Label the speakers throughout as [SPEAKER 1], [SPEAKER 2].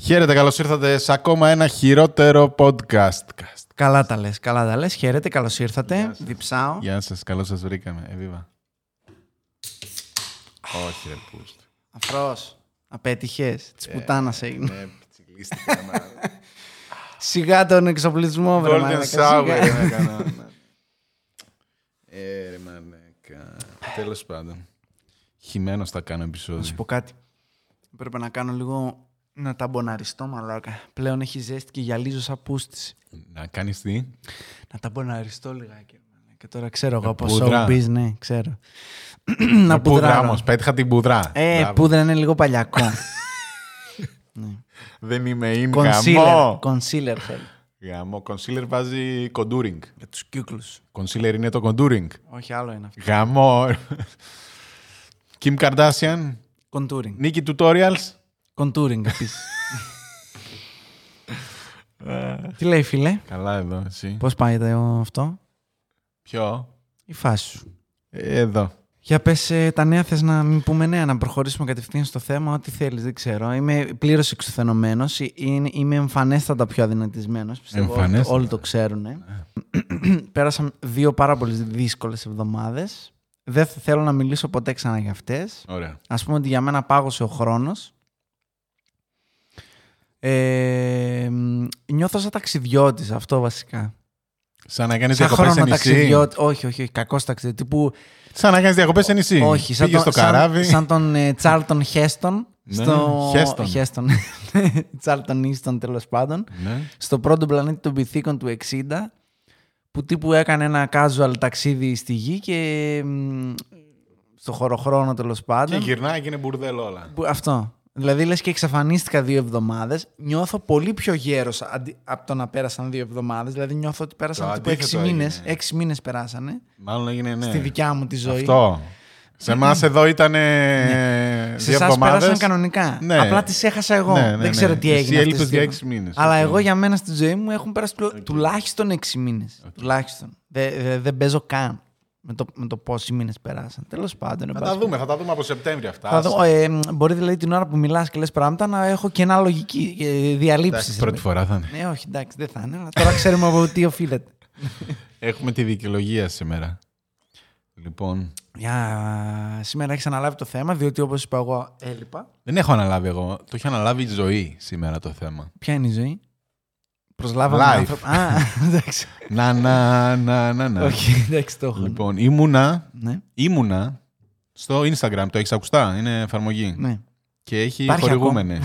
[SPEAKER 1] Χαίρετε, καλώς ήρθατε σε ακόμα ένα χειρότερο podcast.
[SPEAKER 2] Καλά τα λες, καλά τα λες. Χαίρετε, καλώς ήρθατε.
[SPEAKER 1] Γεια σας.
[SPEAKER 2] Διψάω.
[SPEAKER 1] Γεια σας, καλώς σας βρήκαμε. Εβίβα. Όχι, ρε πούστη.
[SPEAKER 2] Αφρός. Απέτυχες.
[SPEAKER 1] Ε,
[SPEAKER 2] Τη πουτάνας έγινε.
[SPEAKER 1] Ναι, τσιγκλίστηκα.
[SPEAKER 2] Σιγά τον εξοπλισμό, βρε
[SPEAKER 1] Golden
[SPEAKER 2] μαλάκα,
[SPEAKER 1] shower
[SPEAKER 2] σιγά.
[SPEAKER 1] έκανα. ναι. Ε, ρε μαλάκα. Τέλος πάντων. Χειμένος θα κάνω
[SPEAKER 2] Να σου
[SPEAKER 1] επεισόδιο.
[SPEAKER 2] πω κάτι. Πρέπει να κάνω λίγο να ταμποναριστώ, μαλάκα. Πλέον έχει ζέστη και γυαλίζω σαν πούστηση.
[SPEAKER 1] Να κάνεις τι.
[SPEAKER 2] Να ταμποναριστώ λιγάκι. μαλάκα. Και τώρα ξέρω εγώ από
[SPEAKER 1] Ε, πούδρα.
[SPEAKER 2] showbiz, ναι, ξέρω.
[SPEAKER 1] Ε, Πούδρα
[SPEAKER 2] να πουδράρω.
[SPEAKER 1] όμως, πέτυχα την πουδρά.
[SPEAKER 2] Ε,
[SPEAKER 1] Μπράβο.
[SPEAKER 2] πούδρα είναι λίγο παλιακό.
[SPEAKER 1] Δεν είμαι in
[SPEAKER 2] Κονσίλερ.
[SPEAKER 1] γαμό.
[SPEAKER 2] Κονσίλερ θέλει.
[SPEAKER 1] Γαμό. Κονσίλερ βάζει κοντούρινγκ.
[SPEAKER 2] Για τους κύκλους.
[SPEAKER 1] Κονσίλερ είναι το κοντούρινγκ.
[SPEAKER 2] Όχι, άλλο είναι αυτό.
[SPEAKER 1] Γαμό. Kim Kardashian.
[SPEAKER 2] Κοντούρινγκ.
[SPEAKER 1] Nikki Tutorials.
[SPEAKER 2] Κοντούρινγκ επίσης. Τι λέει, φίλε,
[SPEAKER 1] Καλά εδώ, εσύ.
[SPEAKER 2] πώς πάει το- αυτό,
[SPEAKER 1] Ποιο.
[SPEAKER 2] η φάση σου.
[SPEAKER 1] Ε, Εδώ.
[SPEAKER 2] Για πες ε, τα νέα, θες να μην πούμε νέα, να προχωρήσουμε κατευθείαν στο θέμα, ό,τι θέλεις, δεν ξέρω. Είμαι πλήρως εξουθενωμένος, ε, είναι- είμαι εμφανέστατα πιο αδυνατισμένος, πιστεύω όλοι το-
[SPEAKER 1] Εμφανέστατα.
[SPEAKER 2] όλοι το ξέρουν. Πέρασα δύο πάρα πολύ δύσκολες εβδομάδες. Δεν θα θέλω να μιλήσω ποτέ ξανά για αυτές.
[SPEAKER 1] Ωραία.
[SPEAKER 2] Ας πούμε ότι για μένα πάγωσε ο χρόνος. Ε, μ, νιώθω σαν ταξιδιώτης αυτό βασικά.
[SPEAKER 1] Σαν να κάνεις
[SPEAKER 2] σαν
[SPEAKER 1] διακοπές σε
[SPEAKER 2] χρόνο
[SPEAKER 1] νησί.
[SPEAKER 2] ταξιδιώτη. Όχι, όχι, όχι. Κακός ταξιδιώτη. Τύπου,
[SPEAKER 1] Σαν να κάνεις διακοπές σε νησί.
[SPEAKER 2] όχι, σαν
[SPEAKER 1] Πήγες
[SPEAKER 2] τον,
[SPEAKER 1] στο καράβι.
[SPEAKER 2] Σαν, σαν τον ε, Τσάρλτον Χέστον.
[SPEAKER 1] Ναι,
[SPEAKER 2] στο...
[SPEAKER 1] Χέστον.
[SPEAKER 2] Χέστον. Τσάρλτον Ίστον τέλος πάντων.
[SPEAKER 1] Ναι.
[SPEAKER 2] Στο πρώτο πλανήτη των πυθίκων του 60 που τύπου έκανε ένα casual ταξίδι στη γη και μ, στο χωροχρόνο τέλος
[SPEAKER 1] Και
[SPEAKER 2] πάντων.
[SPEAKER 1] γυρνάει και είναι μπουρδέλο όλα.
[SPEAKER 2] Που, αυτό. Δηλαδή, λες και εξαφανίστηκα δύο εβδομάδες. Νιώθω πολύ πιο γέρος από το να πέρασαν δύο εβδομάδες. Δηλαδή, νιώθω ότι
[SPEAKER 1] Το
[SPEAKER 2] πέρασαν τύπου
[SPEAKER 1] αντίθετο
[SPEAKER 2] έξι μήνες.
[SPEAKER 1] έγινε.
[SPEAKER 2] Έξι μήνες περάσανε
[SPEAKER 1] Μάλλον έγινε ναι.
[SPEAKER 2] στη δικιά μου τη ζωή. Ναι,
[SPEAKER 1] Αυτό. Σε εμά εδώ ήταν
[SPEAKER 2] Σε
[SPEAKER 1] δύο
[SPEAKER 2] εσάς
[SPEAKER 1] εβδομάδες.
[SPEAKER 2] πέρασαν κανονικά.
[SPEAKER 1] Ναι.
[SPEAKER 2] Απλά τις έχασα εγώ.
[SPEAKER 1] Ναι, ναι, ναι.
[SPEAKER 2] Δεν ξέρω τι
[SPEAKER 1] Εσύ
[SPEAKER 2] έγινε. αυτές
[SPEAKER 1] έλειπες
[SPEAKER 2] τις
[SPEAKER 1] για
[SPEAKER 2] δύο.
[SPEAKER 1] έξι μήνες.
[SPEAKER 2] Αλλά
[SPEAKER 1] Οκ.
[SPEAKER 2] εγώ για μένα στη ζωή μου έχουν περάσει τουλ- τουλάχιστον έξι μήνες. Τουλάχιστον. Δε- δε- Δεν παίζω καν με το, με το πόσοι μήνες περάσαν. Τέλος πάντων. εν
[SPEAKER 1] Θα
[SPEAKER 2] πάση
[SPEAKER 1] τα δούμε, θα τα δούμε από Σεπτέμβριο αυτά.
[SPEAKER 2] Θα δω, ε, μ, μπορεί δηλαδή την ώρα που μιλάς και λες πράγματα να έχω και ένα λογική ε, διαλύψει.
[SPEAKER 1] Εντάξει, πρώτη φορά θα είναι.
[SPEAKER 2] Ναι, όχι, εντάξει, δεν θα είναι, αλλά τώρα ξέρουμε από τι οφείλεται.
[SPEAKER 1] Έχουμε τη δικαιολογία σήμερα. Λοιπόν.
[SPEAKER 2] Για, σήμερα έχεις αναλάβει το θέμα, διότι όπως είπα εγώ, έλειπα.
[SPEAKER 1] Δεν έχω αναλάβει εγώ. Το έχει αναλάβει η ζωή σήμερα το θέμα.
[SPEAKER 2] Ποια είναι η ζωή, Προσλάβαμε
[SPEAKER 1] Live.
[SPEAKER 2] άνθρωπο. Α, εντάξει.
[SPEAKER 1] Να, να, να, να, να.
[SPEAKER 2] Όχι, εντάξει, το έχω.
[SPEAKER 1] Ναι. Λοιπόν, ήμουνα,
[SPEAKER 2] Ναι,
[SPEAKER 1] ήμουνα στο Instagram. Το έχεις ακουστά, είναι εφαρμογή.
[SPEAKER 2] ναι.
[SPEAKER 1] Και έχει
[SPEAKER 2] Υπάρχει
[SPEAKER 1] χορηγούμενε.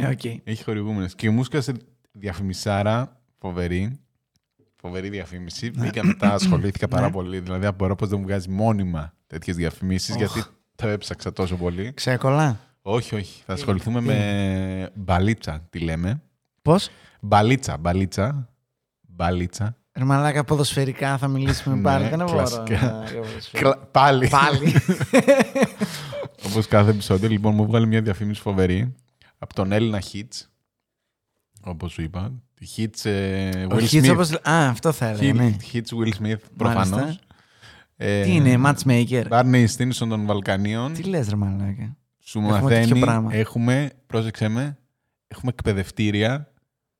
[SPEAKER 2] Ναι, οκ.
[SPEAKER 1] έχει χορηγούμενες. Και μου σκάσε διαφημισάρα φοβερή. Φοβερή διαφήμιση. Μπήκα μετά, ασχολήθηκα πάρα
[SPEAKER 2] Ναι.
[SPEAKER 1] πολύ. Δηλαδή, απορώ πω δεν μου βγάζει μόνιμα τέτοιες διαφημίσεις,
[SPEAKER 2] Οχ.
[SPEAKER 1] γιατί το έψαξα τόσο πολύ.
[SPEAKER 2] Ξεκολλά.
[SPEAKER 1] Όχι, όχι. Θα ασχοληθούμε
[SPEAKER 2] Ε,
[SPEAKER 1] με μπαλίτσα, τη λέμε.
[SPEAKER 2] Πώς,
[SPEAKER 1] Μπαλίτσα, μπαλίτσα. Μπαλίτσα.
[SPEAKER 2] ρε μαλάκα, ποδοσφαιρικά θα μιλήσουμε
[SPEAKER 1] Ναι,
[SPEAKER 2] πάλι. Δεν μπορώ.
[SPEAKER 1] κλασικά.
[SPEAKER 2] να- για ποδοσφαιρικά.
[SPEAKER 1] Κλα- Πάλι.
[SPEAKER 2] Πάλι.
[SPEAKER 1] Όπως κάθε επεισόδιο, λοιπόν, μου βγάλει μια διαφήμιση φοβερή από τον Έλληνα Hits. Όπως σου είπα. Τη Hits ε,
[SPEAKER 2] Ο
[SPEAKER 1] Will
[SPEAKER 2] Χίτς
[SPEAKER 1] Smith.
[SPEAKER 2] όπως- Α, αυτό θα έλεγα.
[SPEAKER 1] Hits-
[SPEAKER 2] ναι.
[SPEAKER 1] Hits Will Smith, προφανώ.
[SPEAKER 2] Τι είναι, matchmaker.
[SPEAKER 1] Μπάρνεϊ Στίνσον των Βαλκανίων.
[SPEAKER 2] Τι λες, ρε μαλάκα.
[SPEAKER 1] Σου
[SPEAKER 2] Έχουμε
[SPEAKER 1] μαθαίνει.
[SPEAKER 2] τέτοιο πράγμα.
[SPEAKER 1] Έχουμε, πρόσεξε με, έχουμε εκπαιδευτήρια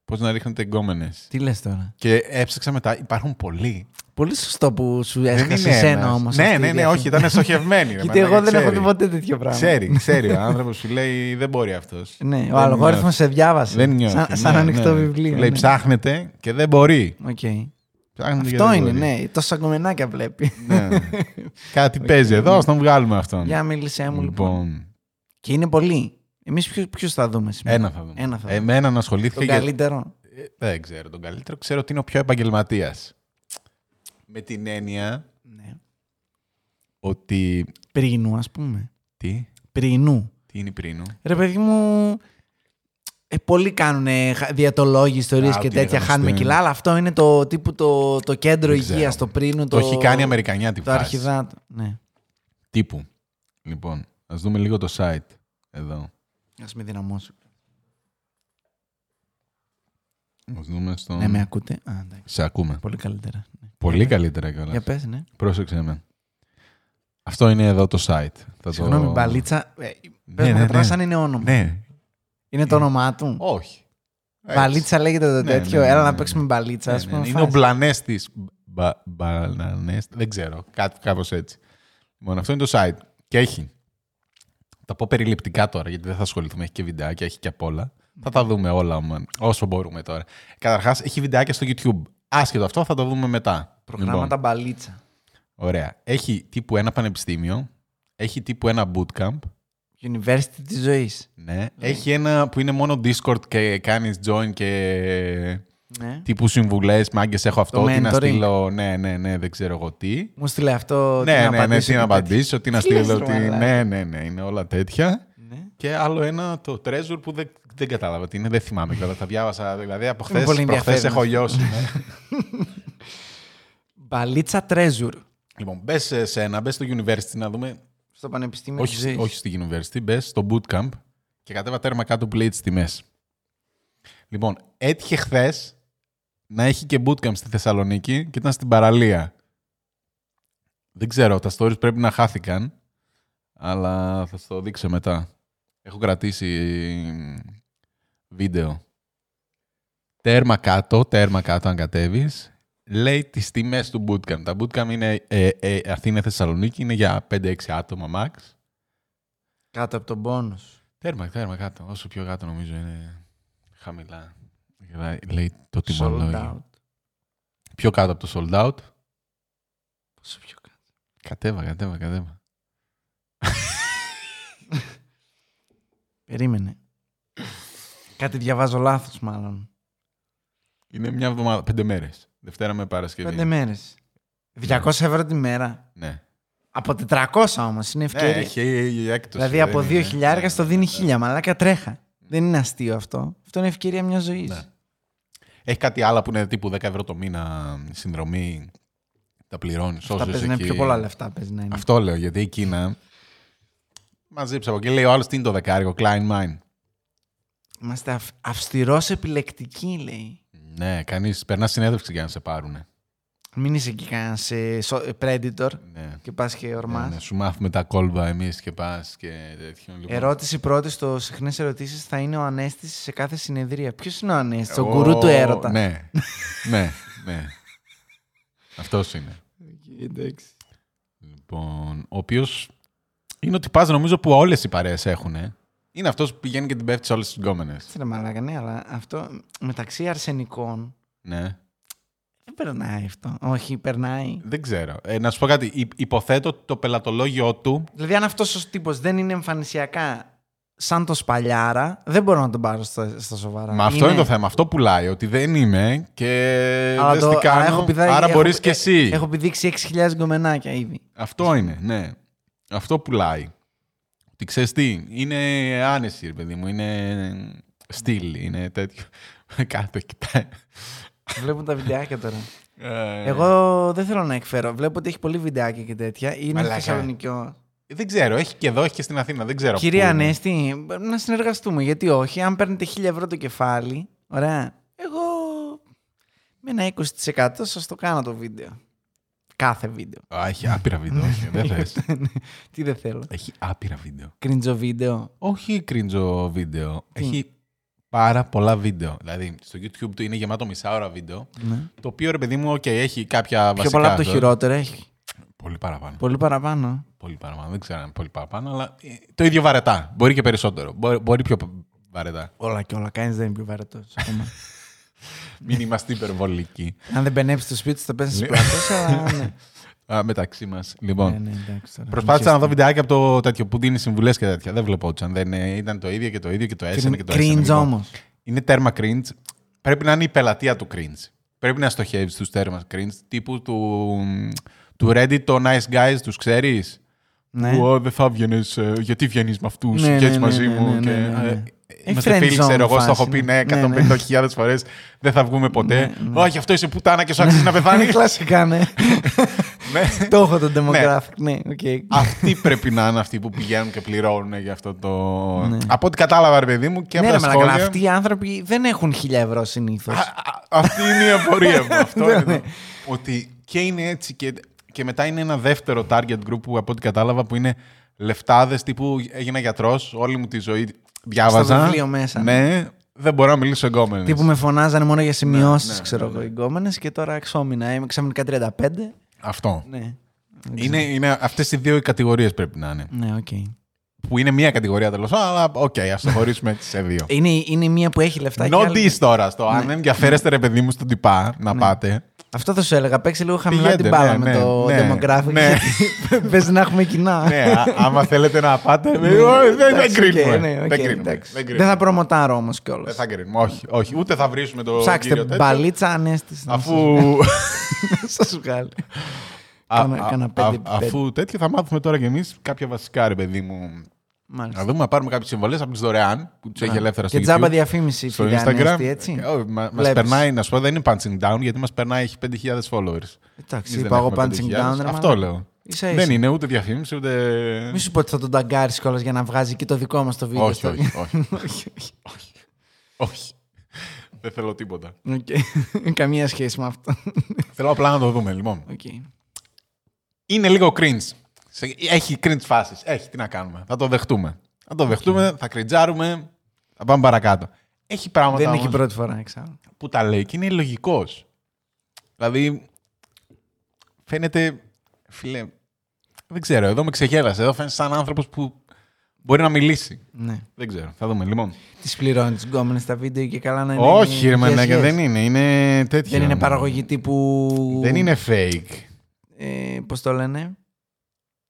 [SPEAKER 1] πώς να ρίχνετε γκόμενε.
[SPEAKER 2] Τι λες τώρα.
[SPEAKER 1] Και έψαξα μετά, υπάρχουν πολλοί.
[SPEAKER 2] Πολύ σωστό που σου
[SPEAKER 1] Δεν
[SPEAKER 2] έσκασε
[SPEAKER 1] είναι
[SPEAKER 2] εσένα
[SPEAKER 1] ένας.
[SPEAKER 2] όμως.
[SPEAKER 1] Ναι, ναι, ναι, όχι, ήταν στοχευμένοι. ρε
[SPEAKER 2] Γιατί
[SPEAKER 1] μαλάκα,
[SPEAKER 2] εγώ δεν έχω
[SPEAKER 1] ξέρει.
[SPEAKER 2] δει ποτέ τέτοιο πράγμα.
[SPEAKER 1] Ξέρει, ξέρει. Ο άνθρωπος σου λέει δεν μπορεί αυτός.
[SPEAKER 2] Ναι,
[SPEAKER 1] Δεν
[SPEAKER 2] ο αλγόριθμος
[SPEAKER 1] νιώθεις.
[SPEAKER 2] σε διάβασε.
[SPEAKER 1] Δεν νιώθει.
[SPEAKER 2] Σαν, σαν
[SPEAKER 1] ναι,
[SPEAKER 2] ανοιχτό
[SPEAKER 1] ναι.
[SPEAKER 2] βιβλίο.
[SPEAKER 1] Λέει
[SPEAKER 2] ναι.
[SPEAKER 1] ψάχνεται και δεν μπορεί.
[SPEAKER 2] Οκ.
[SPEAKER 1] Ψάχνεται και
[SPEAKER 2] Αυτό
[SPEAKER 1] δεν
[SPEAKER 2] είναι,
[SPEAKER 1] μπορεί.
[SPEAKER 2] ναι. Τόσα κομμενάκια βλέπει.
[SPEAKER 1] Ναι. Κάτι παίζει εδώ, ας τον βγάλουμε αυτόν.
[SPEAKER 2] Για μίλησέ μου λοιπόν.
[SPEAKER 1] Ναι. λοιπόν,
[SPEAKER 2] Και είναι πολλοί. Εμείς ποιου θα δούμε σήμερα.
[SPEAKER 1] ένα θα δούμε.
[SPEAKER 2] Ένα θα
[SPEAKER 1] Ε,
[SPEAKER 2] δούμε.
[SPEAKER 1] με έναν ασχολήθηκε.
[SPEAKER 2] Τον
[SPEAKER 1] και-
[SPEAKER 2] καλύτερο.
[SPEAKER 1] Ε, δεν ξέρω τον καλύτερο. Ξέρω ότι είναι ο πιο επαγγελματίας. Με την έννοια
[SPEAKER 2] Ναι.
[SPEAKER 1] ότι.
[SPEAKER 2] Πρινού, ας πούμε.
[SPEAKER 1] Τι,
[SPEAKER 2] Πρινού.
[SPEAKER 1] τι είναι η πρίνου.
[SPEAKER 2] Ρε παιδί μου. Ε, πολλοί κάνουν διατολόγοι, ιστορίες
[SPEAKER 1] Α,
[SPEAKER 2] και
[SPEAKER 1] ότι είναι
[SPEAKER 2] τέτοια,
[SPEAKER 1] γνωστή.
[SPEAKER 2] χάνουμε κιλά, αλλά αυτό είναι το τύπου το, το κέντρο
[SPEAKER 1] Δεν ξέρω.
[SPEAKER 2] υγεία, το πρίνου.
[SPEAKER 1] Το, έχει κάνει η Αμερικανιά
[SPEAKER 2] Το αρχιδάτο. Ναι.
[SPEAKER 1] Τύπου. Λοιπόν, ας δούμε λίγο το site εδώ.
[SPEAKER 2] Ας με δυναμώσω.
[SPEAKER 1] Ας δούμε στο.
[SPEAKER 2] Ναι, με ακούτε. Α, εντάξει.
[SPEAKER 1] Σε ακούμε.
[SPEAKER 2] Πολύ καλύτερα. Ναι.
[SPEAKER 1] Πολύ καλύτερα κιόλας.
[SPEAKER 2] Για πες, ναι.
[SPEAKER 1] Πρόσεξε με. Αυτό είναι εδώ το site. Θα το...
[SPEAKER 2] Συγγνώμη, μπαλίτσα. Ε, πες
[SPEAKER 1] ναι,
[SPEAKER 2] μου,
[SPEAKER 1] ναι.
[SPEAKER 2] τώρα σαν είναι όνομα.
[SPEAKER 1] Ναι.
[SPEAKER 2] Είναι το όνομά του.
[SPEAKER 1] Όχι. Έτσι.
[SPEAKER 2] Μπαλίτσα λέγεται το
[SPEAKER 1] Ναι,
[SPEAKER 2] τέτοιο.
[SPEAKER 1] ναι, ναι,
[SPEAKER 2] Έλα
[SPEAKER 1] ναι,
[SPEAKER 2] να
[SPEAKER 1] ναι.
[SPEAKER 2] παίξουμε μπαλίτσα,
[SPEAKER 1] Ναι,
[SPEAKER 2] ας
[SPEAKER 1] ναι,
[SPEAKER 2] πούμε.
[SPEAKER 1] ναι. Είναι ο
[SPEAKER 2] φάση.
[SPEAKER 1] Μπλανέστη. Μπλανέστη. Δεν ξέρω. Κάτι κάπως έτσι. Λοιπόν, αυτό είναι το site. Και έχει. Τα πω περιληπτικά τώρα, γιατί δεν θα ασχοληθούμε. Έχει και βιντεάκια, έχει και απ' όλα. Θα τα δούμε όλα μα, όσο μπορούμε τώρα. Καταρχάς, έχει βιντεάκια στο YouTube. Άσχετο αυτό, θα το δούμε μετά. Λοιπόν,
[SPEAKER 2] Προγράμματα μπαλίτσα.
[SPEAKER 1] ωραία. Έχει τύπου ένα πανεπιστήμιο. Έχει τύπου ένα bootcamp.
[SPEAKER 2] University της ζωής.
[SPEAKER 1] Ναι. Έχει ένα που είναι μόνο Discord και κάνεις join και
[SPEAKER 2] Ναι.
[SPEAKER 1] τύπου συμβουλές. Μάγκες, έχω αυτό.
[SPEAKER 2] Το
[SPEAKER 1] Τι να
[SPEAKER 2] mentoring.
[SPEAKER 1] στείλω. Ναι, ναι, ναι, δεν ξέρω εγώ τι.
[SPEAKER 2] Μου στείλε αυτό.
[SPEAKER 1] Ναι,
[SPEAKER 2] τι
[SPEAKER 1] ναι, ναι, τι να
[SPEAKER 2] και τέτοια.
[SPEAKER 1] απαντήσω, τι να
[SPEAKER 2] Τι λες,
[SPEAKER 1] στείλω.
[SPEAKER 2] ρε
[SPEAKER 1] τι-
[SPEAKER 2] μαλάκα.
[SPEAKER 1] Ναι, ναι, ναι, είναι όλα τέτοια.
[SPEAKER 2] Ναι.
[SPEAKER 1] Και άλλο ένα, το Treasure που δεν, δεν κατάλαβα τι είναι, δεν θυμάμαι κιόλας. Τα διάβασα, δηλαδή από χθες
[SPEAKER 2] πολύ ενδιαφέρον
[SPEAKER 1] έχω
[SPEAKER 2] αυτό.
[SPEAKER 1] λιώσει. ναι.
[SPEAKER 2] Μπαλίτσα Treasure.
[SPEAKER 1] λοιπόν, μπες σε ένα, μπες στο University να δούμε.
[SPEAKER 2] Στο Πανεπιστήμιο
[SPEAKER 1] όχι,
[SPEAKER 2] τη ζωή.
[SPEAKER 1] στη- όχι στη University, μπες στο Bootcamp και κατέβα τέρμα κάτω που λέει τις τιμές. Λοιπόν, έτυχε χθες να έχει και Bootcamp στη Θεσσαλονίκη και ήταν στην παραλία. Δεν ξέρω, τα stories πρέπει να χάθηκαν, αλλά θα στο δείξω μετά. Έχω κρατήσει βίντεο. Τέρμα κάτω, τέρμα κάτω αν κατέβεις. Λέει τις τιμές του bootcamp. Τα bootcamp είναι ε, ε, Αθήνα-Θεσσαλονίκη, είναι για 5-6 άτομα max.
[SPEAKER 2] Κάτω από τον πόνου.
[SPEAKER 1] Τέρμα, τέρμα κάτω. Όσο πιο κάτω νομίζω είναι χαμηλά. Λέει- Λέει το
[SPEAKER 2] Sold
[SPEAKER 1] τιμολόγιο.
[SPEAKER 2] out.
[SPEAKER 1] Πιο κάτω από το sold out.
[SPEAKER 2] Πόσο πιο κάτω.
[SPEAKER 1] Κατέβα, κατέβα, κατέβα.
[SPEAKER 2] Περίμενε. Κάτι διαβάζω λάθος, μάλλον.
[SPEAKER 1] Είναι μια εβδομάδα, πέντε μέρες. Δευτέρα με Παρασκευή.
[SPEAKER 2] Πέντε μέρες. 200 ευρώ τη μέρα.
[SPEAKER 1] Ναι.
[SPEAKER 2] Από 400 όμως είναι
[SPEAKER 1] Ναι,
[SPEAKER 2] ευκαιρία.
[SPEAKER 1] έχει η έκπτωση.
[SPEAKER 2] δηλαδή
[SPEAKER 1] δεν
[SPEAKER 2] από
[SPEAKER 1] είναι-
[SPEAKER 2] 2.000
[SPEAKER 1] ναι,
[SPEAKER 2] στο
[SPEAKER 1] ναι,
[SPEAKER 2] δίνει
[SPEAKER 1] ναι.
[SPEAKER 2] 1.000. Μαλάκα τρέχα. Δεν είναι αστείο αυτό. Αυτό είναι ευκαιρία μιας ζωής.
[SPEAKER 1] Ναι. Έχει κάτι άλλο που είναι τύπου 10 ευρώ το μήνα συνδρομή. Τα πληρώνεις.
[SPEAKER 2] Αυτά παίζει να είναι πιο πολλά λεφτά. ναι. Παίζει να είναι.
[SPEAKER 1] Αυτό λέω γιατί η Κίνα. Μαζέψα από εκεί. Λέει ο άλλος τι είναι το δεκάρικο, Klein Mine.
[SPEAKER 2] Είμαστε αυ... αυστηρός επιλεκτικοί, λέει.
[SPEAKER 1] Ναι, κανείς περνάς συνέντευξη για να σε πάρουνε.
[SPEAKER 2] Μην είσαι και κανένα predator
[SPEAKER 1] Ναι.
[SPEAKER 2] και πας και ορμάς.
[SPEAKER 1] Ναι, ναι, σου μάθουμε τα κόλπα εμείς και πας και τέτοιο. Λοιπόν.
[SPEAKER 2] Ερώτηση πρώτη στο συχνές ερωτήσεις θα είναι ο Ανέστης σε κάθε συνεδρία. Ποιος είναι ο Ανέστης, ο
[SPEAKER 1] Ο-
[SPEAKER 2] γκουρού του έρωτα.
[SPEAKER 1] Ναι, ναι, ναι. Αυτός είναι.
[SPEAKER 2] Εντάξει.
[SPEAKER 1] Λοιπόν, ο οποίος είναι ότι πας νομίζω που όλες οι παρέες έχουν. ε. Είναι αυτός που πηγαίνει και την πέφτει σε όλες τις γκόμενες.
[SPEAKER 2] Τι ρε μαλάκα, ναι, αλλά αυτό μεταξύ αρσενικών
[SPEAKER 1] Ναι.
[SPEAKER 2] δεν περνάει αυτό. Όχι, περνάει.
[SPEAKER 1] Δεν ξέρω. Ε, να σου πω κάτι. Υ- Υποθέτω ότι το πελατολόγιο του.
[SPEAKER 2] Δηλαδή, αν αυτός ο τύπος δεν είναι εμφανισιακά σαν το σπαλιάρα, δεν μπορώ να τον πάρω στα, στα σοβαρά.
[SPEAKER 1] Μα αυτό είναι... το θέμα. Αυτό πουλάει. Ότι δεν είμαι και
[SPEAKER 2] Αλλά
[SPEAKER 1] δεν
[SPEAKER 2] το-
[SPEAKER 1] τι κάνω.
[SPEAKER 2] αλλά έχω πηδάει-
[SPEAKER 1] άρα
[SPEAKER 2] έχω-
[SPEAKER 1] μπορείς και
[SPEAKER 2] ε,
[SPEAKER 1] εσύ.
[SPEAKER 2] Έχω πηδήξει 6.000 γκομενάκια ήδη.
[SPEAKER 1] Αυτό είναι, ναι. Αυτό πουλάει. Ότι ξέρεις τι, είναι άνεση, ρε παιδί μου. Είναι στυλ, είναι τέτοιο. Κάτω, κοιτάει.
[SPEAKER 2] Βλέπω τα βιντεάκια τώρα.
[SPEAKER 1] Ε,
[SPEAKER 2] Εγώ δεν θέλω να εκφέρω. Βλέπω ότι έχει πολύ βιντεάκια και τέτοια. Είναι
[SPEAKER 1] Μαλάκα.
[SPEAKER 2] Θεσσαλονικιό.
[SPEAKER 1] Δεν ξέρω, έχει και εδώ, έχει και στην Αθήνα. Δεν ξέρω.
[SPEAKER 2] Κυρία
[SPEAKER 1] πού.
[SPEAKER 2] Ανέστη, να συνεργαστούμε. Γιατί όχι, αν παίρνετε 1000 ευρώ το κεφάλι, ωραία. Εγώ με ένα 20% σας το κάνω το βίντεο. Κάθε βίντεο.
[SPEAKER 1] Α, έχει άπειρα βίντεο. όχι, δεν θες.
[SPEAKER 2] Τι δεν θέλω.
[SPEAKER 1] Έχει άπειρα βίντεο.
[SPEAKER 2] Κρίντζο βίντεο.
[SPEAKER 1] Όχι κρίντζο βίντεο. Έχει πάρα πολλά βίντεο. Δηλαδή, στο YouTube του είναι γεμάτο μισά ώρα βίντεο.
[SPEAKER 2] Ναι.
[SPEAKER 1] Το οποίο, ρε παιδί μου, οκ, έχει κάποια βασικά.
[SPEAKER 2] Πιο πολλά από το
[SPEAKER 1] εδώ.
[SPEAKER 2] χειρότερο έχει.
[SPEAKER 1] Πολύ παραπάνω.
[SPEAKER 2] Πολύ παραπάνω.
[SPEAKER 1] Πολύ παραπάνω. Δεν ξέρω αν είναι πολύ παραπάνω, αλλά ε, το ίδιο βαρετά. Μπορεί και περισσότερο. Μπορεί, μπορεί πιο βαρετά.
[SPEAKER 2] Όλα και όλα. Κανείς δεν είναι πιο βαρετός.
[SPEAKER 1] Μην είμαστε υπερβολικοί.
[SPEAKER 2] Αν δεν πενέψεις το σπίτι, σου, θα πέσεις στου πλατές. Αλλά ναι.
[SPEAKER 1] Α, μεταξύ μας. Λοιπόν,
[SPEAKER 2] ναι, ναι, εντάξει τώρα.
[SPEAKER 1] προσπάθησα να δω βιντεάκια από το τέτοιο που δίνει συμβουλές και τέτοια. Δεν βλεπόταν. Δεν, ε, ήταν το ίδιο και το ίδιο και το έσαινε και το έσαινε.
[SPEAKER 2] Κρίντζ
[SPEAKER 1] Λοιπόν,
[SPEAKER 2] όμως.
[SPEAKER 1] Είναι τέρμα cringe. Πρέπει να είναι η πελατεία του cringe. Πρέπει να στοχεύεις στου τέρμα cringe τύπου του, του Reddit, το nice guys, τους ξέρεις.
[SPEAKER 2] Ναι.
[SPEAKER 1] Ω, δεν θα βγαίνεις. Γιατί βγαίνεις με αυτούς,
[SPEAKER 2] Ναι,
[SPEAKER 1] βγαίνει
[SPEAKER 2] ναι,
[SPEAKER 1] μαζί
[SPEAKER 2] ναι, ναι,
[SPEAKER 1] μου.
[SPEAKER 2] ναι,
[SPEAKER 1] και,
[SPEAKER 2] ναι, ναι, ναι.
[SPEAKER 1] ε,
[SPEAKER 2] Έχει
[SPEAKER 1] Είμαστε
[SPEAKER 2] friend
[SPEAKER 1] φίλοι,
[SPEAKER 2] zone
[SPEAKER 1] ξέρω εγώ. Στο
[SPEAKER 2] φάση,
[SPEAKER 1] έχω πει
[SPEAKER 2] ναι.
[SPEAKER 1] ναι,
[SPEAKER 2] Ναι, ναι.
[SPEAKER 1] 150.000 φορές. Δεν θα βγούμε ποτέ.
[SPEAKER 2] Ναι, ναι.
[SPEAKER 1] Όχι, αυτό είσαι πουτάνα και σου αξίζει να πεθάνεις.
[SPEAKER 2] Κλασικά, ναι. Το έχω το demographic. Ναι, οκ.
[SPEAKER 1] Αυτοί πρέπει να είναι αυτοί που πηγαίνουν και πληρώνουν για αυτό το.
[SPEAKER 2] Ναι.
[SPEAKER 1] Από ό,τι κατάλαβα, ρε παιδί μου, και από
[SPEAKER 2] ναι,
[SPEAKER 1] τα
[SPEAKER 2] ρε μαλάκα, αλλά
[SPEAKER 1] σχόλια.
[SPEAKER 2] αυτοί οι άνθρωποι δεν έχουν χιλιά ευρώ συνήθως.
[SPEAKER 1] Α, α, Αυτή είναι η απορία μου. Αυτό
[SPEAKER 2] Ναι,
[SPEAKER 1] είναι το-
[SPEAKER 2] ναι.
[SPEAKER 1] Ότι και είναι έτσι και, και μετά είναι ένα δεύτερο target group που από ό,τι κατάλαβα που είναι λεφτάδες τύπου έγινα γιατρός όλη μου τη ζωή. διάβαζα.
[SPEAKER 2] βιβλίο μέσα.
[SPEAKER 1] Ναι, δεν μπορώ να μιλήσω εγκόμενης.
[SPEAKER 2] Τι που με φωνάζανε μόνο για σημειώσεις,
[SPEAKER 1] ναι,
[SPEAKER 2] ξέρω
[SPEAKER 1] ναι,
[SPEAKER 2] εγώ,
[SPEAKER 1] ναι.
[SPEAKER 2] οι γκόμενες και τώρα εξόμηνα. Είμαι ξαφνικά 35.
[SPEAKER 1] Αυτό.
[SPEAKER 2] Ναι. Δεν ξέρω.
[SPEAKER 1] Είναι, είναι αυτές οι δύο οι κατηγορίες πρέπει να είναι.
[SPEAKER 2] Ναι, οκ.
[SPEAKER 1] Που είναι μία κατηγορία τέλος πάντων, αλλά οκ, okay, ας το χωρίσουμε έτσι σε δύο.
[SPEAKER 2] Είναι, είναι η μία που έχει λεφτά. και η
[SPEAKER 1] No
[SPEAKER 2] άλλη-
[SPEAKER 1] diss τώρα στο. Αν
[SPEAKER 2] Ναι.
[SPEAKER 1] ενδιαφέρεστε, ρε παιδί μου, στον τυπά να
[SPEAKER 2] Ναι.
[SPEAKER 1] πάτε.
[SPEAKER 2] Αυτό θα σου έλεγα. Παίξει λίγο χαμηλά
[SPEAKER 1] Πηγαίνετε,
[SPEAKER 2] την μπάλα
[SPEAKER 1] ναι,
[SPEAKER 2] με
[SPEAKER 1] ναι,
[SPEAKER 2] το
[SPEAKER 1] ναι,
[SPEAKER 2] demographic.
[SPEAKER 1] ναι.
[SPEAKER 2] γιατί Πες να έχουμε κοινά.
[SPEAKER 1] ναι, α- άμα θέλετε να πάτε. ε,
[SPEAKER 2] Ναι,
[SPEAKER 1] δεν- δεν- Δεν
[SPEAKER 2] εντάξει,
[SPEAKER 1] κρίνουμε.
[SPEAKER 2] οκ, ναι, οκ,
[SPEAKER 1] Δεν κρίνουμε.
[SPEAKER 2] εντάξει.
[SPEAKER 1] Δεν
[SPEAKER 2] Δεν
[SPEAKER 1] κρίνουμε.
[SPEAKER 2] θα προμοτάρω όμως κιόλας.
[SPEAKER 1] Δεν Ε, θα κρίνουμε. Όχι, όχι. Ούτε θα βρίσουμε το.
[SPEAKER 2] Ψάξτε
[SPEAKER 1] κύριο τέτοιο,
[SPEAKER 2] μπαλίτσα ανέστησης. να
[SPEAKER 1] Αφού.
[SPEAKER 2] σας- να Σας βγάλει.
[SPEAKER 1] α-
[SPEAKER 2] Κάνα-
[SPEAKER 1] α-
[SPEAKER 2] κάνα
[SPEAKER 1] α-
[SPEAKER 2] πέντε-
[SPEAKER 1] Αφού τέτοιο θα μάθουμε τώρα κι εμείς κάποια βασικά, ρε παιδί μου. Να
[SPEAKER 2] Μάλιστα.
[SPEAKER 1] δούμε να πάρουμε κάποιες συμβολές από τις δωρεάν που τις έχει
[SPEAKER 2] Α,
[SPEAKER 1] ελεύθερα στο
[SPEAKER 2] Και τζάμπα
[SPEAKER 1] YouTube.
[SPEAKER 2] διαφήμιση.
[SPEAKER 1] Στο
[SPEAKER 2] φίλε,
[SPEAKER 1] Instagram. Ε,
[SPEAKER 2] Ανέστη, έτσι.
[SPEAKER 1] Μα
[SPEAKER 2] Βλέπεις.
[SPEAKER 1] περνάει, να σου πω, δεν είναι punching down γιατί μας περνάει, έχει 5.000 followers.
[SPEAKER 2] Εντάξει,
[SPEAKER 1] Εμείς
[SPEAKER 2] είπα
[SPEAKER 1] δεν
[SPEAKER 2] εγώ
[SPEAKER 1] έχουμε 5.000.
[SPEAKER 2] punching down. ρε,
[SPEAKER 1] Αυτό
[SPEAKER 2] μαλάκα.
[SPEAKER 1] λέω.
[SPEAKER 2] Ίσα ίσα.
[SPEAKER 1] Δεν είναι ούτε διαφήμιση, ούτε.
[SPEAKER 2] Μη σου πω ότι θα τον ταγκάρεις κιόλας για να βγάζει και το δικό μας το βίντεο.
[SPEAKER 1] Όχι,
[SPEAKER 2] στο-
[SPEAKER 1] όχι, όχι.
[SPEAKER 2] όχι, όχι.
[SPEAKER 1] όχι. Δεν θέλω τίποτα.
[SPEAKER 2] Οκ. Καμία σχέση με αυτό.
[SPEAKER 1] Θέλω απλά να το δούμε, λοιπόν.
[SPEAKER 2] Οκ.
[SPEAKER 1] Είναι λίγο cringe. Σε- Έχει cringe φάσεις. Έχει, τι να κάνουμε. Θα το δεχτούμε. Θα το δεχτούμε, θα κριτζάρουμε, θα πάμε παρακάτω. Έχει πράγματα
[SPEAKER 2] Δεν είναι και η
[SPEAKER 1] όμως
[SPEAKER 2] πρώτη φορά, εξάλλου.
[SPEAKER 1] που τα λέει και είναι λογικός. Δηλαδή, φαίνεται. Φίλε, δεν ξέρω, εδώ με ξεγέλασε. Εδώ φαίνεται σαν άνθρωπος που μπορεί να μιλήσει.
[SPEAKER 2] Ναι.
[SPEAKER 1] Δεν ξέρω, θα δούμε. Λοιπόν.
[SPEAKER 2] Τις πληρώνει τις γκόμενες στα βίντεο και καλά να είναι.
[SPEAKER 1] Όχι, ρε
[SPEAKER 2] yes,
[SPEAKER 1] μαλάκα,
[SPEAKER 2] yes.
[SPEAKER 1] δεν είναι. Είναι τέτοιο.
[SPEAKER 2] ναι, Δεν είναι παραγωγή τύπου.
[SPEAKER 1] Δεν είναι fake.
[SPEAKER 2] Ε, Πώς το λένε.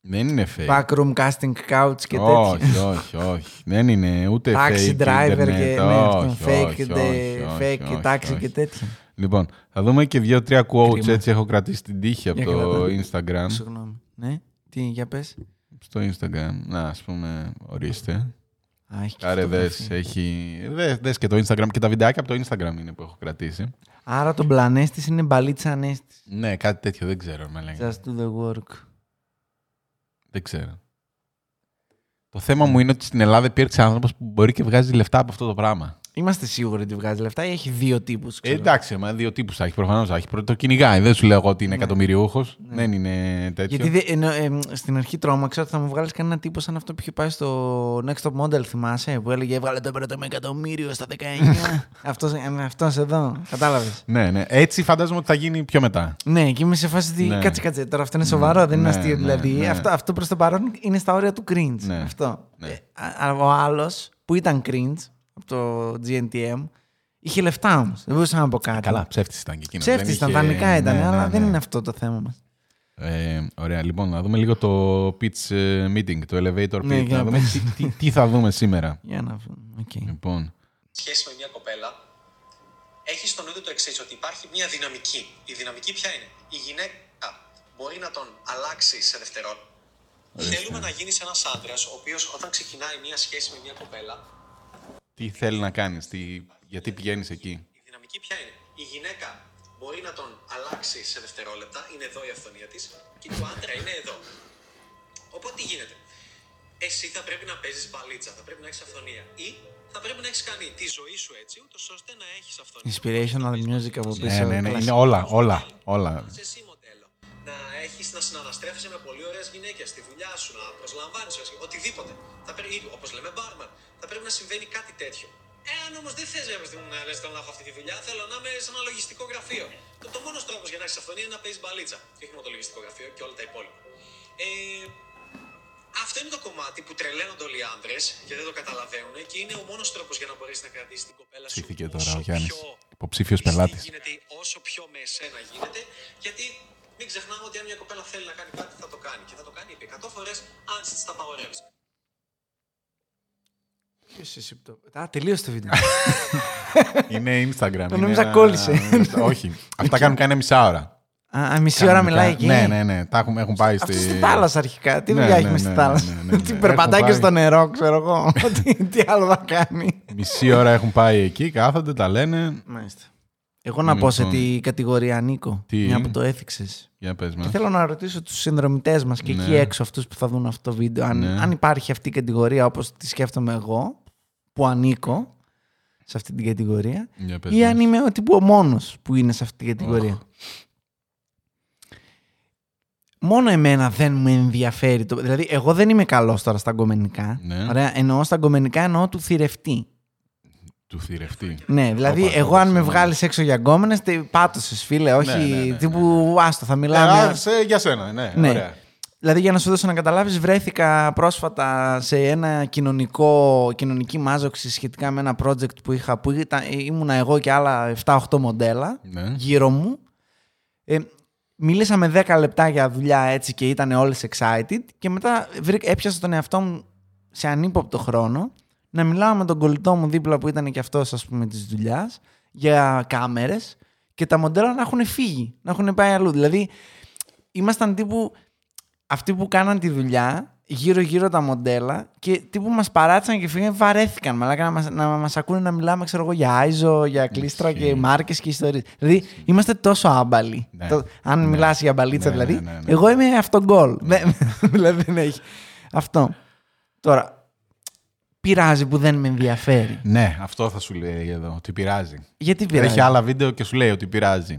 [SPEAKER 1] Δεν είναι fake.
[SPEAKER 2] Backroom casting couch και τέτοια.
[SPEAKER 1] Ε. όχι, όχι, όχι. Δεν είναι ούτε
[SPEAKER 2] Taxi
[SPEAKER 1] fake.
[SPEAKER 2] driver
[SPEAKER 1] ίντερνετ.
[SPEAKER 2] και. ναι,
[SPEAKER 1] όχι,
[SPEAKER 2] αυτό,
[SPEAKER 1] όχι,
[SPEAKER 2] Fake
[SPEAKER 1] όχι,
[SPEAKER 2] de-
[SPEAKER 1] όχι, όχι,
[SPEAKER 2] fake taxi
[SPEAKER 1] όχι.
[SPEAKER 2] και τέτοια.
[SPEAKER 1] Λοιπόν, θα δούμε και δύο-τρία quotes
[SPEAKER 2] Κρίμα.
[SPEAKER 1] έτσι έχω κρατήσει την τύχη από
[SPEAKER 2] Για
[SPEAKER 1] το
[SPEAKER 2] κρατά.
[SPEAKER 1] Instagram.
[SPEAKER 2] Συγγνώμη. Ναι. Τι, για πες.
[SPEAKER 1] Στο Instagram, να ας πούμε, ορίστε.
[SPEAKER 2] Α, έχει και
[SPEAKER 1] Άρε
[SPEAKER 2] φωτογραφία.
[SPEAKER 1] δες, έχει... Δες, δες και το Instagram και τα βιντεάκια από το Instagram είναι που έχω κρατήσει.
[SPEAKER 2] Άρα το πλανέστη είναι μπαλίτσα ανέστης.
[SPEAKER 1] Ναι, κάτι τέτοιο δεν ξέρω, με λέγανε.
[SPEAKER 2] Just do the work.
[SPEAKER 1] Δεν ξέρω. Το θέμα μου είναι ότι στην Ελλάδα υπήρξε άνθρωπος που μπορεί και βγάζει λεφτά από αυτό το πράγμα.
[SPEAKER 2] Είμαστε σίγουροι ότι βγάζει λεφτά ή έχει δύο τύπους.
[SPEAKER 1] Ε, εντάξει, μα δύο τύπους θα έχει. Προφανώς θα έχει. Πρώτο το κυνηγάει. Δεν σου λέω εγώ ότι είναι
[SPEAKER 2] Ναι.
[SPEAKER 1] εκατομμυριούχος.
[SPEAKER 2] Ναι.
[SPEAKER 1] Δεν είναι τέτοιο.
[SPEAKER 2] Γιατί δε- ενώ, ε, μ, στην αρχή τρόμαξα ότι θα μου βγάλεις κανένα τύπο σαν αυτό που είχε πάει στο Next Top Model, θυμάσαι, που έλεγε Έβγαλε το πρώτο με εκατομμύριο στα 19. αυτός, ε, αυτός εδώ, κατάλαβες.
[SPEAKER 1] Ναι, ναι. Έτσι φαντάζομαι ότι θα γίνει πιο μετά.
[SPEAKER 2] ναι, και είμαι σε φάση ότι
[SPEAKER 1] Ναι.
[SPEAKER 2] κάτσε, κάτσε. Τώρα αυτό είναι σοβαρό, δεν είναι
[SPEAKER 1] ναι,
[SPEAKER 2] αστείο.
[SPEAKER 1] ναι,
[SPEAKER 2] δηλαδή,
[SPEAKER 1] ναι.
[SPEAKER 2] αυτό, αυτό προς το παρόν είναι στα όρια του cringe.
[SPEAKER 1] Ναι.
[SPEAKER 2] Αυτό.
[SPEAKER 1] Ναι.
[SPEAKER 2] Ε, α- α- ο άλλος που ήταν cringe από το GNTM είχε λεφτά όμως. Δεν μπορούσα να πω κάτι.
[SPEAKER 1] Καλά, ψεύτης ήταν και εκείνο.
[SPEAKER 2] Ψεύτης ήταν,
[SPEAKER 1] Ναι,
[SPEAKER 2] δανεικά ήταν, αλλά δεν είναι αυτό το θέμα μας.
[SPEAKER 1] Ε, ωραία, λοιπόν, να δούμε λίγο το pitch ε, meeting, το elevator pitch.
[SPEAKER 2] Ναι, για
[SPEAKER 1] να
[SPEAKER 2] να
[SPEAKER 1] δούμε
[SPEAKER 2] πες.
[SPEAKER 1] τι, τι, τι θα δούμε σήμερα.
[SPEAKER 2] Για να δούμε. Οκ.
[SPEAKER 1] Λοιπόν,
[SPEAKER 3] σχέση με μια κοπέλα, έχει στο νου του το εξής, ότι υπάρχει μια δυναμική. Η δυναμική ποια είναι. Η γυναίκα μπορεί να τον αλλάξει σε δευτερόλεπτα. Θέλουμε να γίνεις ένας άντρας, ο οποίος όταν ξεκινάει μια σχέση με μια κοπέλα,
[SPEAKER 1] τι θέλει να κάνεις, γιατί πηγαίνεις εκεί.
[SPEAKER 3] η δυναμική ποια είναι. Η γυναίκα μπορεί να τον αλλάξει σε δευτερόλεπτα, είναι εδώ η αυθονία της, και του άντρα είναι εδώ. Οπότε τι γίνεται. Εσύ θα πρέπει να παίζεις μπαλίτσα, θα πρέπει να έχεις αυθονία. Ή θα πρέπει να έχεις κάνει τη ζωή σου έτσι, ούτως ώστε να έχεις αυθονία.
[SPEAKER 2] Inspirational music από
[SPEAKER 1] Ναι,
[SPEAKER 2] πίσω.
[SPEAKER 1] ναι, ναι,
[SPEAKER 2] κλασικό.
[SPEAKER 1] είναι όλα, όλα, όλα.
[SPEAKER 3] Είσαι εσύ μοντέλο. Να έχεις να συναναστρέφεσαι με πολύ ωραίες γυναίκες στη δουλειά σου, να προσλαμβάνεις οτιδήποτε. Θα πρέπει, όπως λέμε, μπάρμαν. Θα πρέπει να συμβαίνει κάτι τέτοιο. Εάν όμως δεν θες να λες, θέλω να έχω αυτή τη δουλειά, θέλω να είμαι σε ένα λογιστικό γραφείο. Το, το μόνος τρόπος για να έχεις αυθονία είναι να παίζεις μπαλίτσα. Και όχι μόνο το λογιστικό γραφείο και όλα τα υπόλοιπα. Ε, αυτό είναι το κομμάτι που τρελαίνονται όλοι οι άντρε και δεν το καταλαβαίνουν και είναι ο μόνος τρόπος για να μπορέσεις να κρατήσεις την κοπέλα σου.
[SPEAKER 1] Ψήθηκε τώρα
[SPEAKER 3] όσο
[SPEAKER 1] ο Γιάννης,
[SPEAKER 3] πιο
[SPEAKER 1] υποψήφιος
[SPEAKER 3] πιστή
[SPEAKER 1] πελάτης.
[SPEAKER 3] Γίνεται όσο πιο με εσένα γίνεται, γιατί μην ξεχνάμε ότι αν μια κοπέλα θέλει να κάνει κάτι θα το κάνει και θα το κάνει επί 100 φορές αν της τα απαγορεύει.
[SPEAKER 2] Ποιος εσύ που το- Α, τελείωσε το βίντεο.
[SPEAKER 1] Είναι Instagram. είναι
[SPEAKER 2] Το νόμιζα
[SPEAKER 1] ένα-
[SPEAKER 2] κόλλησε.
[SPEAKER 1] Όχι. Αυτά κάνουν κανένα μισά ώρα.
[SPEAKER 2] Α, α, μισή ώρα
[SPEAKER 1] Κανονικά.
[SPEAKER 2] μιλάει εκεί.
[SPEAKER 1] Ναι, ναι, ναι. Τα έχουν, έχουν πάει
[SPEAKER 2] Αυτό
[SPEAKER 1] στη.
[SPEAKER 2] στη θάλασσα αρχικά. Τι
[SPEAKER 1] Ναι,
[SPEAKER 2] δουλειά
[SPEAKER 1] ναι,
[SPEAKER 2] έχει με στη
[SPEAKER 1] ναι, ναι, ναι,
[SPEAKER 2] θάλασσα.
[SPEAKER 1] ναι, ναι.
[SPEAKER 2] Τι περπατάει και
[SPEAKER 1] Έχουν
[SPEAKER 2] στο
[SPEAKER 1] πάει.
[SPEAKER 2] νερό, ξέρω εγώ. Τι- Τι άλλο θα κάνει.
[SPEAKER 1] Μισή ώρα έχουν πάει εκεί, κάθονται, τα λένε.
[SPEAKER 2] Μάλιστα. Εγώ να πω σε
[SPEAKER 1] Λοιπόν.
[SPEAKER 2] τι κατηγορία ανήκω.
[SPEAKER 1] Τι?
[SPEAKER 2] Μια που το έθιξες.
[SPEAKER 1] Για πες
[SPEAKER 2] Και
[SPEAKER 1] μα.
[SPEAKER 2] θέλω να ρωτήσω τους συνδρομητές μας και
[SPEAKER 1] Ναι.
[SPEAKER 2] εκεί έξω αυτούς που θα δουν αυτό το βίντεο. Αν,
[SPEAKER 1] Ναι.
[SPEAKER 2] αν υπάρχει αυτή η κατηγορία όπως τη σκέφτομαι εγώ, που ανήκω σε αυτή την κατηγορία,
[SPEAKER 1] Για πες
[SPEAKER 2] ή
[SPEAKER 1] μας.
[SPEAKER 2] αν είμαι ο τύπου ο μόνος που είναι σε αυτή την κατηγορία. μόνο εμένα δεν με ενδιαφέρει. Το... Δηλαδή, εγώ δεν είμαι καλός τώρα στα γκομενικά.
[SPEAKER 1] Ναι.
[SPEAKER 2] Ωραία, εννοώ στα γκομενικά εννοώ του θηρευτή.
[SPEAKER 1] Του θηρευτή.
[SPEAKER 2] Ναι, δηλαδή,
[SPEAKER 1] Όπα,
[SPEAKER 2] εγώ
[SPEAKER 1] όπα,
[SPEAKER 2] αν με
[SPEAKER 1] ναι.
[SPEAKER 2] βγάλεις έξω για γκόμενες, πάτωσες, φίλε. Όχι
[SPEAKER 1] ναι, ναι, ναι.
[SPEAKER 2] τύπου άστο, θα
[SPEAKER 1] Ε,
[SPEAKER 2] μιλάμε.
[SPEAKER 1] α, σε- για σένα, ναι.
[SPEAKER 2] Ναι.
[SPEAKER 1] Ωραία.
[SPEAKER 2] Δηλαδή, για να σου δώσω να καταλάβεις, βρέθηκα πρόσφατα σε ένα κοινωνικό, κοινωνική μάζοξη σχετικά με ένα project που είχα, που ήταν, ήμουνα εγώ και άλλα 7-8 μοντέλα
[SPEAKER 1] Ναι.
[SPEAKER 2] γύρω μου. Ε, μιλήσαμε 10 λεπτά για δουλειά έτσι και ήταν όλες excited και μετά βρή- έπιασα τον εαυτό μου σε ανύποπτο χρόνο να μιλάω με τον κολλητό μου δίπλα που ήταν και αυτός ας πούμε της δουλειάς για κάμερες και τα μοντέλα να έχουν φύγει, να έχουν πάει αλλού. Δηλαδή ήμασταν τύπου αυτοί που κάναν τη δουλειά γύρω-γύρω τα μοντέλα και τύπου μας παράτησαν και φύγαν, βαρέθηκαν μαλάκα να μας, να μας ακούνε να μιλάμε ξέρω εγώ για Άιζο, για κλίστρα
[SPEAKER 1] Ισχύει.
[SPEAKER 2] και μάρκες και ιστορίες. Δηλαδή είμαστε τόσο άμπαλοι.
[SPEAKER 1] Ναι.
[SPEAKER 2] Το- αν
[SPEAKER 1] Ναι.
[SPEAKER 2] μιλάς για μπαλίτσα
[SPEAKER 1] Ναι,
[SPEAKER 2] δηλαδή,
[SPEAKER 1] ναι, ναι, ναι.
[SPEAKER 2] εγώ είμαι αυτογκόλ. Δεν- δηλαδή δεν έχει. Αυτό. Τώρα, πειράζει που δεν με ενδιαφέρει.
[SPEAKER 1] Ναι, αυτό θα σου λέει εδώ, ότι πειράζει.
[SPEAKER 2] Γιατί πειράζει.
[SPEAKER 1] Έχει άλλα βίντεο και σου λέει ότι πειράζει.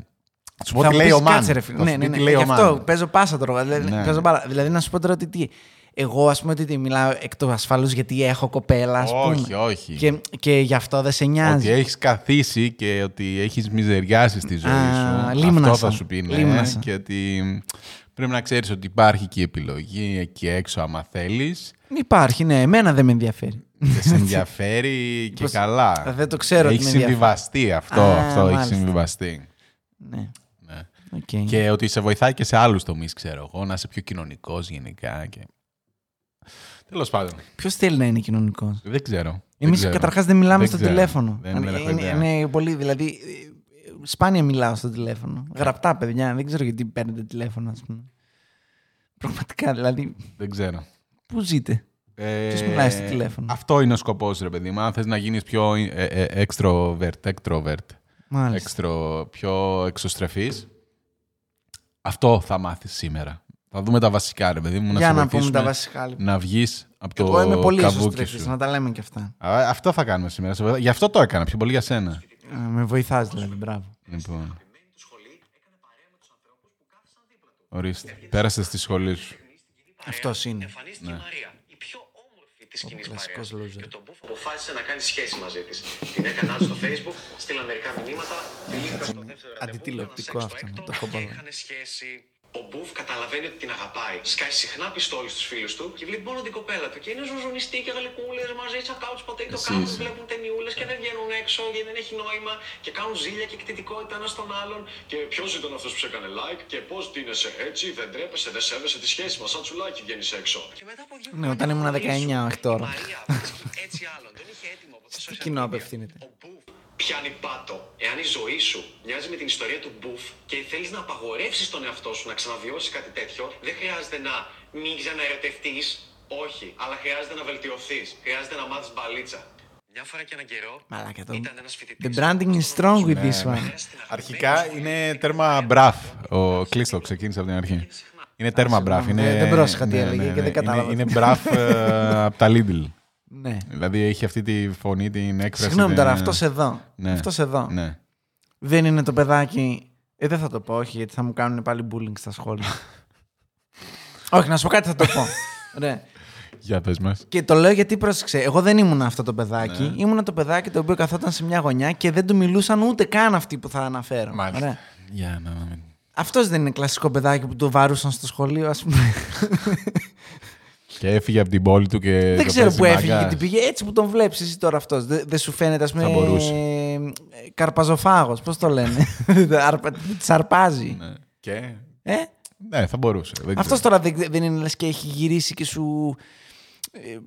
[SPEAKER 1] Θα Σου πω
[SPEAKER 2] Θα
[SPEAKER 1] τι
[SPEAKER 2] μου
[SPEAKER 1] λέει
[SPEAKER 2] πεις,
[SPEAKER 1] ο Μαν.
[SPEAKER 2] «Κάτσε, ρε
[SPEAKER 1] Θα
[SPEAKER 2] φίλε.
[SPEAKER 1] σου
[SPEAKER 2] Ναι,
[SPEAKER 1] πει
[SPEAKER 2] ναι,
[SPEAKER 1] τι
[SPEAKER 2] ναι.
[SPEAKER 1] λέει
[SPEAKER 2] Γι'
[SPEAKER 1] ο
[SPEAKER 2] αυτό
[SPEAKER 1] Μαν.
[SPEAKER 2] παίζω πάσα τώρα. Δηλαδή,
[SPEAKER 1] Ναι.
[SPEAKER 2] παίζω μπάλα. δηλαδή, να σου πω τώρα ότι τι. Εγώ, ας πούμε, ότι τι, μιλάω εκ του ασφαλούς γιατί έχω κοπέλα, ας πούμε.
[SPEAKER 1] Όχι, όχι.
[SPEAKER 2] Και, και γι' αυτό δεν σε νοιάζει.
[SPEAKER 1] Ότι έχεις καθίσει και ότι έχεις μιζεριάσει στη ζωή
[SPEAKER 2] Α,
[SPEAKER 1] σου. Αυτό
[SPEAKER 2] λίμνασα.
[SPEAKER 1] θα σου πει ναι.
[SPEAKER 2] Λίμνασα.
[SPEAKER 1] Και ότι πρέπει να ξέρεις ότι υπάρχει και η επιλογή εκεί έξω, άμα θέλεις.
[SPEAKER 2] Υπάρχει, ναι, εμένα δεν με ενδιαφέρει.
[SPEAKER 1] Και σε ενδιαφέρει και
[SPEAKER 2] Πώς- Ε,
[SPEAKER 1] καλά.
[SPEAKER 2] Δεν το ξέρω ότι
[SPEAKER 1] Έχει
[SPEAKER 2] με ενδιαφέρει.
[SPEAKER 1] συμβιβαστεί αυτό.
[SPEAKER 2] Α,
[SPEAKER 1] αυτό έχει
[SPEAKER 2] μάλιστα.
[SPEAKER 1] συμβιβαστεί.
[SPEAKER 2] Ναι.
[SPEAKER 1] Ναι.
[SPEAKER 2] οκ.
[SPEAKER 1] Και ότι σε βοηθάει και σε άλλους τομείς, ξέρω εγώ, να είσαι πιο κοινωνικός γενικά. Και... Τέλος πάντων.
[SPEAKER 2] Ποιος θέλει να είναι κοινωνικός.
[SPEAKER 1] Δεν ξέρω.
[SPEAKER 2] Εμεί
[SPEAKER 1] Δεν ξέρω.
[SPEAKER 2] καταρχάς δεν μιλάμε
[SPEAKER 1] Δεν
[SPEAKER 2] στο
[SPEAKER 1] ξέρω.
[SPEAKER 2] τηλέφωνο.
[SPEAKER 1] Δεν
[SPEAKER 2] είναι,
[SPEAKER 1] έχω ιδέα.
[SPEAKER 2] είναι πολύ, δηλαδή. ε, ε, Σπάνια μιλάω στο τηλέφωνο. Γραπτά, παιδιά. Δεν ξέρω γιατί παίρνετε τηλέφωνο, ας πούμε. Πραγματικά, δηλαδή.
[SPEAKER 1] Δεν ξέρω.
[SPEAKER 2] Πού ζείτε.
[SPEAKER 1] Ε,
[SPEAKER 2] Ποιος μιλάει στο τηλέφωνο?
[SPEAKER 1] Αυτό είναι ο σκοπός, ρε παιδί μου. Αν θες να γίνεις πιο ε, ε, ε, extrovert, extrovert,
[SPEAKER 2] Μάλιστα.
[SPEAKER 1] extro, πιο εξωστρεφής, αυτό θα μάθεις σήμερα. Θα δούμε τα βασικά, ρε παιδί μου.
[SPEAKER 2] Για
[SPEAKER 1] σε
[SPEAKER 2] να πούμε τα
[SPEAKER 1] βοηθήσουμε
[SPEAKER 2] βασικά. Λοιπόν.
[SPEAKER 1] Να βγεις από το
[SPEAKER 2] Εγώ είμαι πολύ
[SPEAKER 1] καβούκι
[SPEAKER 2] ισοστρεφή,
[SPEAKER 1] σου.
[SPEAKER 2] να τα λέμε και αυτά.
[SPEAKER 1] Α, αυτό θα κάνουμε σήμερα. σε βοηθά- Γι' αυτό το έκανα πιο πολύ για σένα.
[SPEAKER 2] Ε, με βοηθάς δηλαδή, μπράβο.
[SPEAKER 1] Λοιπόν,
[SPEAKER 3] Επιμένει του σχολή, έκανε παρέα με του ανθρώπου που κάθισαν δίπλα του.
[SPEAKER 1] ορίστε. Πέρασες στη σχολή σου.
[SPEAKER 2] Αυτός είναι. Ναι.
[SPEAKER 3] Εμφανίστηκε η Μαρία, η πιο όμορφη τη κοινής
[SPEAKER 2] κλασικός
[SPEAKER 3] παρέας.
[SPEAKER 2] loser.
[SPEAKER 3] Και τον Μπούφο αποφάσισε να κάνει σχέση μαζί της. Την έκανα στο Facebook, στείλα μερικά μηνύματα, φιλήθηκαν στο δεύτερο ραντεβού.
[SPEAKER 2] αντιτηλεοπτικό
[SPEAKER 3] έκαναν σεξ
[SPEAKER 2] αυτό,
[SPEAKER 3] έκτο
[SPEAKER 2] το έχω
[SPEAKER 3] και
[SPEAKER 2] πάνω.
[SPEAKER 3] Είχαν σχέση. Ο Μπούφ καταλαβαίνει ότι την αγαπάει. Σκάει συχνά πιστόλι στους φίλους του και βλέπει μόνο την κοπέλα του. Και είναι ζωζουνιστή και γλυκούλες μαζί, τσακάου του πατέκι το
[SPEAKER 1] Εσύ
[SPEAKER 3] κάνουν,
[SPEAKER 1] είσαι.
[SPEAKER 3] βλέπουν ταινιούλες και δεν βγαίνουν έξω γιατί δεν έχει νόημα και κάνουν ζήλια και εκτιτικότητα ένα στον άλλον. Και ποιος ήταν αυτός που σε έκανε like και πώς δίνεσαι έτσι, δεν τρέπεσαι, δεν σέβεσαι τη σχέση μας, σαν τσουλάκι βγαίνεις έξω. Και μετά από δύο
[SPEAKER 2] Ναι, όταν ήμουν 19, όχι τώρα.
[SPEAKER 3] η Μαρία βρίσκει έτσι άλλον, τον είχε έτοιμο από τα
[SPEAKER 2] Στο
[SPEAKER 3] social
[SPEAKER 2] κοινό
[SPEAKER 3] media.
[SPEAKER 2] απευθύνεται.
[SPEAKER 3] Ο Μπουφ πιάνει πάτο. Εάν η ζωή σου μοιάζει με την ιστορία του Μπουφ και θέλεις να απαγορεύσεις τον εαυτό σου να ξαναβιώσει κάτι τέτοιο, δεν χρειάζεται να μην ξαναερωτευτείς. Όχι, αλλά χρειάζεται να βελτιωθείς. Χρειάζεται να μάθεις μπαλίτσα. Μια φορά και έναν καιρό.
[SPEAKER 2] Μαλάκα, το-
[SPEAKER 3] Ήταν ένας φοιτητής
[SPEAKER 2] The branding is strong with
[SPEAKER 1] Ναι,
[SPEAKER 2] this
[SPEAKER 1] ναι.
[SPEAKER 2] one.
[SPEAKER 1] Αρχικά είναι τέρμα μπραφ. Ο Κλείστο ξεκίνησε από την αρχή. Είναι τέρμα μπραφ.
[SPEAKER 2] συγγνώμη,
[SPEAKER 1] Είναι,
[SPEAKER 2] ναι,
[SPEAKER 1] ναι,
[SPEAKER 2] δεν- δεν πρόσεχα τι έλεγε και δεν
[SPEAKER 1] Είναι-
[SPEAKER 2] κατάλαβα.
[SPEAKER 1] Είναι μπραφ ε, από τα Lidl.
[SPEAKER 2] Ναι.
[SPEAKER 1] Δηλαδή έχει αυτή τη φωνή, την έκφραση.
[SPEAKER 2] Συγγνώμη
[SPEAKER 1] την-
[SPEAKER 2] τώρα, αυτός εδώ.
[SPEAKER 1] Ναι.
[SPEAKER 2] Αυτός εδώ.
[SPEAKER 1] Ναι.
[SPEAKER 2] Δεν είναι το παιδάκι. Ε, δεν θα το πω, όχι, γιατί θα μου κάνουν πάλι bullying στα σχόλια. όχι, να σου πω κάτι θα το πω. Ωραία.
[SPEAKER 1] Για πες μας.
[SPEAKER 2] Και το λέω γιατί πρόσεξε. Εγώ δεν ήμουν αυτό το παιδάκι.
[SPEAKER 1] Ναι.
[SPEAKER 2] Ήμουν το παιδάκι το οποίο καθόταν σε μια γωνιά και δεν του μιλούσαν ούτε καν αυτοί που θα αναφέρω.
[SPEAKER 1] Μάλιστα.
[SPEAKER 2] Ωραία.
[SPEAKER 1] Για να μην...
[SPEAKER 2] Αυτός δεν είναι κλασικό παιδάκι που το βαρούσαν στο σχολείο, ας πούμε.
[SPEAKER 1] Και έφυγε από την πόλη του και.
[SPEAKER 2] δεν
[SPEAKER 1] Ε, το
[SPEAKER 2] ξέρω
[SPEAKER 1] παίζει
[SPEAKER 2] που έφυγε
[SPEAKER 1] μαγκάς.
[SPEAKER 2] και τι πήγε. Έτσι που τον βλέπεις εσύ τώρα αυτός. Δεν δεν σου φαίνεται, ας πούμε.
[SPEAKER 1] Θα μπορούσε.
[SPEAKER 2] ε, ε, καρπαζοφάγος, πώς το λένε. Αρπα- Της αρπάζει.
[SPEAKER 1] Ναι. Και.
[SPEAKER 2] Ε?
[SPEAKER 1] Ναι, θα μπορούσε. Δεν
[SPEAKER 2] Αυτός
[SPEAKER 1] ξέρω.
[SPEAKER 2] τώρα δεν, δεν είναι λες και έχει γυρίσει και σου. ε, ε,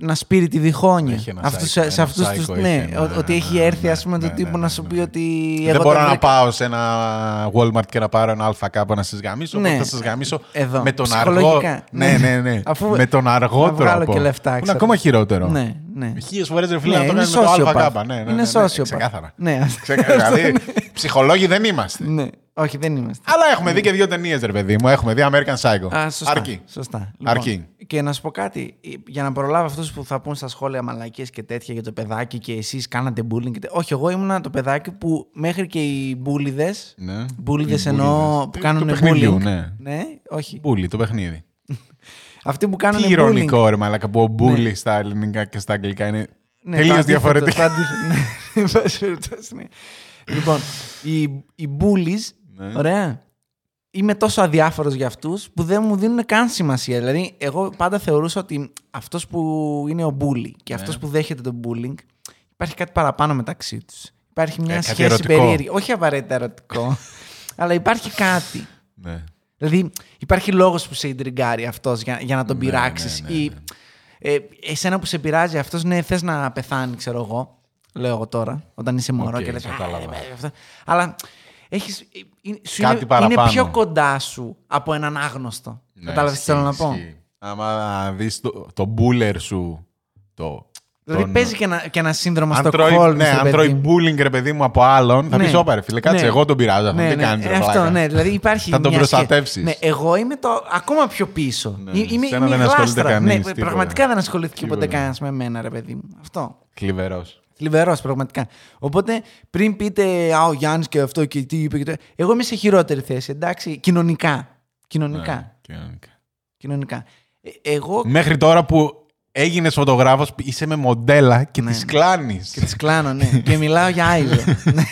[SPEAKER 2] Να σπείρει τη διχόνια.
[SPEAKER 1] Έχει ένα
[SPEAKER 2] Αυτούς-
[SPEAKER 1] psycho,
[SPEAKER 2] σε
[SPEAKER 1] ένα
[SPEAKER 2] αυτούς
[SPEAKER 1] psycho
[SPEAKER 2] τους,
[SPEAKER 1] έχει
[SPEAKER 2] ναι,
[SPEAKER 1] ένα-
[SPEAKER 2] ο- ότι έχει
[SPEAKER 1] ναι,
[SPEAKER 2] έρθει,
[SPEAKER 1] ναι,
[SPEAKER 2] ας πούμε,
[SPEAKER 1] ναι,
[SPEAKER 2] το
[SPEAKER 1] ναι,
[SPEAKER 2] τύπο
[SPEAKER 1] ναι,
[SPEAKER 2] να
[SPEAKER 1] ναι,
[SPEAKER 2] σου
[SPEAKER 1] ναι.
[SPEAKER 2] πει ότι. εγώ
[SPEAKER 1] Δεν μπορώ
[SPEAKER 2] τα
[SPEAKER 1] να
[SPEAKER 2] βρήκα.
[SPEAKER 1] πάω σε ένα Walmart και να πάρω ένα ΑΚ να σας γαμίσω.
[SPEAKER 2] Ναι.
[SPEAKER 1] Ναι. Θα σας γαμίσω
[SPEAKER 2] Εδώ.
[SPEAKER 1] με τον αργό.
[SPEAKER 2] Ψυχολογικά.
[SPEAKER 1] Ναι, ναι, ναι.
[SPEAKER 2] Αφού
[SPEAKER 1] με τον αργό
[SPEAKER 2] θα
[SPEAKER 1] τρόπο.
[SPEAKER 2] βγάλω και λεφτά,
[SPEAKER 1] Που Είναι
[SPEAKER 2] ξέρω.
[SPEAKER 1] ακόμα χειρότερο.
[SPEAKER 2] Ναι, ναι.
[SPEAKER 1] Χίλιες φορές ρε φίλε
[SPEAKER 2] Ναι,
[SPEAKER 1] να το
[SPEAKER 2] είναι
[SPEAKER 1] κάνουμε με το
[SPEAKER 2] sociopath.
[SPEAKER 1] ΑΚ. Ναι, ναι, ναι,
[SPEAKER 2] Είναι
[SPEAKER 1] ναι,
[SPEAKER 2] sociopath.
[SPEAKER 1] Ξεκάθαρα.
[SPEAKER 2] Ναι.
[SPEAKER 1] Ξεκάθαρα. δηλαδή, ψυχολόγοι δεν είμαστε.
[SPEAKER 2] ναι. Όχι, δεν είμαστε.
[SPEAKER 1] Αλλά έχουμε δει και δύο ταινίες, ρε παιδί μου. Έχουμε δει American Psycho.
[SPEAKER 2] Ναι. Α, σωστά.
[SPEAKER 1] Αρκεί.
[SPEAKER 2] Σωστά.
[SPEAKER 1] Αρκεί.
[SPEAKER 2] Και να σου πω κάτι, για να προλάβω αυτούς που θα πούν στα σχόλια μαλακίες και τέτοια για το παιδάκι και εσείς κάνατε bullying. Και τέ... Όχι, εγώ ήμουνα το παιδάκι που μέχρι και οι μπούλιδες.
[SPEAKER 1] Ναι.
[SPEAKER 2] Μπούλιδες
[SPEAKER 1] Οι
[SPEAKER 2] εννοώ
[SPEAKER 1] μπούλιδες.
[SPEAKER 2] που
[SPEAKER 1] Του
[SPEAKER 2] κάνουν
[SPEAKER 1] παιχνιδιού,
[SPEAKER 2] bullying.
[SPEAKER 1] ναι.
[SPEAKER 2] όχι.
[SPEAKER 1] Μπούλι, το παιχνίδι.
[SPEAKER 2] Αυτοί που κάνουν
[SPEAKER 1] Τι
[SPEAKER 2] bullying.
[SPEAKER 1] ηρωνικό ρε μαλάκα που ο μπούλι στα ελληνικά και στα αγγλικά είναι
[SPEAKER 2] Ναι, το
[SPEAKER 1] τελείως
[SPEAKER 2] αντίθετο,
[SPEAKER 1] διαφορετικό.
[SPEAKER 2] το αντίθετο, ναι. Εν πάση περιπτώσει, ναι. Λοιπόν, οι, οι bullies,
[SPEAKER 1] Ναι.
[SPEAKER 2] ωραία, είμαι τόσο αδιάφορος για αυτούς που δεν μου δίνουν καν σημασία. Δηλαδή, εγώ πάντα θεωρούσα ότι αυτός που είναι ο bully και
[SPEAKER 1] Ναι.
[SPEAKER 2] αυτός που δέχεται το bullying, υπάρχει κάτι παραπάνω μεταξύ τους. Υπάρχει μια
[SPEAKER 1] Ε, κάτι
[SPEAKER 2] σχέση
[SPEAKER 1] ερωτικό.
[SPEAKER 2] περίεργη. Όχι απαραίτητα ερωτικό, αλλά υπάρχει κάτι.
[SPEAKER 1] Ναι.
[SPEAKER 2] Δηλαδή, υπάρχει λόγος που σε ιντριγκάρει αυτός για, για να τον
[SPEAKER 1] Ναι,
[SPEAKER 2] πειράξεις.
[SPEAKER 1] ναι, ναι,
[SPEAKER 2] Ή ε, εσένα που σε πειράζει αυτός, ναι, θες να πεθάνει, ξέρω εγώ. Λέω εγώ τώρα, όταν είσαι μωρό
[SPEAKER 1] Οκ,
[SPEAKER 2] και λες, «Α,
[SPEAKER 1] κατάλαβα.
[SPEAKER 2] ε, ε, αυτά». Αλλά έχεις, ε, ε, σου
[SPEAKER 1] Κάτι
[SPEAKER 2] είναι,
[SPEAKER 1] παραπάνω.
[SPEAKER 2] είναι πιο κοντά σου από έναν άγνωστο.
[SPEAKER 1] Ναι,
[SPEAKER 2] Κατάλαβες τι
[SPEAKER 1] ισχύει,
[SPEAKER 2] θέλω να πω.
[SPEAKER 1] ισχύει. Άμα δεις το, το μπούλερ σου. Το,
[SPEAKER 2] Δηλαδή
[SPEAKER 1] τον-
[SPEAKER 2] παίζει και ένα, και ένα σύνδρομο
[SPEAKER 1] αν
[SPEAKER 2] στο
[SPEAKER 1] τρώει,
[SPEAKER 2] κόλπο.
[SPEAKER 1] ναι, αν τρώει bullying ρε παιδί μου από άλλον, θα
[SPEAKER 2] Ναι.
[SPEAKER 1] πεις όπα ρε φίλε, κάτσε
[SPEAKER 2] Ναι.
[SPEAKER 1] εγώ τον πειράζω. αυτόν,
[SPEAKER 2] Ναι,
[SPEAKER 1] τι
[SPEAKER 2] ναι,
[SPEAKER 1] κάνεις,
[SPEAKER 2] ε,
[SPEAKER 1] ρε
[SPEAKER 2] αυτό,
[SPEAKER 1] μαλάκα.
[SPEAKER 2] ναι. Δηλαδή υπάρχει.
[SPEAKER 1] Θα τον
[SPEAKER 2] μια σχέση.
[SPEAKER 1] προστατεύσεις.
[SPEAKER 2] Ναι, εγώ είμαι το ακόμα πιο πίσω.
[SPEAKER 1] Ναι,
[SPEAKER 2] Εί-
[SPEAKER 1] σε
[SPEAKER 2] Είμαι,
[SPEAKER 1] ένα
[SPEAKER 2] είμαι
[SPEAKER 1] δεν ασχολείται
[SPEAKER 2] γλάστρας.
[SPEAKER 1] κανείς,
[SPEAKER 2] Ναι,
[SPEAKER 1] τίποτα.
[SPEAKER 2] πραγματικά δεν ασχολήθηκε
[SPEAKER 1] Τίποτα.
[SPEAKER 2] ποτέ κανένας με μένα, ρε παιδί μου. Αυτό.
[SPEAKER 1] Θλιβερός.
[SPEAKER 2] Θλιβερό, πραγματικά. Οπότε πριν πείτε, Α, ο Γιάννης και αυτό και τι είπε και το. Εγώ είμαι σε χειρότερη θέση, εντάξει. Κοινωνικά. Κοινωνικά.
[SPEAKER 1] Ναι, κοινωνικά.
[SPEAKER 2] κοινωνικά. Ε, εγώ
[SPEAKER 1] Μέχρι τώρα που έγινες φωτογράφος, είσαι με μοντέλα και
[SPEAKER 2] Ναι.
[SPEAKER 1] τις κλάνεις.
[SPEAKER 2] και τις κλάνω, ναι. και μιλάω για Άιζο. Ναι,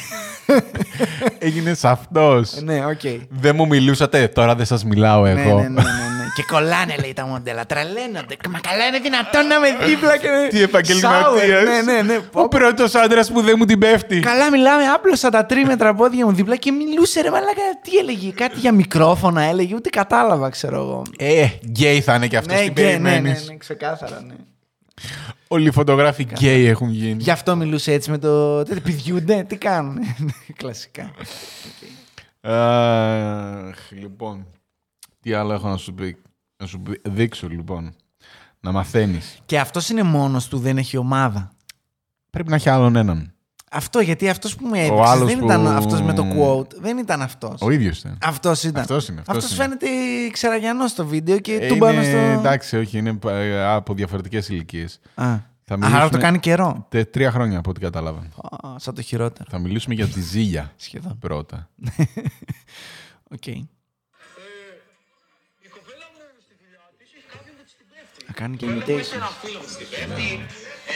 [SPEAKER 1] Έγινε αυτός.
[SPEAKER 2] ναι, οκ.
[SPEAKER 1] Δεν μου μιλούσατε, τώρα δεν σας μιλάω
[SPEAKER 2] Ναι,
[SPEAKER 1] εγώ.
[SPEAKER 2] ναι, ναι, ναι, ναι. Και κολλάνε, λέει τα μοντέλα. Τρελαίνονται. Μα καλά, είναι δυνατόν να με δίπλα και.
[SPEAKER 1] Τι επαγγελματίας.
[SPEAKER 2] Sour, Ναι, ναι, ναι.
[SPEAKER 1] Ο πρώτος άντρας που δεν μου την πέφτει.
[SPEAKER 2] Καλά, μιλάμε. Άπλωσα τα τρίμετρα πόδια μου δίπλα και μιλούσε ρε μαλάκα. Τι έλεγε, κάτι για μικρόφωνα έλεγε, ούτε κατάλαβα, ξέρω εγώ.
[SPEAKER 1] Ε, γκέι θα είναι και αυτός.
[SPEAKER 2] Ναι,
[SPEAKER 1] τι
[SPEAKER 2] και, ναι,
[SPEAKER 1] περιμένεις.
[SPEAKER 2] ναι, ναι, ξεκάθαρα, ναι.
[SPEAKER 1] Όλοι οι φωτογράφοι γκέι έχουν γίνει.
[SPEAKER 2] Γι' αυτό μιλούσε έτσι με το. Τι πηδιούνται, τι κάνουν. Κλασικά.
[SPEAKER 1] Αχ, λοιπόν. Τι άλλο έχω να σου, πει, να σου πει- δείξω, λοιπόν. Να μαθαίνεις.
[SPEAKER 2] Και αυτός είναι μόνος του, δεν έχει ομάδα.
[SPEAKER 1] Πρέπει να έχει άλλον έναν.
[SPEAKER 2] Αυτό γιατί αυτός που με
[SPEAKER 1] Ο
[SPEAKER 2] έδειξε
[SPEAKER 1] άλλος
[SPEAKER 2] δεν
[SPEAKER 1] που-
[SPEAKER 2] ήταν αυτός με το quote. Δεν ήταν αυτός.
[SPEAKER 1] Ο ίδιος ήταν.
[SPEAKER 2] Αυτός ήταν.
[SPEAKER 1] Αυτός είναι, αυτός
[SPEAKER 2] Αυτός
[SPEAKER 1] είναι.
[SPEAKER 2] φαίνεται ξεραγιανό στο βίντεο και του πάνω
[SPEAKER 1] είναι,
[SPEAKER 2] στο.
[SPEAKER 1] Εντάξει, όχι, είναι ε, από διαφορετικές ηλικίες.
[SPEAKER 2] Α.
[SPEAKER 1] Θα
[SPEAKER 2] Άρα
[SPEAKER 1] μιλήσουμε
[SPEAKER 2] το κάνει καιρό.
[SPEAKER 1] τε- τρία χρόνια από ό,τι κατάλαβα.
[SPEAKER 2] Α, σαν το χειρότερο.
[SPEAKER 1] Θα μιλήσουμε για τη ζήλια
[SPEAKER 2] Σχεδόν.
[SPEAKER 1] πρώτα.
[SPEAKER 2] Οκ.
[SPEAKER 3] Η κοπέλα μου στη δουλειά τη έχει κάποιον που τη την πέφτει.
[SPEAKER 2] Θα κάνει και
[SPEAKER 3] Η κοπέλα μου έχει
[SPEAKER 2] imitation.
[SPEAKER 3] ένα φίλο που τη την πέφτει,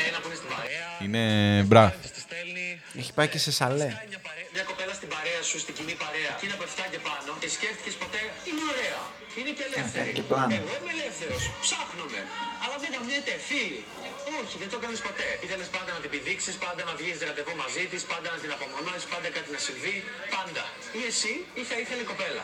[SPEAKER 3] ένα που είναι στην παρέα.
[SPEAKER 1] Είναι μπράβο.
[SPEAKER 3] Τη στέλνει.
[SPEAKER 2] Έχει πάει και σε σαλέ.
[SPEAKER 3] Μια, παρέ- μια κοπέλα στην παρέα σου, στην κοινή παρέα, και είναι από 7 και πάνω, και σκέφτηκες ποτέ είναι ωραία. Είναι και ελεύθερη.
[SPEAKER 2] και πλάνο.
[SPEAKER 3] Εγώ είμαι ελεύθερος. Ψάχνουμε. Αλλά δεν καμιέται, φίλη. Όχι, δεν το κάνεις ποτέ. Ήθελες πάντα να την πηδήξει, πάντα να βγεις ραντεβού μαζί της, πάντα να την απομονώσεις, πάντα κάτι να συμβεί. Πάντα. Ή εσύ ή θα ήθελε η κοπέλα.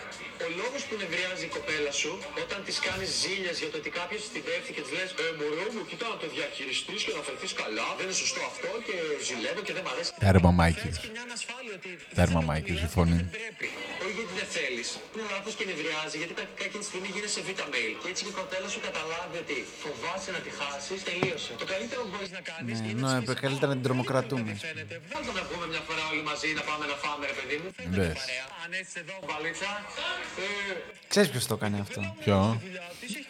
[SPEAKER 3] Ο λόγος που νευριάζει η κοπέλα σου όταν της κάνεις ζήλια για το ότι κάποιος την πέφτει και της λες: Ε, μωρό μου, κοιτά να το διαχειριστείς και να φερθείς καλά. Δεν είναι σωστό αυτό και ζηλεύω και δεν μ' αρέσει.
[SPEAKER 1] Τέρμα Μάικη.
[SPEAKER 3] Έχει μια ανασφάλεια ότι.
[SPEAKER 1] Τέρμα,
[SPEAKER 3] δεν
[SPEAKER 1] Μάικη,
[SPEAKER 3] πρέπει,
[SPEAKER 1] συμφωνεί.
[SPEAKER 3] δεν πρέπει. Όχι γιατί δεν θέλεις. Είναι λάθος και νευριάζει γιατί πρακτικά εκείνη τη στιγμή γίνεσαι β' mail. Και έτσι και η κοπέλα σου καταλάβει ότι φοβάσαι να τη χάσεις, τελείωσε. Το καλύτερο που μπορείς να κάνεις
[SPEAKER 2] Ναι,
[SPEAKER 3] είναι.
[SPEAKER 2] ναι, καλύτερα να την τρομοκρατούμε.
[SPEAKER 3] Φαίνεται, βγάλτε να βγούμε μια φορά όλοι μαζί να πάμε να φάμε, ρε παιδί μου. Φαίνεται
[SPEAKER 1] Δες.
[SPEAKER 3] και παρέα. Αν έτσι εδώ, βαλίτσα. Ε,
[SPEAKER 2] Ξέρεις ποιος το έκανε αυτό.
[SPEAKER 1] Ποιο?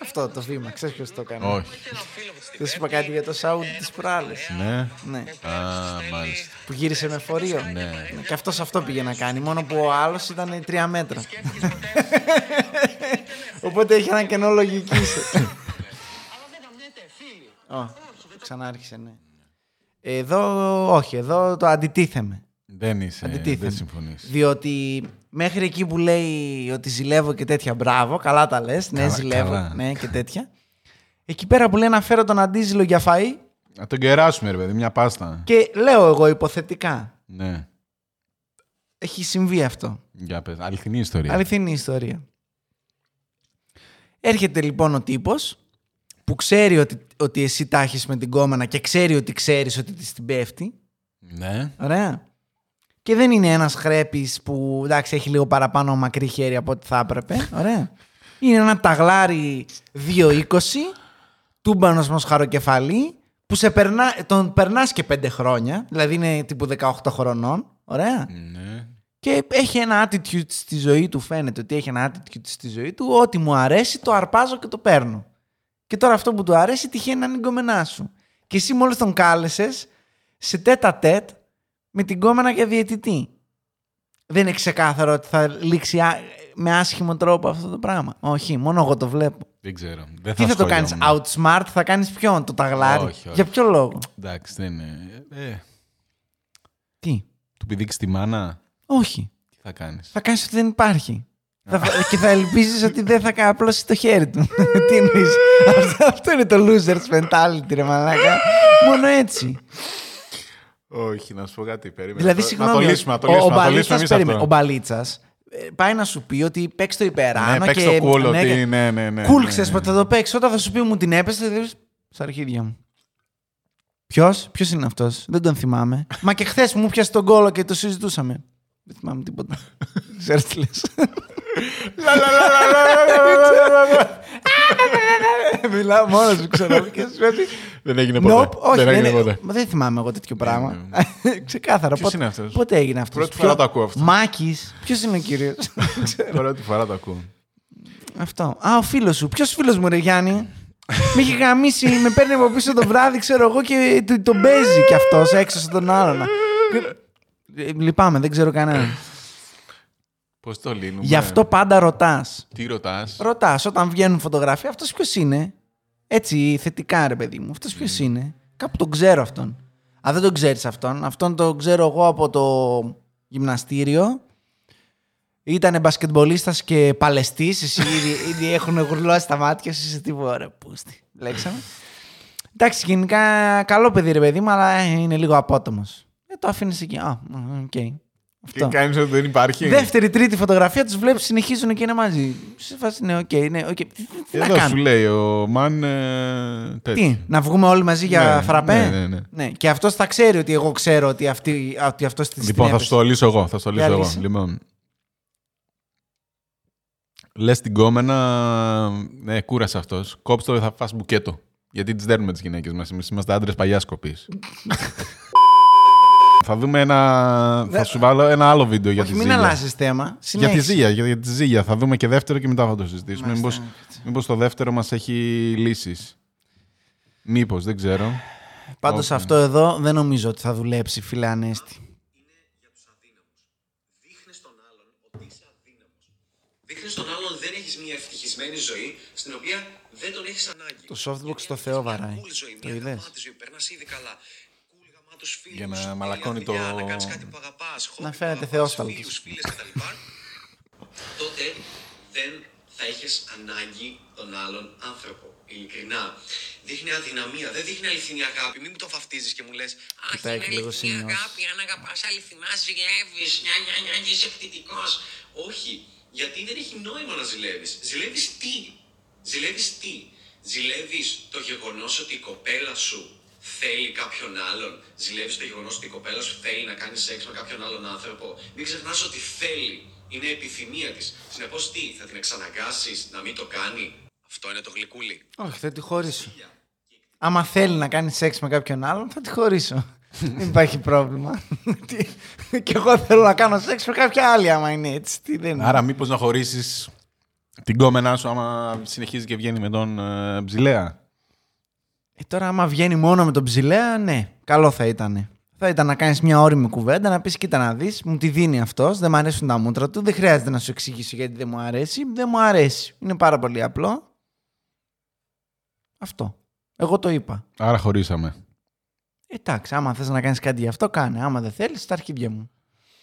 [SPEAKER 2] Αυτό το βήμα, ξέρεις ποιος το έκανε.
[SPEAKER 1] Όχι.
[SPEAKER 3] ένα φίλο που στην
[SPEAKER 2] Δεν σου είπα κάτι για το σάουντ τη προάλλη.
[SPEAKER 1] Ναι.
[SPEAKER 2] Ναι.
[SPEAKER 1] Α, μάλιστα.
[SPEAKER 2] Που γύρισε με φορείο.
[SPEAKER 1] Ναι.
[SPEAKER 2] Και αυτός αυτό πήγε να κάνει. Μόνο που ο άλλος ήταν τρία μέτρα. Οπότε έχει έναν κενό λογικής.
[SPEAKER 3] Αλλά δεν καμιέται, φίλοι.
[SPEAKER 2] Ξανάρχισε, ναι. Εδώ όχι, εδώ το αντιτίθεμαι.
[SPEAKER 1] Ε, Δεν είσαι.
[SPEAKER 2] Αντιτίθεμαι.
[SPEAKER 1] Δεν συμφωνείς.
[SPEAKER 2] Διότι μέχρι εκεί που λέει ότι ζηλεύω και τέτοια, μπράβο, καλά τα λες. Ναι,
[SPEAKER 1] Καλά,
[SPEAKER 2] ζηλεύω.
[SPEAKER 1] καλά.
[SPEAKER 2] Ναι, και τέτοια. Εκεί πέρα που λέει να φέρω τον αντίζηλο για φαΐ
[SPEAKER 1] Να τον κεράσουμε, ρε παιδί, μια πάστα.
[SPEAKER 2] και λέω εγώ υποθετικά.
[SPEAKER 1] Ναι.
[SPEAKER 2] Έχει συμβεί αυτό.
[SPEAKER 1] Για πες. Αληθινή ιστορία.
[SPEAKER 2] Αληθινή ιστορία. Έρχεται λοιπόν ο τύπος που ξέρει ότι, ότι εσύ τα έχεις με την κόμενα και ξέρει ότι ξέρεις ότι της την πέφτει.
[SPEAKER 1] Ναι.
[SPEAKER 2] Ωραία. Και δεν είναι ένας χρέπης που εντάξει έχει λίγο παραπάνω μακρύ χέρι από ό,τι θα έπρεπε. Ωραία. Είναι ένα ταγλάρι 2,20, τούμπανο μοσχαροκεφαλή, που σε περνά, τον περνάς και 5 χρόνια, δηλαδή είναι τύπου 18 χρονών. Ωραία.
[SPEAKER 1] Ναι.
[SPEAKER 2] Και έχει ένα attitude στη ζωή του, φαίνεται ότι έχει ένα attitude στη ζωή του, ότι μου αρέσει το αρπάζω και το παίρνω. Και τώρα αυτό που του αρέσει τυχαίνει να είναι η γκόμενά σου. Και εσύ μόλις τον κάλεσες σε τέτα τέτ με την γκόμενα και διαιτητή. Δεν είναι ξεκάθαρο ότι θα λήξει α- με άσχημο τρόπο αυτό το πράγμα. Όχι, μόνο εγώ το βλέπω.
[SPEAKER 1] Δεν ξέρω. Δεν
[SPEAKER 2] Τι θα το κάνεις,
[SPEAKER 1] σχολιάμουν.
[SPEAKER 2] outsmart, θα κάνεις ποιον, το ταγλάρι.
[SPEAKER 1] Όχι, όχι.
[SPEAKER 2] Για ποιο λόγο.
[SPEAKER 1] Εντάξει, δεν είναι. Ε,
[SPEAKER 2] Τι.
[SPEAKER 1] του πηδήξει τη μάνα,
[SPEAKER 2] Όχι.
[SPEAKER 1] τι θα κάνεις.
[SPEAKER 2] Θα κάνεις ότι δεν υπάρχει. Θα- και θα ελπίζεις ότι δεν θα απλώσει το χέρι του. Τι εννοείς. αυτό, αυτό είναι το losers mentality, ρε μαλάκα. Μόνο έτσι.
[SPEAKER 1] Όχι, να σου πω κάτι. Περίμενε.
[SPEAKER 2] δηλαδή,
[SPEAKER 1] Το-
[SPEAKER 2] συγγνώμη.
[SPEAKER 1] Να το λύσουμε, να το
[SPEAKER 2] ο-
[SPEAKER 1] λύσουμε. να
[SPEAKER 2] ο
[SPEAKER 1] το
[SPEAKER 2] Μπαλίτσας,
[SPEAKER 1] λύσουμε εμείς
[SPEAKER 2] περίμενε,
[SPEAKER 1] αυτό.
[SPEAKER 2] ο Μπαλίτσας, ε, πάει να σου πει ότι παίξει το υπεράνω.
[SPEAKER 1] Ναι, παίξε
[SPEAKER 2] και,
[SPEAKER 1] το cool
[SPEAKER 2] ναι,
[SPEAKER 1] ότι.
[SPEAKER 2] και-
[SPEAKER 1] Ναι, ναι, ναι.
[SPEAKER 2] Cool,
[SPEAKER 1] ναι,
[SPEAKER 2] ξέρεις
[SPEAKER 1] ναι.
[SPEAKER 2] πότε θα το παίξει. Όταν θα σου πει μου την έπεσε, θα δεις στα αρχίδια μου. Ποιος, ποιος είναι αυτός, δεν τον θυμάμαι. Μα και χθες μου πιασε τον κόλο και το συζητούσαμε. Δεν θυμάμαι τίποτα. Ξέρεις τι λες.
[SPEAKER 1] Λα, λα, λα, λα, λα, λα, λα, λα, λα.
[SPEAKER 2] Μιλάω μόνος μου, ξέρω. Και σου λέει,
[SPEAKER 1] Δεν έγινε
[SPEAKER 2] Nope,
[SPEAKER 1] ποτέ.
[SPEAKER 2] όχι,
[SPEAKER 1] Δεν έγινε
[SPEAKER 2] είναι-
[SPEAKER 1] ποτέ.
[SPEAKER 2] Μα δεν θυμάμαι εγώ τέτοιο
[SPEAKER 1] Ναι,
[SPEAKER 2] πράγμα.
[SPEAKER 1] ναι,
[SPEAKER 2] Ξεκάθαρα.
[SPEAKER 1] Ποιος
[SPEAKER 2] πότε-
[SPEAKER 1] είναι αυτός?
[SPEAKER 2] Πότε έγινε αυτός.
[SPEAKER 1] Πρώτη φορά το ακούω αυτό.
[SPEAKER 2] Μάκης. Ποιος είναι ο κύριος.
[SPEAKER 1] Πρώτη φορά το ακούω.
[SPEAKER 2] αυτό. Α, ο φίλος σου. Ποιος φίλος μου, ρε Γιάννη. με έχει γαμίσει, με παίρνει από πίσω το βράδυ, ξέρω εγώ, και το- τον παίζει κι αυτός έξω στον άλλον. Ε, Λυπάμαι, δεν ξέρω κανέναν.
[SPEAKER 1] Ε, Πώ το λύνουμε.
[SPEAKER 2] Γι' αυτό πάντα ρωτάς.
[SPEAKER 1] Τι ρωτάς.
[SPEAKER 2] Ρωτάς όταν βγαίνουν φωτογραφία, αυτός ποιος είναι. Έτσι, θετικά ρε παιδί μου. Αυτός ποιος είναι. Κάπου τον ξέρω αυτόν. Αν δεν τον ξέρεις αυτόν, αυτόν τον ξέρω εγώ από το γυμναστήριο. Ήταν μπασκετμπολίστας και παλαιστής. Εσύ ήδη, ήδη έχουν γουρλώσει τα μάτια σου. Είσαι τίποτα ρε πούστη. Λέξαμε. Εντάξει, γενικά καλό παιδί ρε παιδί μου, αλλά ε, είναι λίγο απότομος. Ε, το αφήνει εκεί. Α, μ, οκ.
[SPEAKER 1] Και κάνεις ότι δεν υπάρχει.
[SPEAKER 2] Δεύτερη, τρίτη φωτογραφία του βλέπεις, συνεχίζουν και είναι μαζί. Σε φάση ναι, οκ, ναι, οκ. Τι, τι να
[SPEAKER 1] Εδώ σου
[SPEAKER 2] κάνουμε.
[SPEAKER 1] λέει ο Μαν. ε, τέτοιο.
[SPEAKER 2] Τι, να βγούμε όλοι μαζί για
[SPEAKER 1] Ναι,
[SPEAKER 2] φραπέ.
[SPEAKER 1] ναι, ναι, ναι.
[SPEAKER 2] Και αυτός θα ξέρει ότι εγώ ξέρω ότι, αυτή, ότι αυτός τη
[SPEAKER 1] Λοιπόν, θα σου το λύσω εγώ. Θα σου το
[SPEAKER 2] Για
[SPEAKER 1] λύσω εγώ.
[SPEAKER 2] λύσε.
[SPEAKER 1] Λοιπόν. Λες την κόμενα. Ναι, κούρασε αυτός. Κόψτε το, θα φας μπουκέτο. Γιατί τις δέρνουμε τις γυναίκες μας. Εμείς είμαστε άντρες παλιά κοπή. θα δούμε ένα. θα σου βάλω ένα άλλο βίντεο για
[SPEAKER 2] Όχι,
[SPEAKER 1] τη
[SPEAKER 2] μην
[SPEAKER 1] ζήλια.
[SPEAKER 2] αλλάζεις θέμα.
[SPEAKER 1] ναι. Για τη
[SPEAKER 2] Συνέχισε.
[SPEAKER 1] ζήλια, για, για τη ζήλια. Θα δούμε και δεύτερο και μετά θα το συζητήσουμε.
[SPEAKER 2] Μάλιστα,
[SPEAKER 1] Μήπως,
[SPEAKER 2] εντάξει.
[SPEAKER 1] μήπως το δεύτερο μας έχει λύσεις. Μήπως, δεν ξέρω.
[SPEAKER 2] Πάντως
[SPEAKER 1] Όχι. ναι.
[SPEAKER 2] αυτό εδώ δεν νομίζω ότι θα δουλέψει, φίλε Ανέστη.
[SPEAKER 3] Δείχνει στον άλλον ότι είσαι αδύναμος. Δείχνεις στον άλλον ότι δεν έχεις μια ευτυχισμένη ζωή στην οποία δεν τον έχεις ανάγκη.
[SPEAKER 2] Το softbox
[SPEAKER 3] Γιατί
[SPEAKER 2] το
[SPEAKER 3] έχεις
[SPEAKER 2] Θεό
[SPEAKER 3] μια
[SPEAKER 2] βαράει.
[SPEAKER 3] cool ζωή,
[SPEAKER 2] Το
[SPEAKER 3] μια
[SPEAKER 2] είδες?
[SPEAKER 3] γαμάτη ζωή, περνάς ήδη καλά. Cool γαμάτους φίλους,
[SPEAKER 1] Για να
[SPEAKER 3] familia,
[SPEAKER 1] μαλακώνει
[SPEAKER 3] δουλειά,
[SPEAKER 1] το-
[SPEAKER 3] Να κάνεις κάτι που αγαπάς, χόμπι
[SPEAKER 2] Να
[SPEAKER 3] που
[SPEAKER 2] φαίνεται
[SPEAKER 3] αγαπάς,
[SPEAKER 2] θεόσταλτος.
[SPEAKER 3] φίλους, φίλες κτλ. τότε δεν θα έχεις ανάγκη τον άλλον άνθρωπο. Ειλικρινά. Δείχνει αδυναμία, δεν δείχνει αληθινή αγάπη. Μην μου το βαφτίζεις και μου λες «Αχ,
[SPEAKER 2] Κοιτάει
[SPEAKER 3] είναι
[SPEAKER 2] και λίγο
[SPEAKER 3] αληθινή
[SPEAKER 2] σημειώσεις.
[SPEAKER 3] αγάπη, αν αγαπάς αληθινάς ζηλεύεις, νιά νιά νιά και είσαι κτητικός». Όχι, γιατί δεν έχει νόημα να ζηλεύεις. Ζηλεύεις τι, ζηλεύεις τι. Ζηλεύεις το γεγονός ότι η κοπέλα σου θέλει κάποιον άλλον. Ζηλεύεις το γεγονός ότι η κοπέλα σου θέλει να κάνει σεξ με κάποιον άλλον άνθρωπο. Μην ξεχνάς ότι θέλει. Είναι επιθυμία της. Συνεπώς τι, θα την εξαναγκάσεις να μην το κάνει. Αυτό είναι το γλυκούλι.
[SPEAKER 2] Όχι, θα τη χωρίσω. Άμα θέλει να κάνει σεξ με κάποιον άλλον, θα τη χωρίσω. Δεν υπάρχει πρόβλημα. Τι- και εγώ θέλω να κάνω σεξ με κάποια άλλη, άμα είναι έτσι. Τι δεν είναι.
[SPEAKER 1] Ναι. Άρα, μήπως να χωρίσεις την κόμενά σου άμα συνεχίζει και βγαίνει με τον ε, Ψηλέα.
[SPEAKER 2] Ε, τώρα, άμα βγαίνει μόνο με τον ψηλέα, ναι, καλό θα ήταν. Θα ήταν να κάνεις μια όρημη κουβέντα, να πεις: Κοίτα να δεις, μου τη δίνει αυτός, δεν μου αρέσουν τα μούτρα του, δεν χρειάζεται να σου εξηγήσω γιατί δεν μου αρέσει. Δεν μου αρέσει. Είναι πάρα πολύ απλό. Αυτό. Εγώ το είπα.
[SPEAKER 1] Άρα, χωρίσαμε.
[SPEAKER 2] Εντάξει, άμα θες να κάνεις κάτι γι' αυτό, κάνε. Άμα δεν θέλεις, στα αρχίδια μου.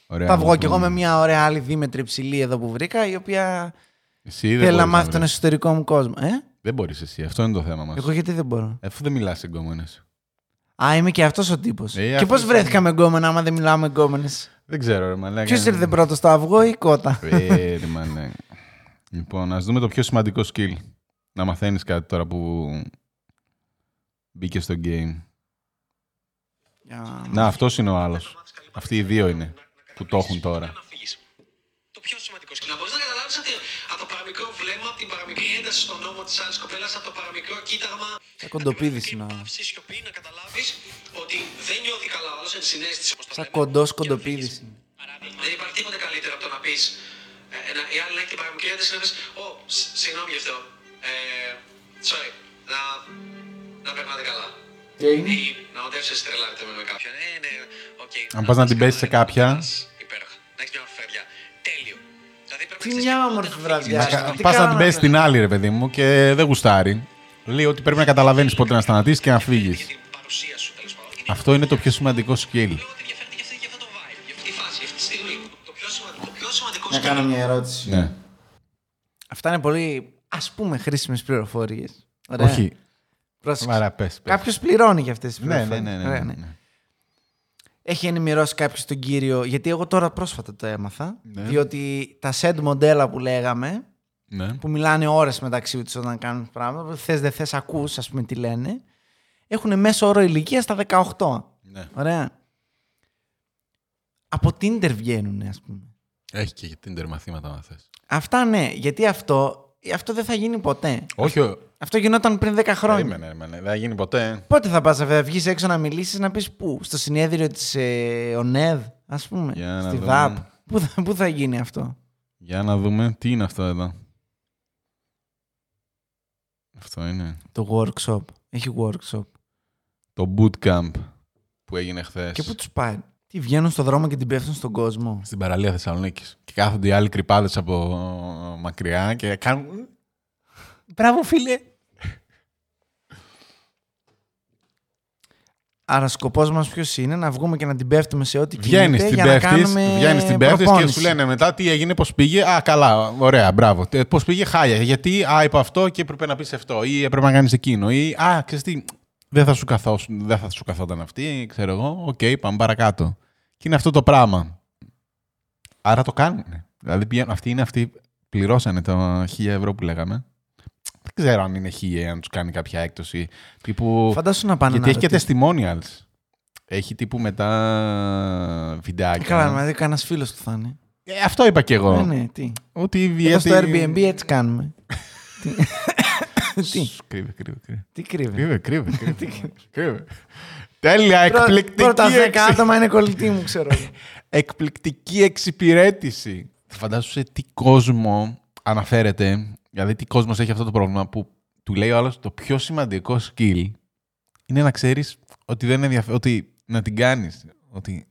[SPEAKER 1] Ωραία,
[SPEAKER 2] θα βγω
[SPEAKER 1] λοιπόν.
[SPEAKER 2] κι εγώ με μια ωραία άλλη δίμετρη ψηλή εδώ που βρήκα, η οποία
[SPEAKER 1] Εσύ δεν
[SPEAKER 2] θέλει να
[SPEAKER 1] μπορείς
[SPEAKER 2] μάθει τον
[SPEAKER 1] βρεις.
[SPEAKER 2] εσωτερικό μου κόσμο. Ε?
[SPEAKER 1] Δεν μπορείς εσύ. Αυτό είναι το θέμα μας.
[SPEAKER 2] Εγώ γιατί δεν μπορώ.
[SPEAKER 1] Αφού δεν μιλάς σε κόμενε.
[SPEAKER 2] Α, είμαι και αυτός ο τύπος.
[SPEAKER 1] Ε,
[SPEAKER 2] και
[SPEAKER 1] αυτός
[SPEAKER 2] πώς
[SPEAKER 1] θα-
[SPEAKER 2] βρέθηκα με γκόμενα, άμα δεν μιλάω με γκόμενες.
[SPEAKER 1] Δεν ξέρω, ρε μαλάκα.
[SPEAKER 2] Ποιος ήρθε πρώτος, το αυγό ή η κότα.
[SPEAKER 1] Ε, ρε μαλάκα. Λοιπόν, ας δούμε το πιο σημαντικό skill. Να μαθαίνεις κάτι τώρα που μπήκε στο game. Να, αυτός είναι ο άλλος. Αυτοί οι δύο είναι που το έχουν τώρα.
[SPEAKER 3] Να φύγεις. Το πιο σημαντικό σκηνή. Να μπορεί να καταλάβει ότι από το παραμικρό βλέμμα, από την παραμικρή ένταση στον νόμο της άλλης κοπέλας, από το παραμικρό κοίταγμα.
[SPEAKER 2] Σαν κοντοπίδης
[SPEAKER 3] από την
[SPEAKER 2] είναι ο
[SPEAKER 3] παραμικρή
[SPEAKER 2] άλλος.
[SPEAKER 3] Παύση, σιωπή, να καταλάβεις ότι δεν νιώθει καλά ο άλλος εν συνέστηση. όπως το
[SPEAKER 2] Σαν
[SPEAKER 3] λέμε.
[SPEAKER 2] κοντός κοντοπίδη.
[SPEAKER 3] Δεν υπάρχει τίποτα καλύτερο από το να πεις. Ε, ένα- η άλλη να έχει την παραμικρή ένταση να πεις: Ω, σ- συγγνώμη γι' αυτό. Ε, sorry. να, να περνάτε καλά.
[SPEAKER 2] Και είναι.
[SPEAKER 3] Ή να οδεύσετε τρελάρετε με, με κάποιον. Ε, ναι, οκ.
[SPEAKER 1] Αν πας να την πέσεις σε κάποια.
[SPEAKER 3] Υπέροχα. Να έχεις μια όμορφη βραδιά. Τέλειο. Δηλαδή πρέπει
[SPEAKER 2] Τι
[SPEAKER 3] να ξέρεις
[SPEAKER 2] μια
[SPEAKER 3] και
[SPEAKER 2] όμορφη
[SPEAKER 3] πότε να
[SPEAKER 2] βραδιά.
[SPEAKER 3] φύγεις.
[SPEAKER 2] Τι
[SPEAKER 1] Πας να την
[SPEAKER 2] κάναμε.
[SPEAKER 1] πέσεις την άλλη, ρε παιδί μου, και δεν γουστάρει. Λέει ότι πρέπει να καταλαβαίνεις πότε να σταματήσεις και να φύγει.
[SPEAKER 3] Για την παρουσία σου, τέλος πάντων. Είναι
[SPEAKER 1] Αυτό είναι το πιο σημαντικό skill.
[SPEAKER 3] Λέω ότι ενδιαφέρεται και αυτή και αυτό το vibe. Για αυτή τη φάση, για αυτή τη στιγμή. Το πιο σημαντικό, το πιο σημαντικό
[SPEAKER 2] Να κάνω μια ερώτηση.
[SPEAKER 1] Ναι.
[SPEAKER 2] Αυτά είναι πολύ ας πούμε χρήσιμες πληροφορίες. Ωραία.
[SPEAKER 1] Όχι.
[SPEAKER 2] Πρόσεξε.
[SPEAKER 1] Άρα πες, πες.
[SPEAKER 2] Κάποιος πληρώνει για αυτές
[SPEAKER 1] Ναι,
[SPEAKER 2] τις πληροφορίες.
[SPEAKER 1] ναι, ναι, ναι,
[SPEAKER 2] Ωραία,
[SPEAKER 1] ναι,
[SPEAKER 2] ναι.
[SPEAKER 1] ναι.
[SPEAKER 2] Έχει ενημερώσει κάποιος τον κύριο, γιατί εγώ τώρα πρόσφατα το έμαθα.
[SPEAKER 1] Ναι.
[SPEAKER 2] Διότι τα σετ μοντέλα που λέγαμε,
[SPEAKER 1] Ναι.
[SPEAKER 2] που μιλάνε ώρες μεταξύ τους όταν κάνουν πράγματα, θες δεν θες, ακούς, ας πούμε τι λένε, έχουν μέσο όρο ηλικία στα 18.
[SPEAKER 1] Ναι.
[SPEAKER 2] Ωραία. Από Tinder βγαίνουν, ας πούμε.
[SPEAKER 1] Έχει και για Tinder μαθήματα, αν θες.
[SPEAKER 2] Αυτά ναι, γιατί αυτό, αυτό δεν θα γίνει ποτέ.
[SPEAKER 1] Όχι, ο-
[SPEAKER 2] Αυτό γινόταν πριν 10 χρόνια.
[SPEAKER 1] περίμενε, περίμενε. δεν θα γίνει ποτέ.
[SPEAKER 2] Πότε θα πας, θα βγεις έξω να μιλήσεις, να πεις πού, στο συνέδριο της ε, ΟΝΕΔ, ας πούμε,
[SPEAKER 1] Για να
[SPEAKER 2] στη
[SPEAKER 1] δούμε.
[SPEAKER 2] ΔΑΠ. Πού θα, πού θα γίνει αυτό.
[SPEAKER 1] Για να δούμε, τι είναι αυτό εδώ. Αυτό είναι.
[SPEAKER 2] Το workshop. Έχει workshop.
[SPEAKER 1] Το bootcamp που έγινε χθες.
[SPEAKER 2] Και πού τους πάει. Τι βγαίνουν στον δρόμο και την πέφτουν στον κόσμο.
[SPEAKER 1] Στην παραλία Θεσσαλονίκη. Και κάθονται οι άλλοι κρυπάδες από μακριά και κάνουν. Μπράβο, φίλε.
[SPEAKER 2] Άρα σκοπός μας ποιος είναι να βγούμε και να την πέφτουμε σε ό,τι
[SPEAKER 1] Βγαίνεις
[SPEAKER 2] κινείται
[SPEAKER 1] την
[SPEAKER 2] για να
[SPEAKER 1] πέφτη
[SPEAKER 2] κάνουμε
[SPEAKER 1] και
[SPEAKER 2] προπόνηση.
[SPEAKER 1] σου λένε μετά τι έγινε, πώς πήγε. Α, καλά, ωραία, μπράβο. Πώς πήγε, χάλια. Γιατί, α, είπα αυτό και έπρεπε να πεις αυτό, ή έπρεπε να κάνεις εκείνο, ή α, ξέρεις τι, δεν θα, σου καθόσουν, δεν θα σου καθόταν αυτή, ξέρω εγώ. Οκ, πάμε παρακάτω. Και είναι αυτό το πράγμα. Άρα το κάνουν. Δηλαδή, πηγαίνουν- αυτοί είναι αυτοί, πληρώσανε τα 1000 ευρώ που λέγαμε. Δεν ξέρω αν είναι 1000, αν τους κάνει κάποια έκπτωση. Τύπου...
[SPEAKER 2] Φαντάσου να πάνε
[SPEAKER 1] Γιατί έχει
[SPEAKER 2] να
[SPEAKER 1] και
[SPEAKER 2] ρωτήσουν.
[SPEAKER 1] testimonials. Έχει τύπου μετά βιντεάκια.
[SPEAKER 2] Ε, Καλά, δηλαδή μαζί κανένας φίλος του θα είναι.
[SPEAKER 1] Ε, αυτό είπα και εγώ.
[SPEAKER 2] Ναι, ναι, τι.
[SPEAKER 1] Ότι η
[SPEAKER 2] Εδώ
[SPEAKER 1] Βιέτη...
[SPEAKER 2] στο Airbnb έτσι κάνουμε. τι. τι,
[SPEAKER 1] Σ, Κρύβε, κρύβε, κρύβε.
[SPEAKER 2] τι κρύβει.
[SPEAKER 1] Κρύβε, κρύβε, κρύβε. κρύβε. Τέλεια, εκπληκτική,
[SPEAKER 2] Πρώτα
[SPEAKER 1] εξ-
[SPEAKER 2] 10 άτομα είναι κολλητοί μου, ξέρω. εγώ.
[SPEAKER 1] εκπληκτική εξυπηρέτηση. Φαντάσου σε τι κόσμο αναφέρεται, δηλαδή τι κόσμος έχει αυτό το πρόβλημα που του λέει ο άλλος το πιο σημαντικό skill είναι να ξέρεις ότι δεν ενδιαφε... ότι να την κάνεις. Ότι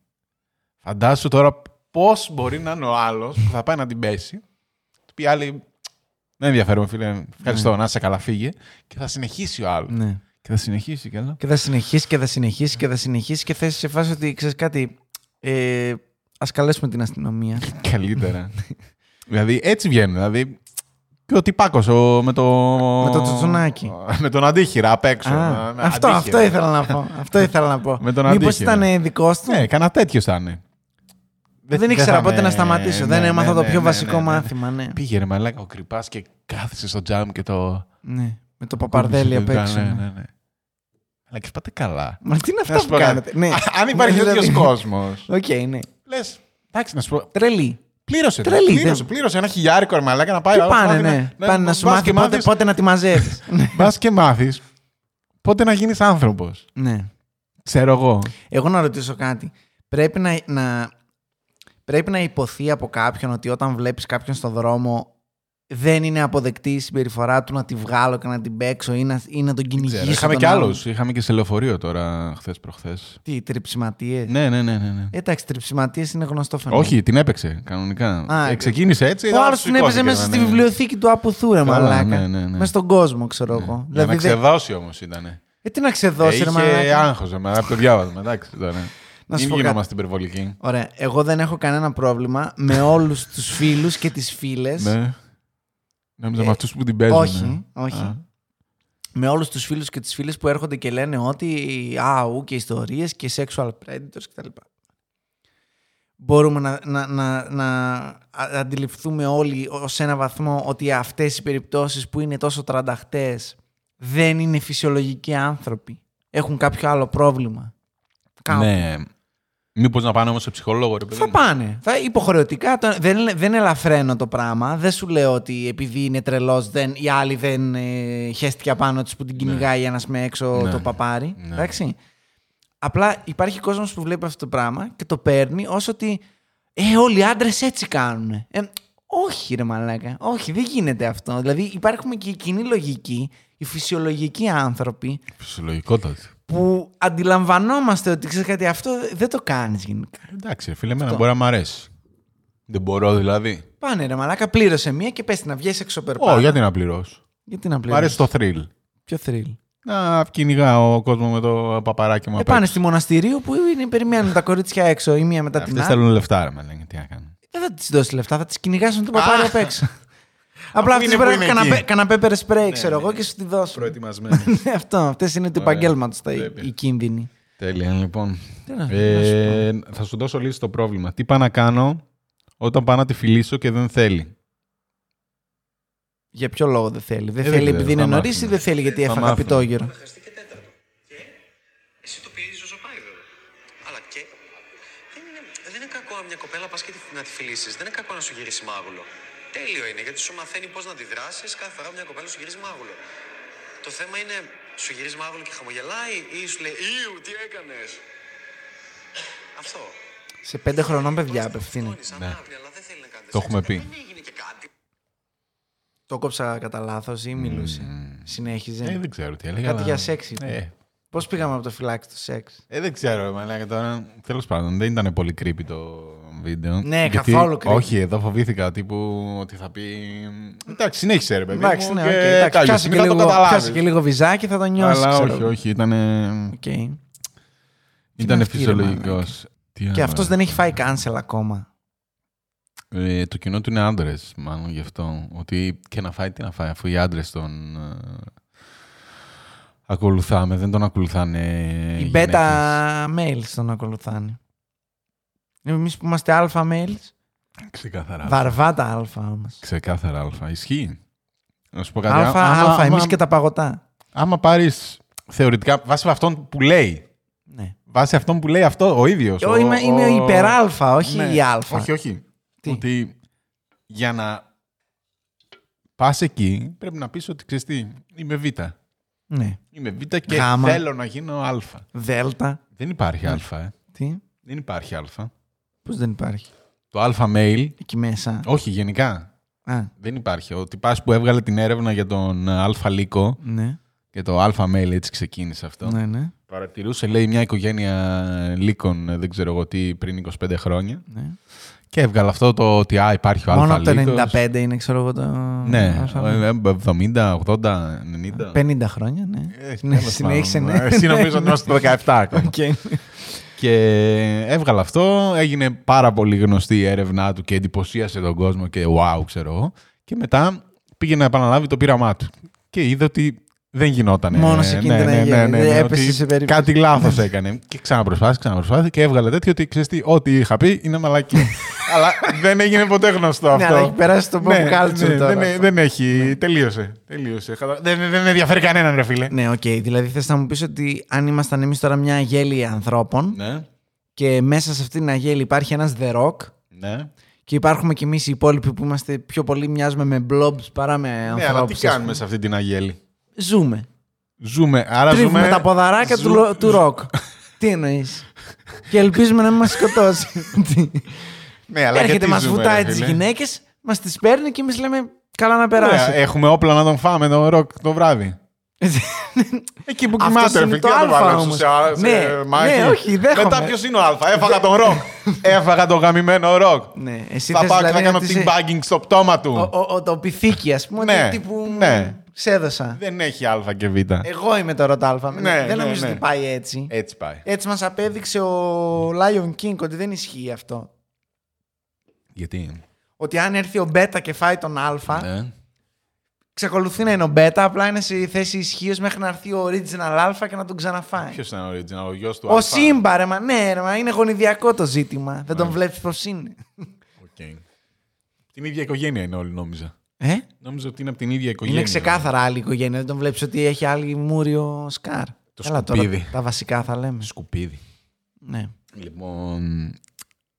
[SPEAKER 1] φαντάσου τώρα πώς μπορεί να είναι ο άλλος που θα πάει να την πέσει. Του πει άλλη, δεν ενδιαφέρομαι φίλε, ευχαριστώ, να είσαι καλά, φύγε. Και θα συνεχίσει ο άλλος.
[SPEAKER 2] ναι.
[SPEAKER 1] Και θα συνεχίσει καλά.
[SPEAKER 2] Και θα συνεχίσει και θα συνεχίσει και θα συνεχίσει και θα είσαι σε φάση ότι ξέρεις κάτι. Ε, Ας καλέσουμε την αστυνομία.
[SPEAKER 1] Καλύτερα. δηλαδή έτσι βγαίνουν. Δηλαδή, και ο Τυπάκος με το.
[SPEAKER 2] Με το Τσουτσουνάκι.
[SPEAKER 1] με τον αντίχειρα απ' έξω.
[SPEAKER 2] Α,
[SPEAKER 1] Με- με
[SPEAKER 2] αυτό,
[SPEAKER 1] αντίχειρα.
[SPEAKER 2] αυτό ήθελα να πω. Αυτό ήθελα να πω.
[SPEAKER 1] Με τον
[SPEAKER 2] Μήπω
[SPEAKER 1] αντίχειρο.
[SPEAKER 2] ήταν δικό του.
[SPEAKER 1] Ναι, κανένα τέτοιο θα είναι.
[SPEAKER 2] δεν ήξερα πότε να
[SPEAKER 1] ναι,
[SPEAKER 2] σταματήσω. δεν έμαθα το πιο βασικό μάθημα. Ναι.
[SPEAKER 1] Πήγε ρε μαλάκα ο κρυπάς και κάθισε στο τζάμ και το.
[SPEAKER 2] ναι. Με το παπαρδέλι απ'
[SPEAKER 1] κούμπησε.
[SPEAKER 2] έξω.
[SPEAKER 1] Ναι,
[SPEAKER 2] ναι.
[SPEAKER 1] ναι, ναι. Αλλά και πάτε καλά.
[SPEAKER 2] Μα τι είναι
[SPEAKER 1] Να
[SPEAKER 2] αυτά
[SPEAKER 1] σου
[SPEAKER 2] που
[SPEAKER 1] πω κάτι.
[SPEAKER 2] κάνετε. Ναι.
[SPEAKER 1] Α- Αν υπάρχει
[SPEAKER 2] Δηλαδή-
[SPEAKER 1] τέτοιος κόσμος.
[SPEAKER 2] Οκ, ναι.
[SPEAKER 1] Λες. Εντάξει, να σου πω.
[SPEAKER 2] Τρελή.
[SPEAKER 1] Πλήρωσε. το,
[SPEAKER 2] Τρελή,
[SPEAKER 1] Πλήρωσε,
[SPEAKER 2] δεν-
[SPEAKER 1] πλήρωσε ένα χιλιάρικο ρε μαλάκα να πάει.
[SPEAKER 2] Τι
[SPEAKER 1] ο άλλος,
[SPEAKER 2] πάνε,
[SPEAKER 1] μάθει
[SPEAKER 2] ναι. Πάνε να σου
[SPEAKER 1] μπας και
[SPEAKER 2] μάθει πότε,
[SPEAKER 1] μάθεις- Ναι.
[SPEAKER 2] πότε να τη μαζεύεις.
[SPEAKER 1] Μπας και μάθεις πότε να γίνεις άνθρωπος.
[SPEAKER 2] ναι.
[SPEAKER 1] Ξέρω εγώ.
[SPEAKER 2] Εγώ να ρωτήσω κάτι. Πρέπει να, να, πρέπει να υποθεί από κάποιον ότι όταν βλέπεις κάποιον στον δρόμο δεν είναι αποδεκτή η συμπεριφορά του να τη βγάλω και να την παίξω ή να, ή να τον κυνηγήσω.
[SPEAKER 1] Είχαμε
[SPEAKER 2] τον
[SPEAKER 1] κι
[SPEAKER 2] άλλον.
[SPEAKER 1] άλλους. Είχαμε και σε λεωφορείο τώρα, χθες προχθές.
[SPEAKER 2] Τι, τριψηματίες.
[SPEAKER 1] Ναι, ναι, ναι. ναι, ναι.
[SPEAKER 2] Εντάξει, τριψηματίες είναι γνωστό φαινόμενο.
[SPEAKER 1] Όχι, την έπαιξε κανονικά.
[SPEAKER 2] Α,
[SPEAKER 1] Ε, ξεκίνησε έτσι.
[SPEAKER 2] Ο
[SPEAKER 1] ήταν
[SPEAKER 2] άλλο την
[SPEAKER 1] σηκώθηκε
[SPEAKER 2] έπαιζε
[SPEAKER 1] ένα,
[SPEAKER 2] μέσα στη
[SPEAKER 1] ναι.
[SPEAKER 2] βιβλιοθήκη του Απουθού, ρε
[SPEAKER 1] Καλά,
[SPEAKER 2] μαλάκα.
[SPEAKER 1] ναι, ναι, ναι.
[SPEAKER 2] Μέσα στον κόσμο, ξέρω εγώ. Δηλαδή
[SPEAKER 1] Για Ε, να
[SPEAKER 2] δεν-
[SPEAKER 1] ξεδώσει όμω ήταν.
[SPEAKER 2] Ε, τι να ξεδώσει, ρε
[SPEAKER 1] Είχε
[SPEAKER 2] μαλάκα.
[SPEAKER 1] άγχος με από το διάβασμα. Εντάξει τώρα.
[SPEAKER 2] Να σου
[SPEAKER 1] Μην
[SPEAKER 2] πω κάτι.
[SPEAKER 1] γινόμαστε υπερβολικοί.
[SPEAKER 2] Ωραία. Εγώ δεν έχω κανένα πρόβλημα με όλους τους φίλους και τις φίλες.
[SPEAKER 1] Ναι. Νόμιζα με αυτούς που την παίζουν.
[SPEAKER 2] Ε,
[SPEAKER 1] ναι.
[SPEAKER 2] όχι, όχι. με όλους τους φίλους και τις φίλες που έρχονται και λένε ότι α, ου και ιστορίες και sexual predators κτλ. Μπορούμε να, να, να, να α- αντιληφθούμε όλοι ως ένα βαθμό ότι αυτές οι περιπτώσεις που είναι τόσο τρανταχτές δεν είναι φυσιολογικοί άνθρωποι. Έχουν κάποιο άλλο πρόβλημα. Κάπου.
[SPEAKER 1] Ναι. Μήπως να πάνε όμως σε ψυχολόγο, ρε παιδί.
[SPEAKER 2] Θα
[SPEAKER 1] μου.
[SPEAKER 2] πάνε. Θα υποχρεωτικά. το- Δεν, δεν ελαφραίνω το πράγμα. Δεν σου λέω ότι επειδή είναι τρελός, δεν, οι άλλοι δεν ε, χέστηκε απάνω τους που την κυνηγάει ένας με έξω
[SPEAKER 1] Ναι.
[SPEAKER 2] το παπάρι.
[SPEAKER 1] Ναι.
[SPEAKER 2] Εντάξει. Απλά υπάρχει κόσμος που βλέπει αυτό το πράγμα και το παίρνει ως ότι. Ε, όλοι οι άντρες έτσι κάνουν. Ε, Όχι, ρε Μαλάκα. Όχι, δεν γίνεται αυτό. Δηλαδή, υπάρχουν και οι κοινοί λογικοί, οι φυσιολογικοί άνθρωποι
[SPEAKER 1] Φυσιολογικότατα.
[SPEAKER 2] που αντιλαμβανόμαστε ότι ξέρεις κάτι, αυτό δεν το κάνεις γενικά.
[SPEAKER 1] Εντάξει, ρε φίλε, εμένα μπορεί να μ' αρέσει. Δεν μπορώ δηλαδή.
[SPEAKER 2] Πάνε ρε Μαλάκα, πλήρωσε μία και πες να βγεις έξω περπάτα.
[SPEAKER 1] Ω, γιατί να πληρώσω.
[SPEAKER 2] Γιατί να
[SPEAKER 1] Μ'
[SPEAKER 2] πλήρωσε.
[SPEAKER 1] αρέσει το thrill.
[SPEAKER 2] Πιο θρύλ.
[SPEAKER 1] Να κυνηγάω ο κόσμος με το παπαράκι μου.
[SPEAKER 2] Ε, πάνε στη μοναστηρίου που είναι, περιμένουν τα κορίτσια έξω, η μία μετά την
[SPEAKER 1] Αυτές
[SPEAKER 2] άλλη. Ε,
[SPEAKER 1] θέλουν λεφτά, ρε με λένε. Τι να κάνω.
[SPEAKER 2] Δεν θα της δώσεις λεφτά, θα τι κυνηγάσουν το παπάρι απ' έξω. Απλά αυτή
[SPEAKER 1] είναι που είναι εκεί. Ναι,
[SPEAKER 2] πρέπει καναπέ πέρα σπρέι, ξέρω εγώ, και σου τη δώσω. Ναι,
[SPEAKER 1] Προετοιμασμένο.
[SPEAKER 2] Αυτό, αυτές είναι του
[SPEAKER 1] Ωραία.
[SPEAKER 2] επαγγέλματο τα οι-
[SPEAKER 1] Βλέπει.
[SPEAKER 2] οι κίνδυνοι.
[SPEAKER 1] Τέλεια, λοιπόν.
[SPEAKER 2] Τι να-
[SPEAKER 1] Ε, θα σου δώσω λύση στο πρόβλημα. Τι πάω να κάνω όταν πάω να τη φιλήσω και δεν θέλει.
[SPEAKER 2] Για ποιο λόγο δεν θέλει. Δεν
[SPEAKER 1] Ε, δεν
[SPEAKER 2] θέλει
[SPEAKER 1] ξέρω, θα
[SPEAKER 2] επειδή είναι νωρίς ή
[SPEAKER 1] μάθουμε. Ε,
[SPEAKER 2] δεν θέλει γιατί
[SPEAKER 1] Θα
[SPEAKER 2] έφαγα
[SPEAKER 1] μάθουμε.
[SPEAKER 2] πιτόγυρο.
[SPEAKER 3] Να χαστεί και τέταρτο. Και εσύ το πιέζεις όσο πάει βέβαια. Αλλά και δεν είναι, δεν είναι κακό αν μια κοπέλα πας και τη- να τη φιλήσεις. Δεν είναι κακό να σου γυρίσει μάγουλο. Τέλειο είναι γιατί σου μαθαίνει πώς να αντιδράσεις κάθε φορά που μια κοπέλα σου γυρίζει μάγουλο. Το θέμα είναι σου γυρίζει μάγουλο και χαμογελάει ή σου λέει «Ιου, τι έκανες». Αυτό.
[SPEAKER 2] Σε πέντε χρονών παιδιά απευθύνει.
[SPEAKER 3] Φώνεις, ανάβει, αλλά δεν θέλει να κάνετε
[SPEAKER 1] Ναι. Το
[SPEAKER 3] σεξ.
[SPEAKER 1] έχουμε πει.
[SPEAKER 3] Δεν έγινε και κάτι.
[SPEAKER 2] Το κόψα κατά λάθος ή μιλούσε.
[SPEAKER 1] Ε,
[SPEAKER 2] Συνέχιζε.
[SPEAKER 1] δεν ξέρω τι έλεγα.
[SPEAKER 2] Ναι. Κάτι
[SPEAKER 1] αλλά-
[SPEAKER 2] για σεξ είπε.
[SPEAKER 1] Ε,
[SPEAKER 2] Πώς πήγαμε από το φυλάκι στο σεξ.
[SPEAKER 1] Ε, δεν ξέρω, μαλάκα τώρα. Τέλος πάντων, δεν ήταν πολύ creepy το βίντεο.
[SPEAKER 2] Ναι, καθόλου creepy.
[SPEAKER 1] Όχι, εδώ φοβήθηκα τύπου ότι θα πει. Εντάξει, συνέχισε ρε παιδί. μου,
[SPEAKER 2] Εντάξει, ναι,
[SPEAKER 1] και
[SPEAKER 2] οκ, εντάξει.
[SPEAKER 1] τέλειωσε.
[SPEAKER 2] Πιάσε και,
[SPEAKER 1] Μην θα το
[SPEAKER 2] λίγο,
[SPEAKER 1] καταλάβεις.
[SPEAKER 2] πιάσε και λίγο βυζάκι, θα το νιώσεις.
[SPEAKER 1] Αλλά όχι, Ναι, όχι, ήταν. Ήταν
[SPEAKER 2] αυτή, ρε
[SPEAKER 1] φυσιολογικός.
[SPEAKER 2] Και αυτό
[SPEAKER 1] ναι.
[SPEAKER 2] δεν έχει φάει cancel ακόμα.
[SPEAKER 1] Ε, το κοινό του είναι άντρες, μάλλον γι' αυτό. Ότι και να φάει, τι να φάει, αφού οι άντρες τον. ε, ακολουθάμε, δεν τον ακολουθάνε.
[SPEAKER 2] Οι
[SPEAKER 1] γυναίκες.
[SPEAKER 2] beta males τον ακολουθάνε. Εμείς που είμαστε αλφα males,
[SPEAKER 1] Ξεκάθαρα.
[SPEAKER 2] βαρβάτα αλφα όμως.
[SPEAKER 1] Ξεκάθαρα αλφα. Ισχύει. Να σου πω κάτι.
[SPEAKER 2] Αλφα,
[SPEAKER 1] άμα-
[SPEAKER 2] αλφα, εμεί
[SPEAKER 1] άμα-
[SPEAKER 2] και τα παγωτά.
[SPEAKER 1] άμα πάρεις θεωρητικά βάσει με αυτόν που λέει.
[SPEAKER 2] Ναι.
[SPEAKER 1] Βάσει αυτόν που λέει αυτό ο ίδιος.
[SPEAKER 2] Ο, είμαι, είμαι ο υπεράλφα, όχι η αλφα.
[SPEAKER 1] Ναι. Όχι, όχι.
[SPEAKER 2] Τι?
[SPEAKER 1] Ότι για να πας εκεί πρέπει να πεις ότι ξέρεις τι, είμαι β.
[SPEAKER 2] Ναι.
[SPEAKER 1] Είμαι β και
[SPEAKER 2] Γάμα. Ναι.
[SPEAKER 1] θέλω να γίνω α.
[SPEAKER 2] Δέλτα.
[SPEAKER 1] Δεν υπάρχει α. Ε.
[SPEAKER 2] Τι.
[SPEAKER 1] Δεν υπάρχει α.
[SPEAKER 2] Πώς δεν υπάρχει.
[SPEAKER 1] Το α mail.
[SPEAKER 2] Εκεί μέσα.
[SPEAKER 1] Όχι, γενικά.
[SPEAKER 2] Α,
[SPEAKER 1] Δεν υπάρχει. Ο τυπάς που έβγαλε την έρευνα για τον α λύκο
[SPEAKER 2] ναι.
[SPEAKER 1] και το α mail έτσι ξεκίνησε αυτό.
[SPEAKER 2] Ναι, ναι.
[SPEAKER 1] Παρατηρούσε, λέει, μια οικογένεια λύκων, ε, δεν ξέρω εγώ τι, πριν 25 χρόνια.
[SPEAKER 2] ναι.
[SPEAKER 1] Και έβγαλε αυτό το ότι α, υπάρχει ο
[SPEAKER 2] Μόνο από το
[SPEAKER 1] αλφαλίκος.
[SPEAKER 2] 95 είναι, ξέρω εγώ το.
[SPEAKER 1] Ναι,
[SPEAKER 2] αλφα.
[SPEAKER 1] ε, 70, 80, 90.
[SPEAKER 2] 50 χρόνια, ναι.
[SPEAKER 1] Ε,
[SPEAKER 2] ναι,
[SPEAKER 1] τέλος
[SPEAKER 2] συνέχισε,
[SPEAKER 1] πάντων.
[SPEAKER 2] ναι.
[SPEAKER 1] Ε, Εσύ νομίζω ότι είμαστε το 17 ακόμα.
[SPEAKER 2] Οκ.
[SPEAKER 1] και έβγαλε αυτό, έγινε πάρα πολύ γνωστή η έρευνά του και εντυπωσίασε τον κόσμο και wow, ξέρω εγώ. Και μετά πήγε να επαναλάβει το πείραμά του. Και είδε ότι δεν γινόταν.
[SPEAKER 2] Μόνο σε κίνδυνα
[SPEAKER 1] ναι, ναι, ναι,
[SPEAKER 2] γίνεται.
[SPEAKER 1] ναι, ναι,
[SPEAKER 2] Έπεσε
[SPEAKER 1] ότι
[SPEAKER 2] σε περίπτωση. Ναι.
[SPEAKER 1] Κάτι λάθος έκανε. Και ξαναπροσπάθησε, ξαναπροσπάθησε και έβγαλε τέτοιο ότι ξέρεις τι, ό,τι είχα πει είναι μαλακή. αλλά δεν έγινε ποτέ γνωστό
[SPEAKER 2] Ναι,
[SPEAKER 1] αυτό.
[SPEAKER 2] αλλά έχει περάσει το pop
[SPEAKER 1] Ναι,
[SPEAKER 2] culture τώρα.
[SPEAKER 1] Δεν, δεν έχει. Τελείωσε. τελείωσε. Κατα- Δεν, δεν, δεν ενδιαφέρει κανέναν, ρε φίλε.
[SPEAKER 2] Ναι, οκ. Δηλαδή θες να μου πεις ότι αν ήμασταν εμείς τώρα μια γέλη ανθρώπων
[SPEAKER 1] Ναι.
[SPEAKER 2] και μέσα σε αυτή την αγέλη υπάρχει ένας The Rock
[SPEAKER 1] Ναι.
[SPEAKER 2] και υπάρχουμε κι εμείς οι υπόλοιποι που είμαστε πιο πολύ μοιάζουμε με blobs παρά με ανθρώπου.
[SPEAKER 1] Ναι, αλλά τι κάνουμε σε αυτή την αγέλη.
[SPEAKER 2] Ζούμε.
[SPEAKER 1] Ζούμε. Άρα
[SPEAKER 2] Τρίβουμε
[SPEAKER 1] ζούμε.
[SPEAKER 2] τα ποδαράκια του, λο- του ροκ. Τι εννοείς. και ελπίζουμε να μην μας σκοτώσει. Τι.
[SPEAKER 1] Ναι, αλλά
[SPEAKER 2] Έρχεται,
[SPEAKER 1] γιατί
[SPEAKER 2] μας
[SPEAKER 1] ζούμε,
[SPEAKER 2] βουτάει
[SPEAKER 1] ρε
[SPEAKER 2] τις
[SPEAKER 1] φίλε?
[SPEAKER 2] γυναίκες, μας τις παίρνει και εμείς λέμε καλά να
[SPEAKER 1] Ωραία, ε,
[SPEAKER 2] περάσει.
[SPEAKER 1] Έχουμε όπλα να τον φάμε τον ροκ το βράδυ. Εκεί που
[SPEAKER 2] Αυτός
[SPEAKER 1] κοιμάται, ρε
[SPEAKER 2] είναι
[SPEAKER 1] φίλε.
[SPEAKER 2] το
[SPEAKER 1] Τι να το
[SPEAKER 2] αλφα
[SPEAKER 1] βάλω
[SPEAKER 2] όμως.
[SPEAKER 1] σε, α- σε
[SPEAKER 2] Ναι,
[SPEAKER 1] μάχη.
[SPEAKER 2] ναι, όχι, δέχομαι.
[SPEAKER 1] Μετά ποιος είναι ο Α. Έφαγα τον ροκ. Έφαγα τον γαμημένο ροκ.
[SPEAKER 2] ναι, εσύ
[SPEAKER 1] Θα
[SPEAKER 2] θες
[SPEAKER 1] πάω και
[SPEAKER 2] δηλαδή
[SPEAKER 1] θα κάνω
[SPEAKER 2] να της-
[SPEAKER 1] team bagging στο πτώμα
[SPEAKER 2] Ο,
[SPEAKER 1] του.
[SPEAKER 2] ο, ο, το πυθίκι, ας πούμε,
[SPEAKER 1] Ναι,
[SPEAKER 2] ναι, τύπου
[SPEAKER 1] ναι.
[SPEAKER 2] σε έδωσα.
[SPEAKER 1] Δεν έχει Α και Β.
[SPEAKER 2] Εγώ είμαι το ρωτάλφα.
[SPEAKER 1] Ναι,
[SPEAKER 2] δεν
[SPEAKER 1] ναι,
[SPEAKER 2] νομίζω
[SPEAKER 1] ναι.
[SPEAKER 2] ότι πάει έτσι.
[SPEAKER 1] Έτσι πάει.
[SPEAKER 2] Έτσι μας απέδειξε ο Lion King ότι δεν ισχύει αυτό.
[SPEAKER 1] Γιατί.
[SPEAKER 2] Ότι αν έρθει ο Μπέτα και φάει τον Α,
[SPEAKER 1] Ναι.
[SPEAKER 2] ξεκολουθεί να είναι ο Μπέτα, απλά είναι σε θέση ισχύως μέχρι να έρθει ο Original Α και να τον ξαναφάει.
[SPEAKER 1] Ποιος ήταν ο original, ο γιος του
[SPEAKER 2] Ο
[SPEAKER 1] Α.
[SPEAKER 2] Σύμπα, ρε μα, ναι, ρε μα, είναι γονιδιακό το ζήτημα. Δεν τον
[SPEAKER 1] Ναι.
[SPEAKER 2] βλέπεις πως είναι.
[SPEAKER 1] Οκ. Την ίδια οικογένεια είναι όλοι, νόμιζα.
[SPEAKER 2] Ε?
[SPEAKER 1] Νόμιζα ότι είναι από την ίδια οικογένεια. ναι.
[SPEAKER 2] Είναι ξεκάθαρα άλλη οικογένεια. Δεν τον βλέπεις ότι έχει άλλη μούριο σκάρ.
[SPEAKER 1] Το
[SPEAKER 2] Έλα
[SPEAKER 1] σκουπίδι.
[SPEAKER 2] Τώρα, τα βασικά θα λέμε.
[SPEAKER 1] Σκουπίδι.
[SPEAKER 2] Ναι.
[SPEAKER 1] Λοιπόν.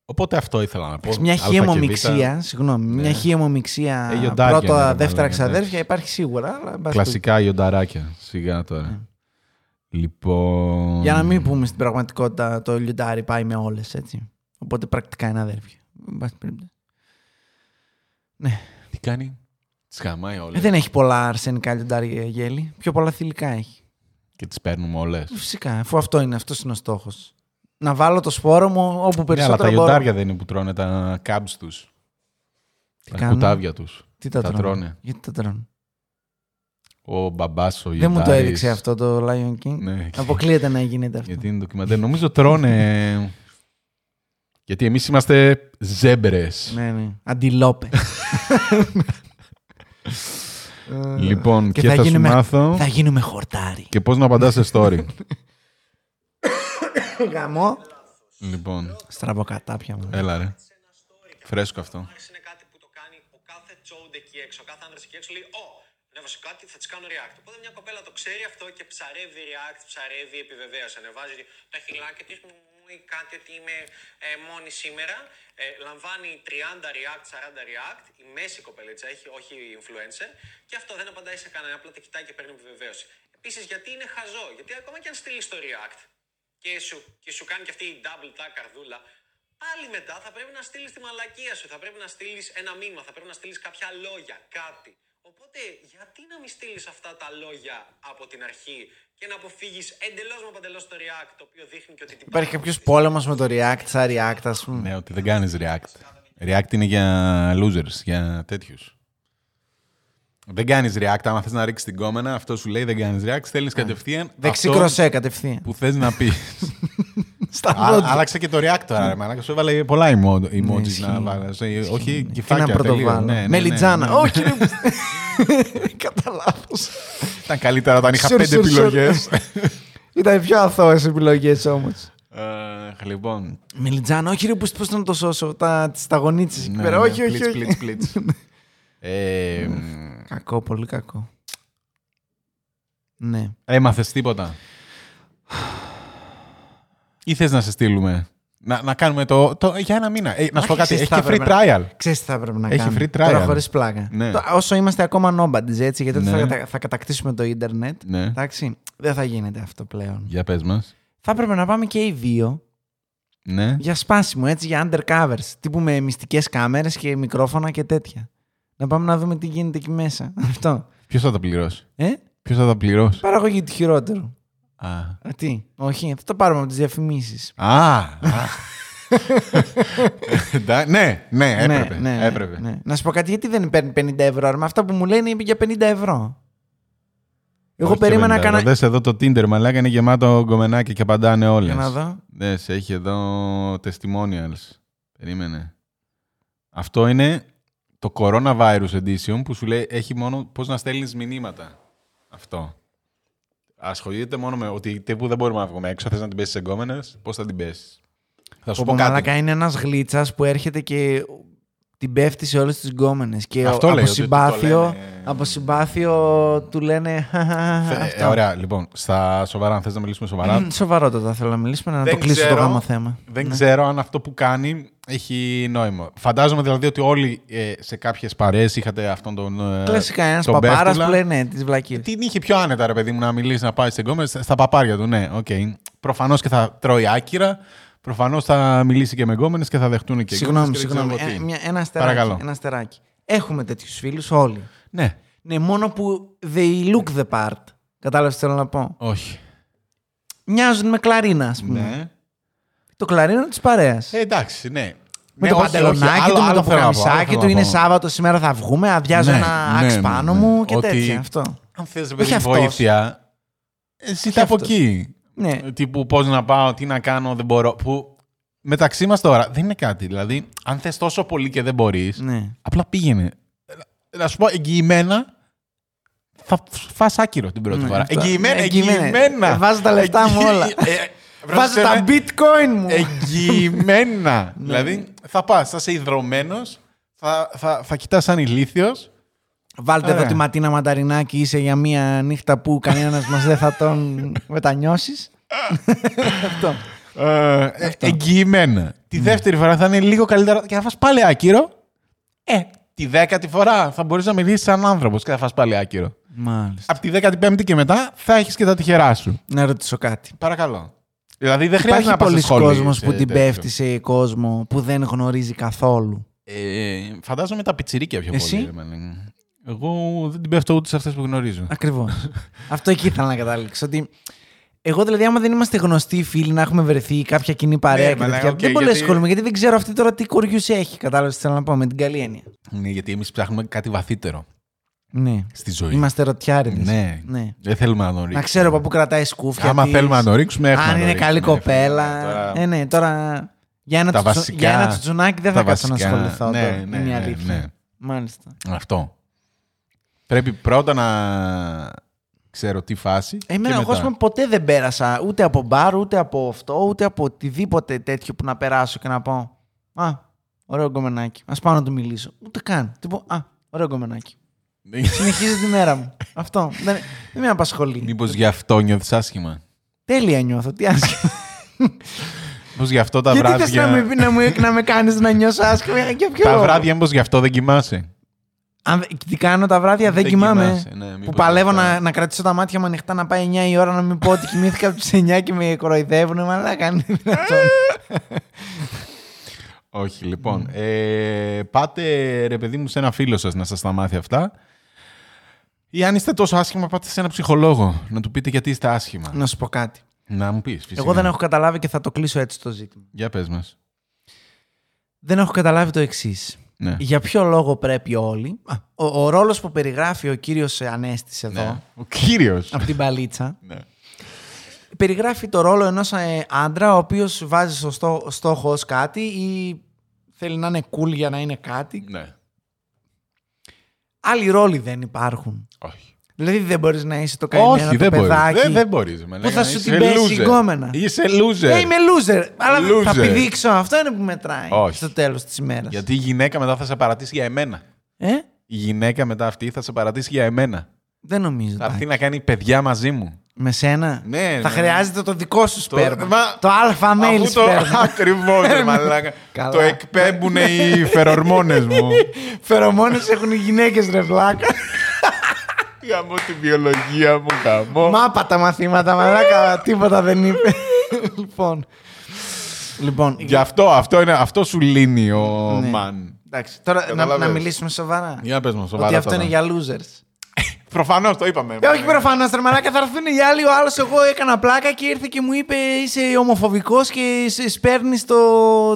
[SPEAKER 1] Οπότε αυτό ήθελα να πω.
[SPEAKER 2] μια
[SPEAKER 1] Α και Β. Ναι.
[SPEAKER 2] χιεμομιξία, συγγνώμη, μια χιεμομιξία
[SPEAKER 1] Ε, γιοντάρια είναι,
[SPEAKER 2] πρώτα,
[SPEAKER 1] μάλλον,
[SPEAKER 2] δεύτερα
[SPEAKER 1] εντάξει.
[SPEAKER 2] ξαδέρφια υπάρχει σίγουρα. Αλλά, εν πάση
[SPEAKER 1] Κλασικά λιονταράκια. Σιγά τώρα. Λοιπόν.
[SPEAKER 2] περιπτώσει. Ναι. Για να μην πούμε στην πραγματικότητα το λιοντάρι πάει με όλες έτσι. Οπότε πρακτικά είναι αδέρφια. Εν πάση περιπτώσει. Ναι.
[SPEAKER 1] Τι κάνει. Τις χαμάει όλες.
[SPEAKER 2] Ε, δεν έχει πολλά αρσενικά λιοντάρια η γέλη. Πιο πολλά θηλυκά έχει.
[SPEAKER 1] Και τις παίρνουμε όλες.
[SPEAKER 2] Φυσικά, αφού αυτό είναι, αυτός είναι ο στόχος. Να βάλω το σπόρο μου
[SPEAKER 1] Ναι,
[SPEAKER 2] όπου
[SPEAKER 1] αλλά
[SPEAKER 2] περισσότερο
[SPEAKER 1] τα
[SPEAKER 2] μπορώ.
[SPEAKER 1] λιοντάρια δεν είναι που τρώνε τα κάμπς τους. Τα
[SPEAKER 2] κάνουν?
[SPEAKER 1] κουτάβια τους.
[SPEAKER 2] Τι τα,
[SPEAKER 1] τα
[SPEAKER 2] τρώνε.
[SPEAKER 1] τρώνε.
[SPEAKER 2] Γιατί τα τρώνε.
[SPEAKER 1] Ο μπαμπάς, ο
[SPEAKER 2] Δεν μου το
[SPEAKER 1] Ιωτάρης.
[SPEAKER 2] έδειξε αυτό το Lion King.
[SPEAKER 1] Ναι,
[SPEAKER 2] Αποκλείεται να γίνεται αυτό.
[SPEAKER 1] γιατί είναι ντοκιμαντέρ. Νομίζω τρώνε. γιατί εμείς είμαστε ζέμπρες.
[SPEAKER 2] Ναι, ναι. Αντιλόπες. Ε,
[SPEAKER 1] Λοιπόν, και, θα, σου
[SPEAKER 2] γίνουμε,
[SPEAKER 1] μάθω
[SPEAKER 2] θα γίνουμε χορτάρι.
[SPEAKER 1] και πώς να απαντάς σε story.
[SPEAKER 2] Γαμό.
[SPEAKER 1] λοιπόν,
[SPEAKER 2] Στραβοκατάπια μου.
[SPEAKER 1] έλα ρε. Φρέσκο αυτό.
[SPEAKER 3] Άρης είναι κάτι που το κάνει ο κάθε τσόουντ εκεί έξω, ο κάθε άντρα εκεί έξω λέει Ω, ανέβασε κάτι, θα της κάνω react. Οπότε μια κοπέλα το ξέρει αυτό και ψαρεύει react, ψαρεύει επιβεβαίωση. Ανεβάζει τα χυλάκια της, μου λέει κάτι ότι είμαι ε, μόνη σήμερα. Ε, λαμβάνει 30 react, 40 react. Η μέση κοπελίτσα έχει, όχι η influencer. Και αυτό δεν απαντάει σε κανένα, απλά τα κοιτάει και παίρνει επιβεβαίωση. Επίσης, γιατί είναι χαζό, γιατί ακόμα και αν στείλει το react και σου, και σου κάνει και αυτή η double tag καρδούλα, πάλι μετά θα πρέπει να στείλεις τη μαλακία σου. Θα πρέπει να στείλεις ένα μήνυμα, θα πρέπει να στείλεις κάποια λόγια, κάτι. Οπότε, γιατί να μην στείλεις αυτά τα λόγια από την αρχή και να αποφύγεις εντελώς με παντελώς το React, το οποίο δείχνει και ότι την
[SPEAKER 2] Υπάρχει κάποιος πόλεμος με το React, σαν React, ας πούμε.
[SPEAKER 1] Ναι, ότι δεν κάνεις React. React είναι για losers, για τέτοιους. Δεν κάνεις React. Άμα θες να ρίξεις την κόμενα, αυτό σου λέει δεν κάνεις React, στέλνεις κατευθείαν
[SPEAKER 2] Δεξί
[SPEAKER 1] αυτό
[SPEAKER 2] κροσέ κατευθείαν.
[SPEAKER 1] που θες να πεις.
[SPEAKER 2] Στα
[SPEAKER 1] Α,
[SPEAKER 2] δόντια.
[SPEAKER 1] Άλλαξε και το React τώρα, ρε μαλάκα. Σου έβαλε πολλά emo- emojis
[SPEAKER 2] Ναι, ισχύει.
[SPEAKER 1] να βάλεις. Ε, Όχι
[SPEAKER 2] Τι
[SPEAKER 1] κυφάκια.
[SPEAKER 2] να πρωτοβάλω.
[SPEAKER 1] τελείω. Ναι, ναι, ναι, ναι,
[SPEAKER 2] Μελιτζάνα.
[SPEAKER 1] ναι.
[SPEAKER 2] Όχι, ρε. Κατά λάθος.
[SPEAKER 1] Ήταν καλύτερα όταν είχα
[SPEAKER 2] Σουρ,
[SPEAKER 1] πέντε
[SPEAKER 2] σουρ, σουρ.
[SPEAKER 1] επιλογές.
[SPEAKER 2] Ήταν οι πιο αθώες επιλογές όμως.
[SPEAKER 1] Ε, Λοιπόν,
[SPEAKER 2] Μελιτζάνα, όχι ρε, πώς να το σώσω. Τα, τις τα γονίτσες εκεί
[SPEAKER 1] Ναι,
[SPEAKER 2] πέρα.
[SPEAKER 1] ναι,
[SPEAKER 2] όχι, όχι,
[SPEAKER 1] πλίτς,
[SPEAKER 2] όχι. Ναι.
[SPEAKER 1] πλίτς, πλίτς. Ε, μ,
[SPEAKER 2] Κακό, πολύ κακό. Ναι.
[SPEAKER 1] Έμαθες τίποτα. Ή θες να σε στείλουμε. Να, να κάνουμε το, το- για ένα μήνα. Ε, να σου πω
[SPEAKER 2] Όχι,
[SPEAKER 1] κάτι, έχει
[SPEAKER 2] ξέρεις
[SPEAKER 1] και
[SPEAKER 2] τι θα
[SPEAKER 1] free
[SPEAKER 2] έπρεπε
[SPEAKER 1] trial.
[SPEAKER 2] Ξέρεις τι θα έπρεπε να
[SPEAKER 1] Έχει
[SPEAKER 2] κάνουμε.
[SPEAKER 1] free trial.
[SPEAKER 2] Τώρα χωρίς πλάκα.
[SPEAKER 1] Ναι.
[SPEAKER 2] Το- όσο είμαστε ακόμα nobody's έτσι, γιατί
[SPEAKER 1] Ναι.
[SPEAKER 2] θα, κατα- θα κατακτήσουμε το ίντερνετ.
[SPEAKER 1] Ναι.
[SPEAKER 2] Εντάξει, δεν θα γίνεται αυτό πλέον.
[SPEAKER 1] Για πες μας.
[SPEAKER 2] Θα έπρεπε να πάμε και οι δύο
[SPEAKER 1] Ναι.
[SPEAKER 2] για σπάσιμο, έτσι, για undercovers. Τύπου με μυστικές κάμερες και μικρόφωνα και τέτοια. Να πάμε να δούμε τι γίνεται εκεί μέσα. Αυτό.
[SPEAKER 1] Ποιος θα τα πληρώσει.
[SPEAKER 2] Ε,
[SPEAKER 1] Ποιος θα τα πληρώσει.
[SPEAKER 2] παραγωγή του χειρότερου.
[SPEAKER 1] Α.
[SPEAKER 2] Α, τι, όχι, θα το πάρουμε από τις διαφημίσεις.
[SPEAKER 1] Α. α. Εντά- ναι, ναι, έπρεπε.
[SPEAKER 2] ναι, ναι,
[SPEAKER 1] έπρεπε.
[SPEAKER 2] ναι. Να σου πω κάτι, γιατί δεν παίρνει 50 ευρώ, ρε, με αυτά που μου λένε είναι για 50 ευρώ. Εγώ
[SPEAKER 1] Όχι
[SPEAKER 2] περίμενα
[SPEAKER 1] 50.
[SPEAKER 2] κανα...
[SPEAKER 1] Δες εδώ το Tinder, μαλάκα είναι γεμάτο γκομενάκι και απαντάνε όλες.
[SPEAKER 2] Για να δω.
[SPEAKER 1] Ναι, σε έχει εδώ testimonials. Περίμενε. Αυτό είναι το coronavirus edition που σου λέει έχει μόνο πώς να στέλνεις μηνύματα. Αυτό. Ασχολείται μόνο με ότι τύπου δεν μπορούμε να βγούμε έξω. Θες να την πέσεις σε γκόμενες, πώς θα την πέσεις. Θα σου
[SPEAKER 2] Όπου
[SPEAKER 1] πω κάτι.
[SPEAKER 2] μαλάκα είναι ένας γλίτσας που έρχεται και την πέφτει σε όλες τις γκόμενες. Και
[SPEAKER 1] Αυτό
[SPEAKER 2] ο-
[SPEAKER 1] λέει,
[SPEAKER 2] από,
[SPEAKER 1] ότι το
[SPEAKER 2] συμπάθειο,
[SPEAKER 1] λένε.
[SPEAKER 2] από συμπάθειο του λένε... «Χαχαχα»,
[SPEAKER 1] Θε-
[SPEAKER 2] αυτό.
[SPEAKER 1] ε, ωραία, λοιπόν, στα σοβαρά, αν θες να μιλήσουμε σοβαρά.
[SPEAKER 2] Μ, Σοβαρότατα θέλω να μιλήσουμε, να
[SPEAKER 1] Δεν
[SPEAKER 2] το κλείσω
[SPEAKER 1] ξέρω.
[SPEAKER 2] το γάμο θέμα.
[SPEAKER 1] Δεν ξέρω αν αυτό που κάνει έχει νόημα. Φαντάζομαι δηλαδή ότι όλοι ε, σε κάποιες παρέες είχατε αυτόν τον. ε,
[SPEAKER 2] Κλασικά ένας
[SPEAKER 1] τον
[SPEAKER 2] παπάρας
[SPEAKER 1] Πέφτουλα.
[SPEAKER 2] που λέει ναι, τις βλακίες.
[SPEAKER 1] Την είχε πιο άνετα, ρε παιδί μου, να μιλήσεις, να πάει σε γκόμενες. Στα παπάρια του, ναι, οκ. Προφανώς και θα τρώει άκυρα. Προφανώς θα μιλήσει και με γκόμενες και θα δεχτούν και γκόμενες
[SPEAKER 2] Συγγνώμη,
[SPEAKER 1] και δεν ξέρω
[SPEAKER 2] συγγνώμη.
[SPEAKER 1] εγώ τι.
[SPEAKER 2] Ε, μια- ένα, αστεράκι,
[SPEAKER 1] Παρακαλώ.
[SPEAKER 2] ένα αστεράκι. Έχουμε τέτοιους φίλους όλοι.
[SPEAKER 1] Ναι,
[SPEAKER 2] Ναι, μόνο που they look the part. Κατάλαβες τι θέλω να πω.
[SPEAKER 1] όχι.
[SPEAKER 2] Μοιάζουν με κλαρίνα, ας πούμε.
[SPEAKER 1] Ναι.
[SPEAKER 2] Το κλαρίνα της παρέας.
[SPEAKER 1] Ε, εντάξει, ναι.
[SPEAKER 2] με
[SPEAKER 1] Ναι,
[SPEAKER 2] το
[SPEAKER 1] όχι, όχι,
[SPEAKER 2] παντελονάκι
[SPEAKER 1] άλλο-
[SPEAKER 2] του, με
[SPEAKER 1] άλλο
[SPEAKER 2] το
[SPEAKER 1] θέλω να πω, άλλο
[SPEAKER 2] πουκαμισάκι
[SPEAKER 1] θέλω
[SPEAKER 2] του.
[SPEAKER 1] να
[SPEAKER 2] Είναι
[SPEAKER 1] πω.
[SPEAKER 2] Σάββατο, σήμερα θα βγούμε. Αδειάζω
[SPEAKER 1] Ναι,
[SPEAKER 2] ένα
[SPEAKER 1] ναι,
[SPEAKER 2] άξ
[SPEAKER 1] ναι,
[SPEAKER 2] πάνω
[SPEAKER 1] ναι.
[SPEAKER 2] μου και
[SPEAKER 1] Ότι-
[SPEAKER 2] τέτοια. Αυτό.
[SPEAKER 1] Αν θες, ρε παιδί,
[SPEAKER 2] Όχι αυτός.
[SPEAKER 1] βοήθεια, ε, ζητά από
[SPEAKER 2] αυτός.
[SPEAKER 1] εκεί. Ε,
[SPEAKER 2] Ναι.
[SPEAKER 1] Τύπου πώς να πάω, τι να κάνω, δεν μπορώ. Που μεταξύ μας τώρα δεν είναι κάτι. Δηλαδή, αν θες τόσο πολύ και δεν μπορείς,
[SPEAKER 2] Ναι.
[SPEAKER 1] απλά πήγαινε. Ε, Να σου πω εγγυημένα. Θα φας άκυρο την πρώτη
[SPEAKER 2] Ναι,
[SPEAKER 1] φορά.
[SPEAKER 2] αυτό.
[SPEAKER 1] Εγγυημένα,
[SPEAKER 2] Ναι, εγγυημένα.
[SPEAKER 1] εγγυημένα.
[SPEAKER 2] Ε, βάζω τα λεφτά μου
[SPEAKER 1] Εγγυη-
[SPEAKER 2] όλα.
[SPEAKER 1] Ε,
[SPEAKER 2] Βάζω
[SPEAKER 1] βράζεσαι με
[SPEAKER 2] τα bitcoin μου.
[SPEAKER 1] Ε, Εγγυημένα. δηλαδή, θα πας, θα είσαι ιδρωμένος, θα, θα, θα κοιτάς σαν ηλίθιος
[SPEAKER 2] Βάλτε
[SPEAKER 1] Ωραία.
[SPEAKER 2] εδώ τη ματίνα μανταρινάκι, είσαι για μία νύχτα που κανένας μας δεν θα τον μετανιώσεις. Αυτό.
[SPEAKER 1] Ε, ε, εγγυημένα. Τη δεύτερη φορά θα είναι λίγο καλύτερα και θα φας πάλι άκυρο. Ε, τη δέκατη φορά θα μπορείς να μιλήσεις σαν άνθρωπος και θα φας πάλι άκυρο.
[SPEAKER 2] Μάλιστα.
[SPEAKER 1] Από τη δέκατη πέμπτη και μετά θα έχεις και τα τυχερά σου.
[SPEAKER 2] Να ρωτήσω κάτι.
[SPEAKER 1] Παρακαλώ. Δηλαδή δεν χρειάζεται
[SPEAKER 2] Υπάρχει
[SPEAKER 1] να πας σε
[SPEAKER 2] πολλοί
[SPEAKER 1] σχολείο.
[SPEAKER 2] κόσμος
[SPEAKER 1] σε
[SPEAKER 2] που την
[SPEAKER 1] τέτοιο.
[SPEAKER 2] πέφτει σε κόσμο που δεν γνωρίζει καθόλου.
[SPEAKER 1] Ε, φαντάζομαι τα πιτσιρίκια πιο
[SPEAKER 2] Εσύ?
[SPEAKER 1] πολύ. ρε μάλλον. Εγώ δεν την πέφτω ούτε σε αυτές που γνωρίζω.
[SPEAKER 2] Ακριβώς. Αυτό εκεί ήθελα να καταλήξω. Ότι εγώ δηλαδή, άμα δεν είμαστε γνωστοί φίλοι, να έχουμε βρεθεί κάποια κοινή παρέα.
[SPEAKER 1] Ναι,
[SPEAKER 2] και
[SPEAKER 1] μα,
[SPEAKER 2] τέτοια,
[SPEAKER 1] οκ,
[SPEAKER 2] δεν πολύ
[SPEAKER 1] γιατί-
[SPEAKER 2] ασχολούμαι γιατί δεν ξέρω αυτή τώρα τι κοριούς έχει. Κατάλαβες τι θέλω να πω με την καλή έννοια.
[SPEAKER 1] Ναι, γιατί εμείς ψάχνουμε κάτι βαθύτερο
[SPEAKER 2] Ναι.
[SPEAKER 1] στη ζωή.
[SPEAKER 2] Είμαστε ρωτιάριδες.
[SPEAKER 1] Ναι. Δεν θέλουμε να τον
[SPEAKER 2] Να
[SPEAKER 1] ρίξουμε.
[SPEAKER 2] ξέρω από πού κρατάει σκούφια.
[SPEAKER 1] Άμα
[SPEAKER 2] της,
[SPEAKER 1] θέλουμε να τον ρίξουμε, έχουμε
[SPEAKER 2] Αν
[SPEAKER 1] να
[SPEAKER 2] είναι
[SPEAKER 1] τον
[SPEAKER 2] καλή
[SPEAKER 1] ρίξουμε.
[SPEAKER 2] κοπέλα.
[SPEAKER 1] Τώρα-
[SPEAKER 2] Ε, ναι, τώρα. Για ένα,
[SPEAKER 1] Τα
[SPEAKER 2] τσουτσου-
[SPEAKER 1] βασικά-
[SPEAKER 2] για ένα τσουτσουνάκι δεν
[SPEAKER 1] τα
[SPEAKER 2] θα κάτσω να
[SPEAKER 1] βασικά-
[SPEAKER 2] ασχοληθώ.
[SPEAKER 1] ναι,
[SPEAKER 2] τώρα.
[SPEAKER 1] ναι,
[SPEAKER 2] Είναι
[SPEAKER 1] ναι,
[SPEAKER 2] η
[SPEAKER 1] ναι.
[SPEAKER 2] αλήθεια. Μάλιστα.
[SPEAKER 1] Αυτό. Πρέπει πρώτα να ξέρω τι φάση.
[SPEAKER 2] Εμένα,
[SPEAKER 1] και
[SPEAKER 2] εγώ, ας
[SPEAKER 1] μετά.
[SPEAKER 2] πούμε, ποτέ δεν πέρασα ούτε από μπαρ, ούτε από αυτό, ούτε από οτιδήποτε τέτοιο που να περάσω και να πω Α, ωραίο γκομενάκι. Ας πάω να του μιλήσω. Ούτε καν. Τι πω, Α, ωραίο γκομενάκι. Συνεχίζει τη μέρα μου. Αυτό. Δεν, δεν με απασχολεί.
[SPEAKER 1] Μήπως γι' αυτό νιώθεις άσχημα.
[SPEAKER 2] Τέλεια νιώθω. Τι άσχημα.
[SPEAKER 1] Μήπως γι' αυτό τα
[SPEAKER 2] Γιατί θες να
[SPEAKER 1] βράδια.
[SPEAKER 2] με, πει- να, μου, να με κάνεις να νιώσω άσχημα για ποιο
[SPEAKER 1] Τα
[SPEAKER 2] λόγο?
[SPEAKER 1] βράδια, μήπως γι' αυτό δεν κοιμάσαι.
[SPEAKER 2] Αν, δε- τι κάνω τα βράδια, δεν,
[SPEAKER 1] Δεν
[SPEAKER 2] κοιμάμαι.
[SPEAKER 1] κοιμάσαι, ναι,
[SPEAKER 2] που
[SPEAKER 1] μήπως
[SPEAKER 2] παλεύω
[SPEAKER 1] αυτό.
[SPEAKER 2] να, να κρατήσω τα μάτια μου ανοιχτά να πάει 9 η ώρα να μην πω ότι κοιμήθηκα από τις 9 και με κοροϊδεύουν. Μαλάκα, είναι δυνατόν.
[SPEAKER 1] Όχι,
[SPEAKER 2] Ναι.
[SPEAKER 1] λοιπόν. Ε, πάτε, ρε παιδί μου, σε ένα φίλο σας να σας τα μάθει αυτά. Ή αν είστε τόσο άσχημα, πάτε σε ένα ψυχολόγο να του πείτε γιατί είστε άσχημα.
[SPEAKER 2] να σου πω κάτι.
[SPEAKER 1] Να μου πεις.
[SPEAKER 2] Ναι. Εγώ δεν έχω καταλάβει και θα το κλείσω έτσι το ζήτημα.
[SPEAKER 1] Για πες μας.
[SPEAKER 2] Δεν έχω καταλάβει το εξής.
[SPEAKER 1] Ναι.
[SPEAKER 2] Για ποιο λόγο πρέπει όλοι. Α, Ο, ο ρόλος που περιγράφει ο κύριος Ανέστη εδώ,
[SPEAKER 1] Ναι. Ο κύριος.
[SPEAKER 2] από την παλίτσα,
[SPEAKER 1] Ναι.
[SPEAKER 2] περιγράφει το ρόλο ενός άντρα ο οποίος βάζει στο στό- στόχο ως κάτι ή θέλει να είναι cool για να είναι κάτι.
[SPEAKER 1] ναι.
[SPEAKER 2] Άλλοι ρόλοι δεν υπάρχουν.
[SPEAKER 1] Όχι.
[SPEAKER 2] Δηλαδή δεν μπορείς να είσαι το καημένο
[SPEAKER 1] Όχι,
[SPEAKER 2] το
[SPEAKER 1] δεν μπορείς.
[SPEAKER 2] παιδάκι.
[SPEAKER 1] Δεν, δεν μπορείς.
[SPEAKER 2] Πού θα σου την πέσει η γκόμενα.
[SPEAKER 1] Είσαι loser.
[SPEAKER 2] Ε, είμαι loser. Αλλά θα
[SPEAKER 1] Loser.
[SPEAKER 2] πηδήξω. Αυτό είναι που μετράει
[SPEAKER 1] Όχι.
[SPEAKER 2] στο τέλος της ημέρας.
[SPEAKER 1] Γιατί η γυναίκα μετά θα σε παρατήσει για εμένα.
[SPEAKER 2] Ε?
[SPEAKER 1] Η γυναίκα μετά αυτή θα σε παρατήσει για εμένα.
[SPEAKER 2] Δεν νομίζω.
[SPEAKER 1] Θα
[SPEAKER 2] Τάκη.
[SPEAKER 1] έρθει να κάνει παιδιά μαζί μου.
[SPEAKER 2] Με σένα.
[SPEAKER 1] Ναι,
[SPEAKER 2] θα
[SPEAKER 1] ναι.
[SPEAKER 2] χρειάζεται το δικό σου σπέρμα. Το,
[SPEAKER 1] μα-
[SPEAKER 2] αλφα mail
[SPEAKER 1] Αφού το
[SPEAKER 2] σπέρμα.
[SPEAKER 1] ακριβώς, μαλάκα.
[SPEAKER 2] Καλά.
[SPEAKER 1] Το εκπέμπουν οι φερορμόνες μου.
[SPEAKER 2] Φερομόνες έχουν οι γυναίκες ρε βλάκα.
[SPEAKER 1] Γαμώ τη βιολογία μου, γαμώ.
[SPEAKER 2] Μάπα τα μαθήματα, μαλάκα. τίποτα δεν είπε. λοιπόν. Λοιπόν.
[SPEAKER 1] Γι' αυτό, αυτό, είναι, αυτό σου λύνει ο
[SPEAKER 2] ναι.
[SPEAKER 1] Μαν.
[SPEAKER 2] Εντάξει, τώρα να,
[SPEAKER 1] Καταλαβαίνεις.
[SPEAKER 2] να μιλήσουμε σοβαρά.
[SPEAKER 1] Για πες μας, σοβαρά
[SPEAKER 2] Ότι αυτό
[SPEAKER 1] τώρα.
[SPEAKER 2] είναι για losers.
[SPEAKER 1] Προφανώς το είπαμε.
[SPEAKER 2] Ε, όχι προφανώς, ρε μαλάκα, θα έρθουν οι άλλοι. Ο άλλος, εγώ έκανα πλάκα και ήρθε και μου είπε είσαι ομοφοβικός και σε- σπέρνεις το,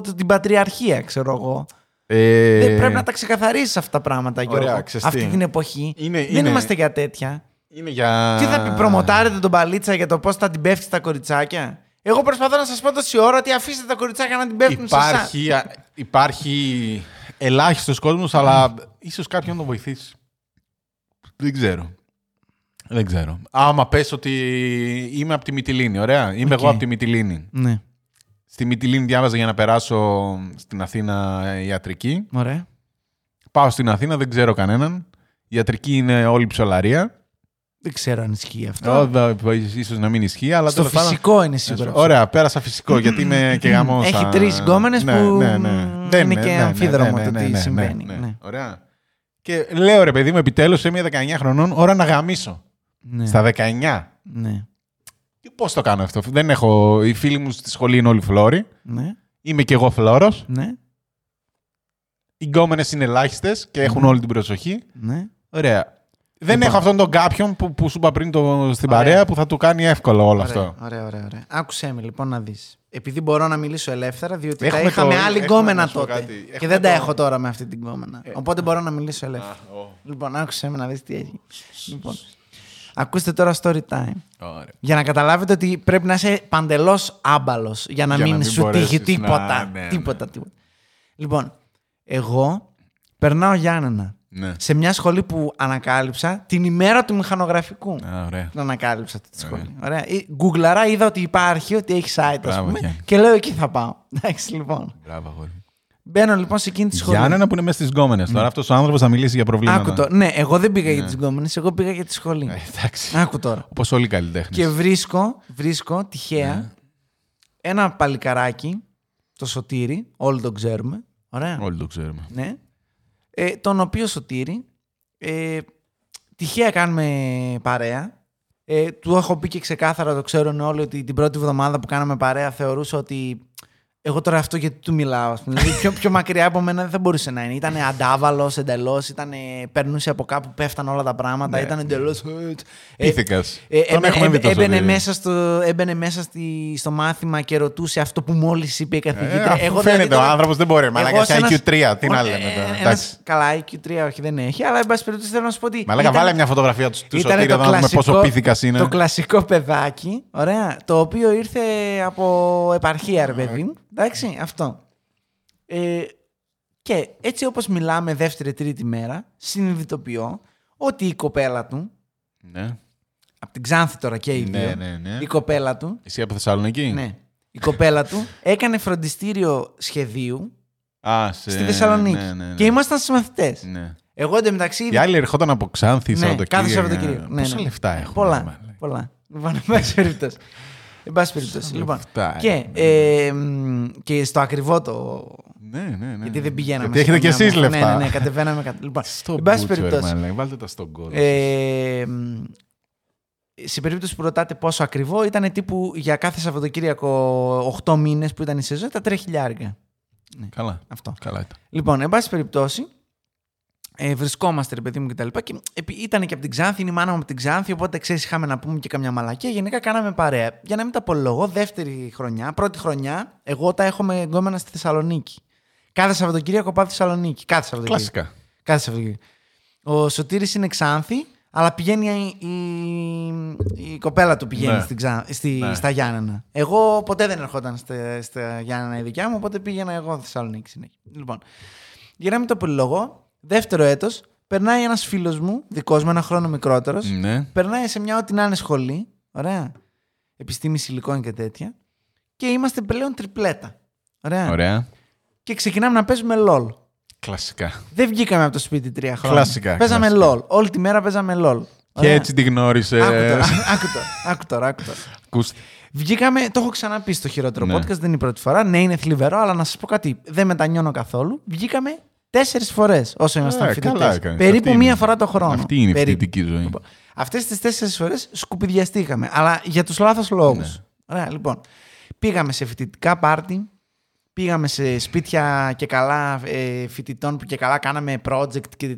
[SPEAKER 2] το- την πατριαρχία, ξέρω εγώ.
[SPEAKER 1] Ε,
[SPEAKER 2] Δεν πρέπει να τα ξεκαθαρίσει αυτά τα πράγματα, Γιώργο.
[SPEAKER 1] Ωραία, ξέρεις
[SPEAKER 2] Αυτή
[SPEAKER 1] τι.
[SPEAKER 2] την εποχή.
[SPEAKER 1] Είναι-
[SPEAKER 2] δεν
[SPEAKER 1] είναι-
[SPEAKER 2] είμαστε για τέτοια.
[SPEAKER 1] Είναι για...
[SPEAKER 2] Τι θα πει, προμοτάρετε τον παλίτσα για το πώς θα την πέφτει στα κοριτσάκια. Εγώ προσπαθώ να σας πω τόση ώρα ότι αφήστε τα κοριτσάκια να την πέφτουν σε
[SPEAKER 1] Υπάρχει, α, υπάρχει ελάχιστος κόσμος, αλλά ίσως κάποιον να βοηθήσει. Δεν ξέρω. Δεν ξέρω. Άμα πες ότι είμαι από τη Μυτιλίνη, ωραία. Είμαι
[SPEAKER 2] Οκ.
[SPEAKER 1] εγώ από τη Μυτιλίνη.
[SPEAKER 2] Ναι,
[SPEAKER 1] Στη Μυτιλίνη διάβαζα για να περάσω στην Αθήνα ιατρική.
[SPEAKER 2] ωραία.
[SPEAKER 1] Πάω στην Αθήνα, δεν ξέρω κανέναν. Η ιατρική είναι όλη ψολαρία.
[SPEAKER 2] Δεν ξέρω αν ισχύει αυτό.
[SPEAKER 1] Oh. Ίσως να μην ισχύει, αλλά
[SPEAKER 2] Στο
[SPEAKER 1] τέλος πάντων-
[SPEAKER 2] φυσικό είναι σίγουρα. αυτό.
[SPEAKER 1] Ωραία, πέρασα φυσικό γιατί είμαι και ναι, γαμός.
[SPEAKER 2] Έχει τρεις γκόμενες που, μ, είναι
[SPEAKER 1] ναι,
[SPEAKER 2] και αμφίδρομο το τι συμβαίνει, ναι.
[SPEAKER 1] Ωραία. Και λέω ρε παιδί μου, επιτέλους είμαι 19 χρονών, ώρα να γαμίσω.
[SPEAKER 2] Ναι,
[SPEAKER 1] Στα 19.
[SPEAKER 2] ναι,
[SPEAKER 1] Πώς το κάνω αυτό, δεν έχω. Οι φίλοι μου στη σχολή είναι όλοι φλόροι.
[SPEAKER 2] ναι,
[SPEAKER 1] Είμαι και εγώ φλόρος.
[SPEAKER 2] ναι,
[SPEAKER 1] Οι γκόμενες είναι ελάχιστες και έχουν όλη την προσοχή.
[SPEAKER 2] ναι.
[SPEAKER 1] Ωραία. Δεν
[SPEAKER 2] Λοιπόν.
[SPEAKER 1] έχω αυτόν τον κάποιον που, που σου είπα πριν το, στην
[SPEAKER 2] Ωραία.
[SPEAKER 1] παρέα που θα του κάνει εύκολο όλο
[SPEAKER 2] Ωραία,
[SPEAKER 1] αυτό.
[SPEAKER 2] Ωραία, ωραία, ωραία. Άκουσέ με λοιπόν να δεις. Επειδή μπορώ να μιλήσω ελεύθερα, διότι
[SPEAKER 1] Έχουμε
[SPEAKER 2] τα είχαμε
[SPEAKER 1] το-
[SPEAKER 2] άλλη
[SPEAKER 1] έχουμε να
[SPEAKER 2] γκόμενα
[SPEAKER 1] σου πω
[SPEAKER 2] τότε.
[SPEAKER 1] κάτι.
[SPEAKER 2] Και
[SPEAKER 1] Έχουμε
[SPEAKER 2] δεν τα
[SPEAKER 1] το- Ε,
[SPEAKER 2] έχω τώρα με αυτή την γκόμενα. Οπότε μπορώ να μιλήσω ελεύθερα. Λοιπόν, άκουσέ με να δεις τι έγινε. λοιπόν, ακούστε τώρα story time.
[SPEAKER 1] Ωραία.
[SPEAKER 2] Για να καταλάβετε ότι πρέπει να είσαι παντελώς άμπαλος για να
[SPEAKER 1] Για να
[SPEAKER 2] μην
[SPEAKER 1] μην
[SPEAKER 2] σου τύχει
[SPEAKER 1] μπορέσεις να-
[SPEAKER 2] τίποτα.
[SPEAKER 1] ναι, ναι.
[SPEAKER 2] τίποτα, τίποτα. Λοιπόν, εγώ περνάω Γιάννενα
[SPEAKER 1] Ναι.
[SPEAKER 2] σε μια σχολή που ανακάλυψα την ημέρα του μηχανογραφικού.
[SPEAKER 1] Α, ωραία.
[SPEAKER 2] Την ανακάλυψα αυτή τη σχολή. Ωραία. Ε, Γκουγκλαρά, είδα ότι υπάρχει, ότι έχει site, ας
[SPEAKER 1] Μπράβο,
[SPEAKER 2] πούμε.
[SPEAKER 1] Γιάννη.
[SPEAKER 2] Και λέω εκεί θα πάω. Εντάξει, λοιπόν.
[SPEAKER 1] Μπράβο, αγόρι.
[SPEAKER 2] Μπαίνω λοιπόν σε εκείνη τη σχολή.
[SPEAKER 1] Γιάννενα που είναι μέσα στις γκόμενες. Τώρα αυτός ο άνθρωπος θα μιλήσει για προβλήματα.
[SPEAKER 2] Άκου το. Ναι, εγώ δεν πήγα για τις γκόμενες, εγώ πήγα για τη σχολή.
[SPEAKER 1] Ε, Ναι. εντάξει.
[SPEAKER 2] Άκου τώρα.
[SPEAKER 1] Όπως όλοι οι καλλιτέχνες.
[SPEAKER 2] Και βρίσκω, βρίσκω τυχαία
[SPEAKER 1] Ναι.
[SPEAKER 2] ένα παλικαράκι, το Σωτήρι, όλοι τον ξέρουμε. Ωραία.
[SPEAKER 1] Όλοι το ξέρουμε.
[SPEAKER 2] Ναι. Ε, τον οποίο Σωτήρι, ε, τυχαία κάνουμε παρέα. Ε, του έχω πει και ξεκάθαρα, το ξέρουν όλοι, ότι την πρώτη εβδομάδα που κάναμε παρέα θεωρούσα ότι Εγώ τώρα αυτό γιατί του μιλάω. ας πούμε. Δηλαδή πιο, πιο μακριά από μένα δεν θα μπορούσε να είναι. Ήταν αντάβαλος εντελώς, περνούσε από κάπου, πέφταν όλα τα πράγματα,
[SPEAKER 1] Ναι.
[SPEAKER 2] ήταν εντελώς. Ε,
[SPEAKER 1] Πίθηκας. Τον
[SPEAKER 2] έμπαινε,
[SPEAKER 1] έχουμε δει τόσο
[SPEAKER 2] ε,
[SPEAKER 1] δηλαδή.
[SPEAKER 2] έμπαινε
[SPEAKER 1] λίγο.
[SPEAKER 2] μέσα, στο, έμπαινε μέσα στη, στο μάθημα και ρωτούσε αυτό που μόλις είπε η καθηγήτρια.
[SPEAKER 1] Ε, αφού
[SPEAKER 2] Εγώ δηλαδή
[SPEAKER 1] φαίνεται
[SPEAKER 2] τώρα-
[SPEAKER 1] ο άνθρωπος δεν μπορεί. Ε, Μαλάκα,
[SPEAKER 2] Εγώ
[SPEAKER 1] σε
[SPEAKER 2] ως ένας-
[SPEAKER 1] IQ3, τι να
[SPEAKER 2] Ε,
[SPEAKER 1] λέμε τώρα.
[SPEAKER 2] ένας-
[SPEAKER 1] Εντάξει.
[SPEAKER 2] Καλά, IQ3 όχι δεν έχει, αλλά εν πάση περιπτώσει θέλω να σου πω ότι.
[SPEAKER 1] Μαλάκα,
[SPEAKER 2] ήταν-
[SPEAKER 1] βάλε μια ναι. φωτογραφία του του
[SPEAKER 2] Ήτανε
[SPEAKER 1] Σωτήρα
[SPEAKER 2] το
[SPEAKER 1] να δούμε πόσο
[SPEAKER 2] κλασικό-
[SPEAKER 1] πίθηκα είναι.
[SPEAKER 2] Το κλασικό παιδάκι, ωραία, το οποίο ήρθε από επαρχία, ρε παιδί μου. Εντάξει, αυτό. Ε, και έτσι όπως μιλάμε δεύτερη-τρίτη μέρα, συνειδητοποιώ ότι η κοπέλα του,
[SPEAKER 1] Ναι,
[SPEAKER 2] από την Ξάνθη τώρα και η
[SPEAKER 1] ναι, ναι. ναι.
[SPEAKER 2] η κοπέλα του,
[SPEAKER 1] Εσύ από Θεσσαλονίκη.
[SPEAKER 2] ναι, η κοπέλα του έκανε φροντιστήριο σχεδίου
[SPEAKER 1] Α, σε-
[SPEAKER 2] στη Θεσσαλονίκη.
[SPEAKER 1] ναι, ναι, ναι.
[SPEAKER 2] Και ήμασταν συμμαθητές.
[SPEAKER 1] Ναι.
[SPEAKER 2] Εγώ εντωμεταξύ
[SPEAKER 1] Οι άλλοι ερχόταν από Ξάνθη
[SPEAKER 2] Ναι,
[SPEAKER 1] Σαββατοκύριακο.
[SPEAKER 2] κάθε Σαββατοκύριακο. Ναι,
[SPEAKER 1] Πόσα
[SPEAKER 2] ναι.
[SPEAKER 1] λεφτά έχουν.
[SPEAKER 2] Πολλά. πολλά. Λοιπόν, εν πάση περιπτώσει. Εν πάση περιπτώσει.
[SPEAKER 1] Σαν
[SPEAKER 2] Λοιπόν,
[SPEAKER 1] λεφτά,
[SPEAKER 2] και, ε, μ, και στο ακριβό το.
[SPEAKER 1] Ναι, ναι, ναι.
[SPEAKER 2] Γιατί δεν πηγαίναμε.
[SPEAKER 1] Γιατί έχετε
[SPEAKER 2] στο
[SPEAKER 1] κι εσεί
[SPEAKER 2] γάμο.
[SPEAKER 1] λεφτά.
[SPEAKER 2] Ναι, ναι, ναι, κατεβαίναμε. Κατε... Λοιπόν,
[SPEAKER 1] Στο
[SPEAKER 2] εν πάση
[SPEAKER 1] μπούτσο, ρε
[SPEAKER 2] περιπτώσει.
[SPEAKER 1] μαλάκα, Βάλτε τα στον κόλλο.
[SPEAKER 2] Ε, μ, σε περίπτωση που ρωτάτε πόσο ακριβό, ήταν τύπου για κάθε Σαββατοκύριακο 8 μήνες που ήταν η σεζόν, τα 3 χιλιάρικα.
[SPEAKER 1] Καλά.
[SPEAKER 2] Αυτό.
[SPEAKER 1] Καλά ήταν.
[SPEAKER 2] Λοιπόν, εν πάση περιπτώσει, ε, βρισκόμαστε ρε παιδί μου και τα λοιπά. Και επί- ήταν και από την Ξάνθη, είναι η μάνα μου από την Ξάνθη, οπότε ξέρεις, είχαμε να πούμε και καμιά μαλακία. Γενικά κάναμε παρέα. Για να μην τα απολογώ, δεύτερη χρονιά, πρώτη χρονιά, εγώ τα έχω με εγκόμενα στη Θεσσαλονίκη. Κάθε Σαββατοκύριακο πάω στη Θεσσαλονίκη. Κάθε Σαββατοκύριακο.
[SPEAKER 1] Κλασικά.
[SPEAKER 2] Κάθε Σαββατοκύριακο. Ο Σωτήρης είναι Ξάνθη, αλλά πηγαίνει η, η, η κοπέλα του πηγαίνει
[SPEAKER 1] Ναι.
[SPEAKER 2] στην Ξά- στη,
[SPEAKER 1] Ναι.
[SPEAKER 2] στα Γιάννενα. Εγώ ποτέ δεν ερχόταν στα, στα Γιάννενα η δικιά μου, οπότε πήγαινα εγώ Θεσσαλονίκη συνέχεια. Λοιπόν, για να μην το πολυλογώ, δεύτερο έτος, περνάει ένας φίλος μου, δικός μου, ένα χρόνο μικρότερος,
[SPEAKER 1] Ναι.
[SPEAKER 2] περνάει σε μια ό,τι να είναι σχολή, ωραία, επιστήμη υλικών και τέτοια, και είμαστε πλέον τριπλέτα. Ωραία.
[SPEAKER 1] Ωραία.
[SPEAKER 2] Και ξεκινάμε να παίζουμε LOL.
[SPEAKER 1] Κλασικά.
[SPEAKER 2] Δεν βγήκαμε από το σπίτι τρία χρόνια.
[SPEAKER 1] Κλασικά,
[SPEAKER 2] Παίζαμε
[SPEAKER 1] κλασικά.
[SPEAKER 2] LOL. Όλη τη μέρα παίζαμε LOL.
[SPEAKER 1] Και
[SPEAKER 2] Ωραία.
[SPEAKER 1] έτσι την γνώρισες.
[SPEAKER 2] Άκου τώρα, άκου τώρα, άκου τώρα, άκου τώρα. Βγήκαμε, το έχω ξαναπεί στο χειρότερο
[SPEAKER 1] Ναι.
[SPEAKER 2] podcast, δεν είναι η πρώτη φορά. Ναι, είναι θλιβερό, αλλά να σας πω κάτι. Δεν μετανιώνω καθόλου. Βγήκαμε τέσσερις φορές όσο ήμασταν
[SPEAKER 1] Ε, καλά
[SPEAKER 2] φοιτητές.
[SPEAKER 1] έκανες.
[SPEAKER 2] Περίπου
[SPEAKER 1] Αυτή είναι-
[SPEAKER 2] μία φορά το χρόνο.
[SPEAKER 1] αυτή είναι η
[SPEAKER 2] Περίπου.
[SPEAKER 1] φοιτητική ζωή.
[SPEAKER 2] Λοιπόν, Αυτές τις τέσσερις φορές σκουπιδιαστήκαμε, αλλά για τους λάθος λόγους. Ωραία, λοιπόν. Πήγαμε σε φοιτητικά πάρτι, πήγαμε σε σπίτια και καλά ε, φοιτητών που και καλά κάναμε project και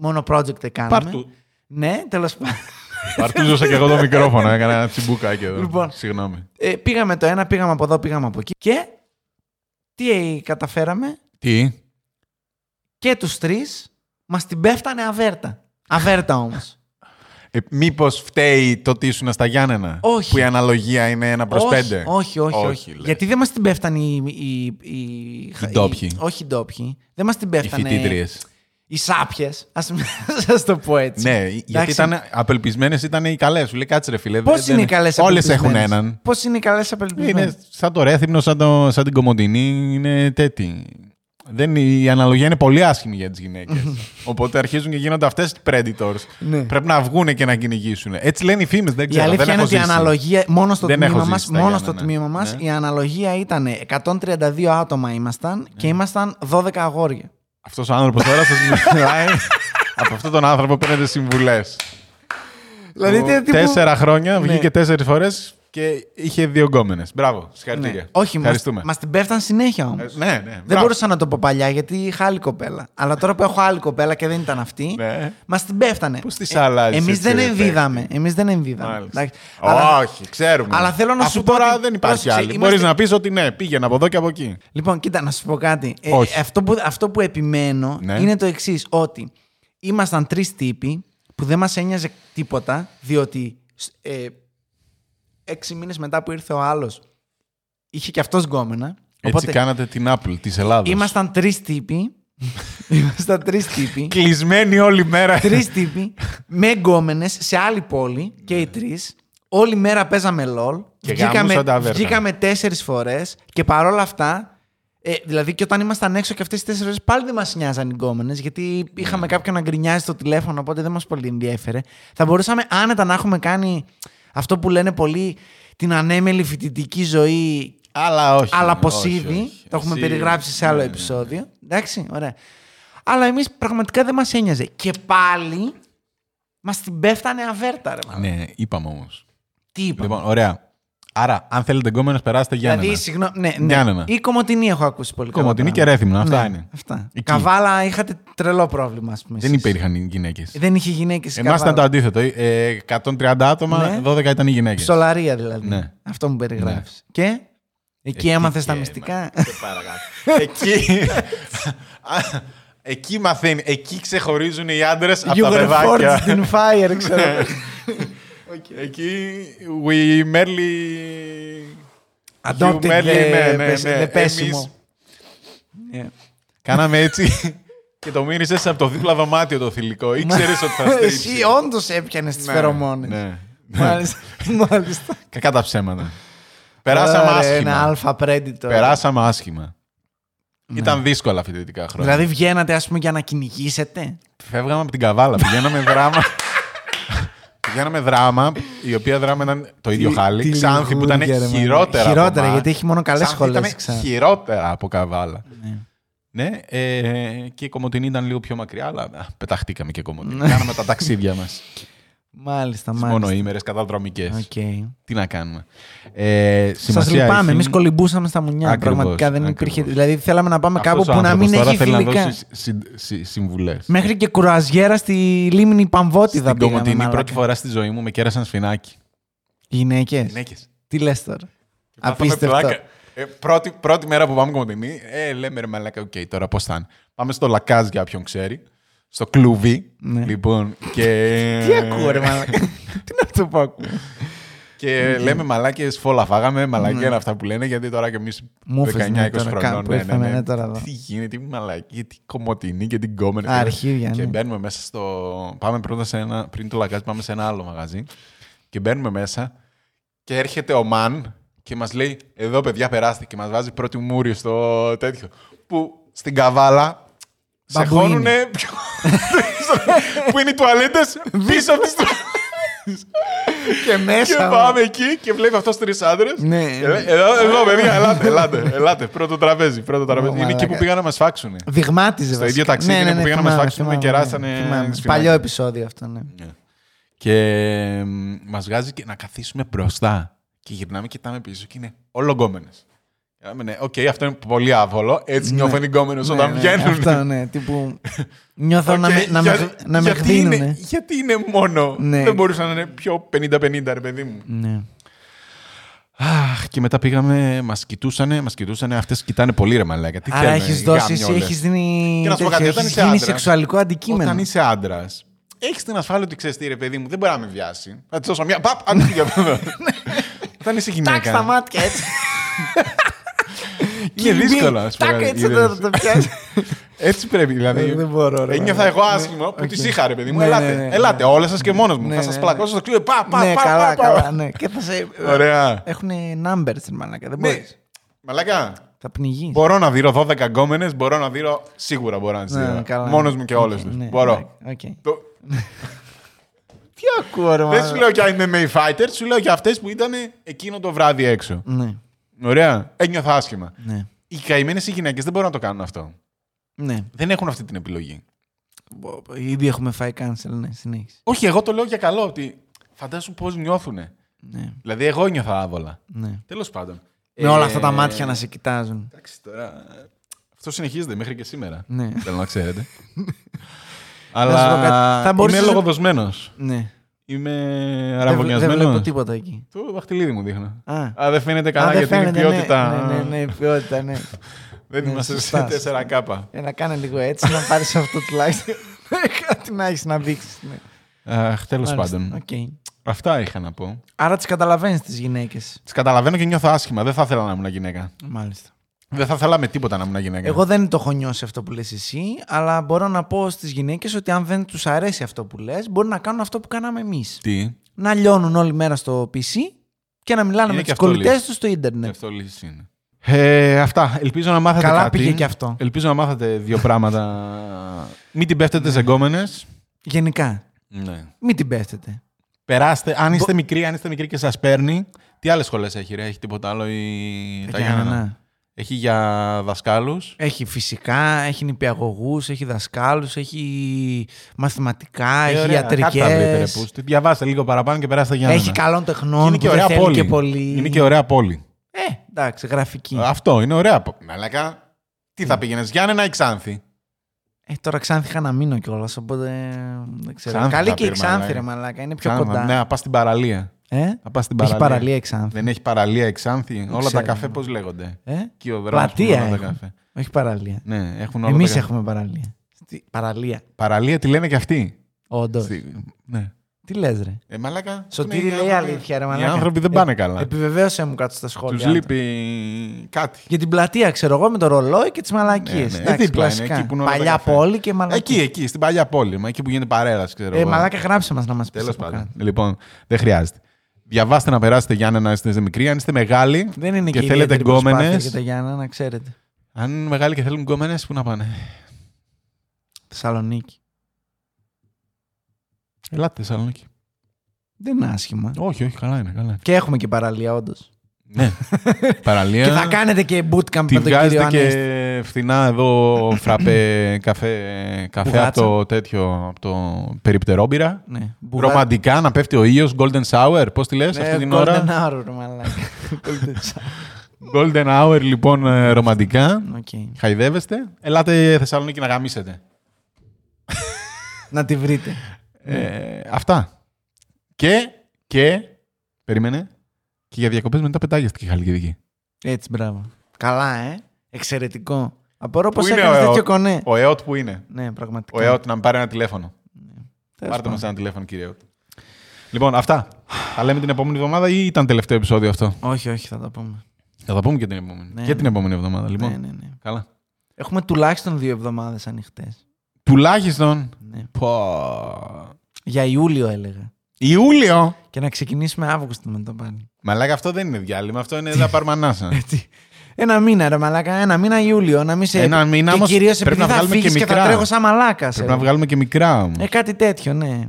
[SPEAKER 2] μόνο project κάναμε.
[SPEAKER 1] Πάρτου.
[SPEAKER 2] Ναι, τέλος πάντων.
[SPEAKER 1] Παρτούζωσα και εγώ το μικρόφωνο. Έκανα ένα τσιμπουκάκι εδώ.
[SPEAKER 2] Λοιπόν.
[SPEAKER 1] Συγγνώμη.
[SPEAKER 2] Ε, πήγαμε το ένα, πήγαμε από εδώ, πήγαμε από εκεί. Και τι ε, καταφέραμε,
[SPEAKER 1] Τι.
[SPEAKER 2] και τους τρεις μας την πέφτανε αβέρτα. Αβέρτα όμως.
[SPEAKER 1] Ε, Μήπως φταίει το ότι ήσουν στα Γιάννενα.
[SPEAKER 2] Όχι.
[SPEAKER 1] Που η αναλογία είναι ένα προς πέντε.
[SPEAKER 2] Όχι, όχι, όχι.
[SPEAKER 1] Όχι, λέει.
[SPEAKER 2] Γιατί δεν μας την πέφτανε οι... οι, οι, οι-
[SPEAKER 1] ντόπιοι.
[SPEAKER 2] όχι οι ντόπιοι. Δεν μας την
[SPEAKER 1] Οι
[SPEAKER 2] πέφτανε
[SPEAKER 1] φοιτήτριες.
[SPEAKER 2] οι σάπιες. Ας σας το πω έτσι.
[SPEAKER 1] Ναι, γιατί ήταν απελπισμένες ήταν οι καλές. Σου λέει κάτσε ρε φίλε.
[SPEAKER 2] Πώς
[SPEAKER 1] δεν-
[SPEAKER 2] είναι οι καλές
[SPEAKER 1] Όλες έχουν
[SPEAKER 2] απελπισμένες?
[SPEAKER 1] έναν.
[SPEAKER 2] Πώς είναι οι καλές απελπισμένες.
[SPEAKER 1] Είναι σαν το Ρέθυμνο, σαν, το, σαν την Κομοντινή, είναι τέτοι. Δεν, η αναλογία είναι πολύ άσχημη για τις γυναίκες. Οπότε αρχίζουν και γίνονται αυτές predators.
[SPEAKER 2] Ναι.
[SPEAKER 1] Πρέπει να βγουν και να κυνηγήσουν. Έτσι λένε οι φήμες, δεν
[SPEAKER 2] Η
[SPEAKER 1] ξέρω.
[SPEAKER 2] αλήθεια
[SPEAKER 1] δεν
[SPEAKER 2] είναι
[SPEAKER 1] έχω
[SPEAKER 2] ότι η
[SPEAKER 1] ζήσει.
[SPEAKER 2] αναλογία, μόνο στο
[SPEAKER 1] Δεν
[SPEAKER 2] τμήμα
[SPEAKER 1] έχω
[SPEAKER 2] μας,
[SPEAKER 1] ζήσει τα
[SPEAKER 2] μόνο
[SPEAKER 1] Γιάννενα.
[SPEAKER 2] στο τμήμα μας,
[SPEAKER 1] Ναι.
[SPEAKER 2] η αναλογία ήταν 132 άτομα ήμασταν και ήμασταν 12 αγόρια.
[SPEAKER 1] Αυτός ο άνθρωπος τώρα σας μιλάει. Από αυτόν τον άνθρωπο παίρνετε συμβουλές.
[SPEAKER 2] Δηλαδή, τι- τι που-
[SPEAKER 1] Τέσσερα χρόνια,
[SPEAKER 2] Ναι.
[SPEAKER 1] βγήκε τέσσερις φορές και είχε δύο γκόμενες. Μπράβο,
[SPEAKER 2] Ναι.
[SPEAKER 1] συγχαρητήρια.
[SPEAKER 2] Όχι, μας,
[SPEAKER 1] Ευχαριστούμε.
[SPEAKER 2] μας την πέφταν συνέχεια όμως.
[SPEAKER 1] Ε, Ναι, ναι.
[SPEAKER 2] Δεν
[SPEAKER 1] μπράβο.
[SPEAKER 2] μπορούσα να το πω παλιά γιατί είχα άλλη κοπέλα. Αλλά τώρα που έχω άλλη κοπέλα και δεν ήταν αυτή,
[SPEAKER 1] Ναι.
[SPEAKER 2] μας την πέφτανε.
[SPEAKER 1] Πώς τις αλλάζεις
[SPEAKER 2] Εμείς
[SPEAKER 1] έτσι,
[SPEAKER 2] δεν
[SPEAKER 1] ρε,
[SPEAKER 2] ενδίδαμε. Εμείς δεν ενδίδαμε.
[SPEAKER 1] Μάλιστα.
[SPEAKER 2] Εντάξει. Αλλά,
[SPEAKER 1] Όχι, ξέρουμε.
[SPEAKER 2] Αλλά θέλω να
[SPEAKER 1] Αφού
[SPEAKER 2] σου πω
[SPEAKER 1] τώρα
[SPEAKER 2] ότι-
[SPEAKER 1] δεν υπάρχει
[SPEAKER 2] πρόσεξε,
[SPEAKER 1] άλλη.
[SPEAKER 2] είμαστε-
[SPEAKER 1] Μπορεί να πεις ότι ναι, πήγαινε από εδώ και από εκεί.
[SPEAKER 2] λοιπόν, κοίτα, να σου πω κάτι. Ε,
[SPEAKER 1] Όχι.
[SPEAKER 2] αυτό, που, αυτό που επιμένω
[SPEAKER 1] Ναι.
[SPEAKER 2] είναι το εξής: Ότι ήμασταν τρεις τύποι που δεν μας ένοιαζε τίποτα, διότι ε, έξι μήνες μετά που ήρθε ο άλλος, είχε και αυτός γκόμενα.
[SPEAKER 1] Έτσι κάνατε την Apple της Ελλάδα.
[SPEAKER 2] ήμασταν τρεις τύποι. ήμασταν τρεις τύποι.
[SPEAKER 1] κλεισμένοι όλη μέρα.
[SPEAKER 2] Τρεις τύποι με εγκόμενε σε άλλη πόλη και οι τρεις. Όλη μέρα παίζαμε LOL.
[SPEAKER 1] Ναι. Και γαμούσαν τα αβέρτα.
[SPEAKER 2] βγήκαμε τέσσερις φορές και παρόλα αυτά. Ε, δηλαδή και όταν ήμασταν έξω και αυτές τι τέσσερι ώρε πάλι δεν μας νοιάζαν οι γκόμενες, γιατί είχαμε
[SPEAKER 1] Ναι.
[SPEAKER 2] κάποιον να γκρινιάζει στο τηλέφωνο, οπότε δεν μας πολύ ενδιέφερε. Θα μπορούσαμε άνετα να έχουμε κάνει αυτό που λένε πολύ την ανέμελη φοιτητική ζωή
[SPEAKER 1] Αλλά όχι.
[SPEAKER 2] αλλά από
[SPEAKER 1] όχι,
[SPEAKER 2] σίδη.
[SPEAKER 1] όχι.
[SPEAKER 2] Το έχουμε
[SPEAKER 1] Εσύ-
[SPEAKER 2] περιγράψει σε άλλο
[SPEAKER 1] ναι, ναι.
[SPEAKER 2] επεισόδιο. Εντάξει, ωραία. Αλλά εμείς πραγματικά δεν μας ένοιαζε. Και πάλι μας την πέφτανε αβέρτα, ρε μάλλον.
[SPEAKER 1] Ναι, είπαμε όμως.
[SPEAKER 2] Τι είπα.
[SPEAKER 1] Λοιπόν, ωραία. Άρα, αν θέλετε γκόμενε, περάστε Γιάννενα.
[SPEAKER 2] Δηλαδή, συγγνώμη. Ναι, ναι.
[SPEAKER 1] Γιάννενα.
[SPEAKER 2] Ή κομμωτινή έχω ακούσει πολύ. καλά
[SPEAKER 1] Κομωτινή και
[SPEAKER 2] πράγματα.
[SPEAKER 1] Ρέθυμνα, αυτά
[SPEAKER 2] Ναι,
[SPEAKER 1] είναι.
[SPEAKER 2] Αυτά.
[SPEAKER 1] Εκεί.
[SPEAKER 2] Καβάλα είχατε τρελό πρόβλημα, ας πούμε.
[SPEAKER 1] Δεν
[SPEAKER 2] εσείς.
[SPEAKER 1] υπήρχαν οι γυναίκες.
[SPEAKER 2] Δεν είχε γυναίκες.
[SPEAKER 1] Εμάς ήταν το αντίθετο. Ε, 130 άτομα,
[SPEAKER 2] Ναι.
[SPEAKER 1] 12 ήταν οι γυναίκες.
[SPEAKER 2] Ψολαρία δηλαδή.
[SPEAKER 1] Ναι.
[SPEAKER 2] Αυτό μου περιγράφεις. Και εκεί έμαθε τα μυστικά.
[SPEAKER 1] εκεί. Α, εκεί μαθαίνει. Εκεί ξεχωρίζουν οι άντρες από
[SPEAKER 2] You
[SPEAKER 1] τα
[SPEAKER 2] were forged
[SPEAKER 1] παιδάκια.
[SPEAKER 2] in fire, ξέρω.
[SPEAKER 1] εκεί. We merely.
[SPEAKER 2] Adopted
[SPEAKER 1] You merely-
[SPEAKER 2] the-
[SPEAKER 1] ναι, ναι,
[SPEAKER 2] πεσ-
[SPEAKER 1] ναι.
[SPEAKER 2] the πέσιμο.
[SPEAKER 1] Εμείς
[SPEAKER 2] Ναι.
[SPEAKER 1] Κάναμε έτσι. και το μύρισες από το δίπλα δωμάτιο το θηλυκό. Ήξερε ότι θα στρίψει.
[SPEAKER 2] Ναι. Εσύ όντως έπιανες τις
[SPEAKER 1] Ναι,
[SPEAKER 2] φερομόνες.
[SPEAKER 1] ναι.
[SPEAKER 2] Μάλιστα. Μάλιστα.
[SPEAKER 1] Κακά τα ψέματα. Περάσαμε
[SPEAKER 2] Ωραία, Ένα
[SPEAKER 1] άσχημα.
[SPEAKER 2] αλφα predator.
[SPEAKER 1] Περάσαμε άσχημα. Ήταν δύσκολα φοιτητικά χρόνια.
[SPEAKER 2] Δηλαδή βγαίνατε ας πούμε για να κυνηγήσετε.
[SPEAKER 1] Φεύγαμε από την καβάλα. Πηγαίναμε δράμα. Πηγαίναμε δράμα, η οποία δράμα ήταν το ίδιο
[SPEAKER 2] Τι-
[SPEAKER 1] χάλι.
[SPEAKER 2] τι
[SPEAKER 1] Ξάνθη που ήταν
[SPEAKER 2] λιγούρια, ρε, μάνα.
[SPEAKER 1] χειρότερα. από
[SPEAKER 2] Χειρότερα,
[SPEAKER 1] εμάς.
[SPEAKER 2] γιατί έχει μόνο καλές
[SPEAKER 1] Ξάνθη
[SPEAKER 2] σχολές,
[SPEAKER 1] ήταν
[SPEAKER 2] ξέρω.
[SPEAKER 1] Χειρότερα από καβάλα.
[SPEAKER 2] Ναι.
[SPEAKER 1] Ναι, ε, και η Κομωτινή ήταν λίγο πιο μακριά, αλλά α, πεταχτήκαμε και Κομωτινή. Κάναμε τα ταξίδια μας. Τι
[SPEAKER 2] Μάλιστα, μάλιστα.
[SPEAKER 1] μονοήμερες καταδρομικές.
[SPEAKER 2] Okay.
[SPEAKER 1] Τι να κάνουμε. Ε,
[SPEAKER 2] Σας
[SPEAKER 1] σημασία
[SPEAKER 2] λυπάμαι,
[SPEAKER 1] έχει-
[SPEAKER 2] εμείς κολυμπούσαμε στα μουνιά.
[SPEAKER 1] Ακριβώς,
[SPEAKER 2] Πραγματικά δεν
[SPEAKER 1] ακριβώς.
[SPEAKER 2] υπήρχε. Δηλαδή θέλαμε να πάμε
[SPEAKER 1] Αυτός
[SPEAKER 2] κάπου
[SPEAKER 1] ο
[SPEAKER 2] που να
[SPEAKER 1] άνθρωπος
[SPEAKER 2] μην
[SPEAKER 1] τώρα
[SPEAKER 2] έχει
[SPEAKER 1] θέλει να
[SPEAKER 2] φιλικά.
[SPEAKER 1] δώσει συν- συ- συμβουλές.
[SPEAKER 2] Μέχρι και κουραζιέρα στη λίμνη Παμβότιδα
[SPEAKER 1] Στην
[SPEAKER 2] πήγαμε.
[SPEAKER 1] Κομωτινή
[SPEAKER 2] μαλάκα.
[SPEAKER 1] πρώτη φορά στη ζωή μου με κέρασαν σφινάκι.
[SPEAKER 2] Γυναίκες.
[SPEAKER 1] Γυναίκες.
[SPEAKER 2] Τι λες τώρα.
[SPEAKER 1] Πάθαμε
[SPEAKER 2] Απίστευτο.
[SPEAKER 1] πλάκα. Ε, πρώτη, πρώτη μέρα που πάμε κομμωτινή, ε, λέμε ρε μαλάκα, οκ, τώρα πώς θα είναι. Πάμε στο Λακάζ για όποιον ξέρει, στο κλουβί,
[SPEAKER 2] Ναι.
[SPEAKER 1] λοιπόν, και...
[SPEAKER 2] Τι ακούω ρε μαλάκα. Ναι, Τι είναι αυτό που ακούω.
[SPEAKER 1] Και λέμε μαλάκες φόλα φάγαμε, μαλάκια είναι αυτά που λένε, γιατί τώρα κι εμείς
[SPEAKER 2] Μούφες, ναι,
[SPEAKER 1] 19-20
[SPEAKER 2] τώρα,
[SPEAKER 1] χρονών,
[SPEAKER 2] κάπου ήρθαμε, ναι, τώρα εδώ.
[SPEAKER 1] τι γίνεται, τι μαλακή, τι κομμωτινή και την κόμενη.
[SPEAKER 2] Αρχίδια,
[SPEAKER 1] Και
[SPEAKER 2] ναι.
[SPEAKER 1] μπαίνουμε μέσα στο... Πάμε πρώτα σε ένα, πριν το Λακάζ πάμε σε ένα άλλο μαγαζί και μπαίνουμε μέσα Και έρχεται ο Μαν και μας λέει: Εδώ, παιδιά, περάστε. Και μας βάζει πρώτη μούρη στο τέτοιο. Που στην καβάλα σε
[SPEAKER 2] Μπαμπουίνι.
[SPEAKER 1] χώνουνε πιο- που είναι οι τουαλέτες πίσω από τις
[SPEAKER 2] Και
[SPEAKER 1] Και
[SPEAKER 2] μέσα.
[SPEAKER 1] πάμε εκεί και βλέπει αυτός τρεις άντρες.
[SPEAKER 2] Ναι.
[SPEAKER 1] Ε, Εδώ, εδώ, παιδιά, ελάτε, ελάτε, ελάτε. Πρώτο τραπέζι, πρώτο τραπέζι. Είναι εκεί
[SPEAKER 2] μαλάκα.
[SPEAKER 1] που πήγαν να μας φάξουν.
[SPEAKER 2] Δειγμάτιζε.
[SPEAKER 1] Στο ίδιο
[SPEAKER 2] βασικά. Ναι,
[SPEAKER 1] ταξίδι είναι που πήγαμε να μας φάξουμε
[SPEAKER 2] θυμάμαι,
[SPEAKER 1] και
[SPEAKER 2] θυμάμαι,
[SPEAKER 1] ράσανε
[SPEAKER 2] ναι, θυμάμαι.
[SPEAKER 1] σφινάκι.
[SPEAKER 2] Παλιό επεισόδιο αυτό, ναι.
[SPEAKER 1] Και μας βγάζει και να καθίσουμε μπροστά. Και γυρνάμε και κοιτάμε πίσω και είναι όλο γκόμενε. Ναι, οκ, αυτό είναι πολύ άβολο. Έτσι νιώθουν οι γκόμενε
[SPEAKER 2] Ναι,
[SPEAKER 1] όταν
[SPEAKER 2] ναι,
[SPEAKER 1] βγαίνουν.
[SPEAKER 2] Αυτό, ναι. Τύπου. Νιώθω να
[SPEAKER 1] Οκ,
[SPEAKER 2] με- να
[SPEAKER 1] για-
[SPEAKER 2] με- να με ναι.
[SPEAKER 1] γιατί είναι-
[SPEAKER 2] χδίνουνε.
[SPEAKER 1] Γιατί είναι μόνο.
[SPEAKER 2] Ναι.
[SPEAKER 1] Δεν μπορούσαν να είναι πιο 50-50, ρε παιδί μου.
[SPEAKER 2] Ναι.
[SPEAKER 1] Αχ, και μετά πήγαμε, μας κοιτούσανε, μας κοιτούσανε. Αυτές κοιτάνε πολύ ρε μαλάκα. Τι
[SPEAKER 2] Άρα
[SPEAKER 1] θέλουνε,
[SPEAKER 2] έχεις δώσει, εσύ
[SPEAKER 1] γάμιολες.
[SPEAKER 2] έχεις δίνει.
[SPEAKER 1] ναι, Και να σου πω κάτι,
[SPEAKER 2] τέτοιο,
[SPEAKER 1] όταν
[SPEAKER 2] έχεις
[SPEAKER 1] είσαι
[SPEAKER 2] γίνει
[SPEAKER 1] άντρας,
[SPEAKER 2] σεξουαλικό αντικείμενο.
[SPEAKER 1] Όταν είσαι άντρας, έχεις την ασφάλεια ότι ξέρεις τι ρε παιδί μου, δεν μπορεί να με βιάσει. Θα τη δώσω μια. Παπ, άντε φύγε από εδώ. Όταν είσαι
[SPEAKER 2] Τάκ στα
[SPEAKER 1] γυναίκα.
[SPEAKER 2] Ναι. μάτια έτσι.
[SPEAKER 1] Είναι δύσκολο, ας
[SPEAKER 2] Τάκ έτσι το το πιάσει.
[SPEAKER 1] Έτσι πρέπει, δηλαδή.
[SPEAKER 2] Ε, δεν μπορώ, ρε,
[SPEAKER 1] Ένιωθα
[SPEAKER 2] μαλάκα.
[SPEAKER 1] εγώ άσχημο που
[SPEAKER 2] οκ.
[SPEAKER 1] τη είχα, ρε παιδί μου.
[SPEAKER 2] Ναι, ναι,
[SPEAKER 1] Ελάτε,
[SPEAKER 2] ναι, ναι.
[SPEAKER 1] ελάτε όλες σας και μόνο μου.
[SPEAKER 2] Ναι,
[SPEAKER 1] Θα
[SPEAKER 2] ναι,
[SPEAKER 1] σας
[SPEAKER 2] ναι.
[SPEAKER 1] πλακώσω στο κλειδί. Πα, πα,
[SPEAKER 2] Ναι,
[SPEAKER 1] πα, πα,
[SPEAKER 2] καλά,
[SPEAKER 1] πα.
[SPEAKER 2] καλά. ναι. Και θα σε.
[SPEAKER 1] Ωραία.
[SPEAKER 2] Έχουν numbers, ρε μαλάκα. Δεν
[SPEAKER 1] Ναι.
[SPEAKER 2] μπορείς.
[SPEAKER 1] Μαλάκα,
[SPEAKER 2] Θα πνιγείς.
[SPEAKER 1] μπορώ να δίνω 12 γκόμενες, μπορώ να δίνω. Σίγουρα μπορώ να
[SPEAKER 2] Ναι,
[SPEAKER 1] τι δίνω. Μόνο Ναι, μου και όλες του. Μπορώ. Το-
[SPEAKER 2] Τι ακούω, ρε
[SPEAKER 1] Δεν σου
[SPEAKER 2] μαλάκα.
[SPEAKER 1] λέω για MMA fighters, σου λέω για αυτές που ήταν εκείνο το βράδυ έξω.
[SPEAKER 2] Ναι,
[SPEAKER 1] Ωραία. Ένιωθα άσχημα.
[SPEAKER 2] ναι.
[SPEAKER 1] Οι καημένες οι γυναίκες δεν μπορούν να το κάνουν αυτό.
[SPEAKER 2] Ναι.
[SPEAKER 1] Δεν έχουν αυτή την επιλογή.
[SPEAKER 2] Μπο- μπο- Ήδη έχουμε φάει cancel, ναι, συνέχισε.
[SPEAKER 1] Όχι, εγώ το λέω για καλό. Ότι φαντάσου πώς νιώθουνε.
[SPEAKER 2] Ναι,
[SPEAKER 1] Δηλαδή, εγώ νιώθα άβολα.
[SPEAKER 2] ναι.
[SPEAKER 1] Τέλος πάντων. Ε,
[SPEAKER 2] Με όλα αυτά τα μάτια να σε κοιτάζουν.
[SPEAKER 1] Εντάξει, τώρα. Αυτό συνεχίζεται μέχρι και σήμερα.
[SPEAKER 2] Ναι.
[SPEAKER 1] Θέλω να ξέρετε.
[SPEAKER 2] Να σου πω
[SPEAKER 1] Αλλά
[SPEAKER 2] κάτι. Θα μπορούσες
[SPEAKER 1] είμαι
[SPEAKER 2] να-
[SPEAKER 1] λογοδοσμένος.
[SPEAKER 2] Ναι.
[SPEAKER 1] Είμαι
[SPEAKER 2] Δεν β- Δεν βλέπω
[SPEAKER 1] αραβωνιασμένο.
[SPEAKER 2] τίποτα εκεί.
[SPEAKER 1] Το δαχτυλίδι μου δείχνω.
[SPEAKER 2] Α.
[SPEAKER 1] Α, δεν φαίνεται
[SPEAKER 2] Α,
[SPEAKER 1] καλά
[SPEAKER 2] δεν
[SPEAKER 1] γιατί είναι
[SPEAKER 2] φαίνεται, ναι.
[SPEAKER 1] ποιότητα.
[SPEAKER 2] Ναι, ναι, ναι, ποιότητα, ναι.
[SPEAKER 1] Δεν
[SPEAKER 2] Ναι,
[SPEAKER 1] είμαστε σε
[SPEAKER 2] σωστά,
[SPEAKER 1] 4K.
[SPEAKER 2] Ε, να κάνε λίγο έτσι, να πάρεις αυτό τουλάχιστον. Κάτι να έχεις να δείξεις. ναι.
[SPEAKER 1] Αχ, τέλος
[SPEAKER 2] Μάλιστα,
[SPEAKER 1] πάντων.
[SPEAKER 2] οκ.
[SPEAKER 1] Αυτά είχα να πω.
[SPEAKER 2] Άρα τις καταλαβαίνεις τις γυναίκες.
[SPEAKER 1] Τις καταλαβαίνω και νιώθω άσχημα. Δεν θα ήθελα να ήμουν γυναίκα.
[SPEAKER 2] Μάλιστα.
[SPEAKER 1] Δεν θα ήθελα με τίποτα να ήμουν γυναίκα.
[SPEAKER 2] Εγώ δεν το έχω νιώσει αυτό που λες εσύ, αλλά μπορώ να πω στις γυναίκες ότι αν δεν τους αρέσει αυτό που λες, μπορεί να κάνουν αυτό που κάναμε εμείς.
[SPEAKER 1] Τι.
[SPEAKER 2] να λιώνουν όλη μέρα στο PC και να μιλάνε
[SPEAKER 1] Είναι
[SPEAKER 2] με
[SPEAKER 1] και
[SPEAKER 2] τους
[SPEAKER 1] αυτό
[SPEAKER 2] κολλητές
[SPEAKER 1] λύση.
[SPEAKER 2] τους στο ίντερνετ.
[SPEAKER 1] Αυτό λύση είναι. Ε, αυτά. Ελπίζω να μάθατε
[SPEAKER 2] Ναι. Καλά
[SPEAKER 1] κάτι.
[SPEAKER 2] πήγε και αυτό.
[SPEAKER 1] Ελπίζω να μάθατε δύο πράγματα. Μην την πέφτετε
[SPEAKER 2] Ναι.
[SPEAKER 1] σε γκόμενες.
[SPEAKER 2] Γενικά,
[SPEAKER 1] Ναι.
[SPEAKER 2] μην την πέφτετε.
[SPEAKER 1] Περάστε. Αν είστε μικροί, αν είστε μικροί και σας παίρνει. Τι άλλες σχολές έχει ρε, έχει τίποτα άλλο η...
[SPEAKER 2] Τα
[SPEAKER 1] τα Γιάννενα.
[SPEAKER 2] Γιάννενα.
[SPEAKER 1] Έχει για δασκάλους.
[SPEAKER 2] Έχει φυσικά, έχει νηπιαγωγούς, έχει δασκάλους, έχει μαθηματικά,
[SPEAKER 1] Ε,
[SPEAKER 2] έχει
[SPEAKER 1] ωραία, κάπου τα βρείτε, ρε,
[SPEAKER 2] ιατρικές.
[SPEAKER 1] πούστη. Διαβάστε λίγο παραπάνω και περάστε για
[SPEAKER 2] Έχει καλών τεχνών
[SPEAKER 1] Είναι
[SPEAKER 2] που
[SPEAKER 1] και
[SPEAKER 2] δεν
[SPEAKER 1] ωραία
[SPEAKER 2] θέλει
[SPEAKER 1] πόλη.
[SPEAKER 2] και πολύ.
[SPEAKER 1] Είναι και ωραία πόλη.
[SPEAKER 2] Ε, εντάξει, γραφική.
[SPEAKER 1] Αυτό είναι ωραία. πόλη. Μαλάκα, τι θα πήγαινες, Γιάννενα ή Ξάνθη.
[SPEAKER 2] Ε, τώρα Ξάνθη είχα να μείνω κιόλας, οπότε ε, δεν ξέρω.
[SPEAKER 1] Ξάνθη
[SPEAKER 2] Καλή
[SPEAKER 1] θα
[SPEAKER 2] και η
[SPEAKER 1] πήρε,
[SPEAKER 2] Ξάνθη,
[SPEAKER 1] μαλάκα.
[SPEAKER 2] ρε Μαλάκα, είναι πιο
[SPEAKER 1] Ξάνθη,
[SPEAKER 2] κοντά.
[SPEAKER 1] Ναι, να πας στην παραλία.
[SPEAKER 2] Ε?
[SPEAKER 1] Να πας στην
[SPEAKER 2] Έχει
[SPEAKER 1] παραλία.
[SPEAKER 2] παραλία η Ξάνθη.
[SPEAKER 1] Δεν έχει παραλία η Ξάνθη. όλα
[SPEAKER 2] ξέρω.
[SPEAKER 1] τα καφέ πώς λέγονται.
[SPEAKER 2] Ε?
[SPEAKER 1] Εκεί ο Δράκος
[SPEAKER 2] Πλατεία
[SPEAKER 1] έχουν όλα τα
[SPEAKER 2] έχουν.
[SPEAKER 1] καφέ.
[SPEAKER 2] Όχι παραλία.
[SPEAKER 1] Ναι, έχουν όλα
[SPEAKER 2] Εμείς
[SPEAKER 1] τα καφέ.
[SPEAKER 2] έχουμε παραλία. Στη... Παραλία.
[SPEAKER 1] Παραλία τη λένε και αυτοί.
[SPEAKER 2] Όντως.
[SPEAKER 1] Στη- Ναι.
[SPEAKER 2] Τι λες, ρε.
[SPEAKER 1] Ε, μαλάκα.
[SPEAKER 2] Σωτήρι
[SPEAKER 1] είναι οι
[SPEAKER 2] λέει
[SPEAKER 1] άνθρωποι-
[SPEAKER 2] αλήθεια, ρε
[SPEAKER 1] Οι
[SPEAKER 2] Μαλάκα.
[SPEAKER 1] άνθρωποι δεν
[SPEAKER 2] Ε,
[SPEAKER 1] πάνε καλά.
[SPEAKER 2] Επιβεβαίωσε μου κάτω στα σχόλια.
[SPEAKER 1] Τους λείπει κάτι.
[SPEAKER 2] Για την πλατεία, ξέρω εγώ, με το ρολόι και τις μαλακίες.
[SPEAKER 1] Ναι, ναι. Ε, δίπλα είναι, εκεί που είναι όλα τα
[SPEAKER 2] Παλιά
[SPEAKER 1] καφέ.
[SPEAKER 2] πόλη και μαλακίε.
[SPEAKER 1] Εκεί, εκεί, στην παλιά πόλη. Μα εκεί που γίνεται παρέλαση, ξέρω
[SPEAKER 2] Ε,
[SPEAKER 1] εγώ.
[SPEAKER 2] μαλάκα, γράψε μας να μας πεις.
[SPEAKER 1] Τέλος πάντων. Λοιπόν, δεν χρειάζεται. Διαβάστε να περάσετε Γιάννενα να είστε μικροί. Αν είστε μεγάλοι
[SPEAKER 2] Δεν είναι
[SPEAKER 1] και
[SPEAKER 2] και
[SPEAKER 1] θέλετε
[SPEAKER 2] ιδιαίτερη προσπάθεια
[SPEAKER 1] γκόμενε.
[SPEAKER 2] Για τα Γιάννα, να ξέρετε.
[SPEAKER 1] Αν είναι μεγάλοι και θέλουν γκόμενε, πού να πάνε.
[SPEAKER 2] Θεσσαλονίκη.
[SPEAKER 1] Ελάτε Θεσσαλονίκη.
[SPEAKER 2] Δεν είναι άσχημα.
[SPEAKER 1] Όχι, όχι, καλά είναι. Καλά. είναι.
[SPEAKER 2] Και έχουμε και παραλία, όντως.
[SPEAKER 1] ναι. Παραλία.
[SPEAKER 2] Και θα κάνετε και bootcamp
[SPEAKER 1] Τη
[SPEAKER 2] με τον κύριο
[SPEAKER 1] βγάζετε
[SPEAKER 2] Ανέστη.
[SPEAKER 1] και φθηνά εδώ φραπέ, καφέ, καφέ από
[SPEAKER 2] Μπουγάτσα.
[SPEAKER 1] το τέτοιο, από το περιπτερόμπυρα.
[SPEAKER 2] Ναι, μπουγά-
[SPEAKER 1] Ρομαντικά, να πέφτει ο ήλιος, golden shower, πώς τη λες
[SPEAKER 2] Ναι,
[SPEAKER 1] αυτή την
[SPEAKER 2] golden
[SPEAKER 1] ώρα.
[SPEAKER 2] hour, ρε μαλάκα. Golden hour.
[SPEAKER 1] Golden hour, λοιπόν, ε, ρομαντικά.
[SPEAKER 2] Οκ.
[SPEAKER 1] Χαϊδεύεστε. Ελάτε Θεσσαλονίκη να γαμίσετε.
[SPEAKER 2] Να τη βρείτε.
[SPEAKER 1] Ε, αυτά. Και, και, περίμενε, και για διακοπές μετά πετάγεστε και η Χαλκιδική.
[SPEAKER 2] Έτσι, μπράβο. Καλά, ε. Εξαιρετικό. Απορώ πώ
[SPEAKER 1] Πού είναι
[SPEAKER 2] έκανες
[SPEAKER 1] ο
[SPEAKER 2] τέτοιο
[SPEAKER 1] ΕΟΤ?
[SPEAKER 2] κονέ.
[SPEAKER 1] Ο ΕΟΤ που είναι.
[SPEAKER 2] Ναι, πραγματικά.
[SPEAKER 1] Ο ΕΟΤ να μου πάρει ένα τηλέφωνο.
[SPEAKER 2] Τέλος
[SPEAKER 1] Πάρτε μας
[SPEAKER 2] πάντων.
[SPEAKER 1] ένα τηλέφωνο, κύριε ΕΟΤ. Λοιπόν, αυτά. Τα λέμε την επόμενη εβδομάδα ή ήταν τελευταίο επεισόδιο αυτό.
[SPEAKER 2] Όχι, όχι, θα τα πούμε.
[SPEAKER 1] Θα τα πούμε και την επόμενη.
[SPEAKER 2] Ναι,
[SPEAKER 1] και την
[SPEAKER 2] ναι.
[SPEAKER 1] επόμενη εβδομάδα, λοιπόν.
[SPEAKER 2] Ναι, ναι, ναι.
[SPEAKER 1] Καλά.
[SPEAKER 2] Έχουμε τουλάχιστον δύο εβδομάδες ανοιχτές.
[SPEAKER 1] Τουλάχιστον.
[SPEAKER 2] Ναι.
[SPEAKER 1] Πω.
[SPEAKER 2] Για Ιούλιο έλεγα.
[SPEAKER 1] Ιούλιο!
[SPEAKER 2] Και να ξεκινήσουμε Αύγουστο μετά πάλι.
[SPEAKER 1] Μαλάκα, αυτό δεν είναι διάλειμμα, αυτό είναι να πάρουμε ανάσα.
[SPEAKER 2] Έτσι. Ένα μήνα, ρε Μαλάκα. Ένα μήνα Ιούλιο. Να μην σε.
[SPEAKER 1] Ένα μήνα,
[SPEAKER 2] και
[SPEAKER 1] όμως,
[SPEAKER 2] κυρίως
[SPEAKER 1] πρέπει
[SPEAKER 2] επειδή
[SPEAKER 1] να
[SPEAKER 2] θα
[SPEAKER 1] βγάλουμε και
[SPEAKER 2] φύγεις και, θα
[SPEAKER 1] μικρά.
[SPEAKER 2] τρέχω σαν μαλάκας.
[SPEAKER 1] Πρέπει να βγάλουμε και μικρά όμως.
[SPEAKER 2] Ε, κάτι τέτοιο, ναι.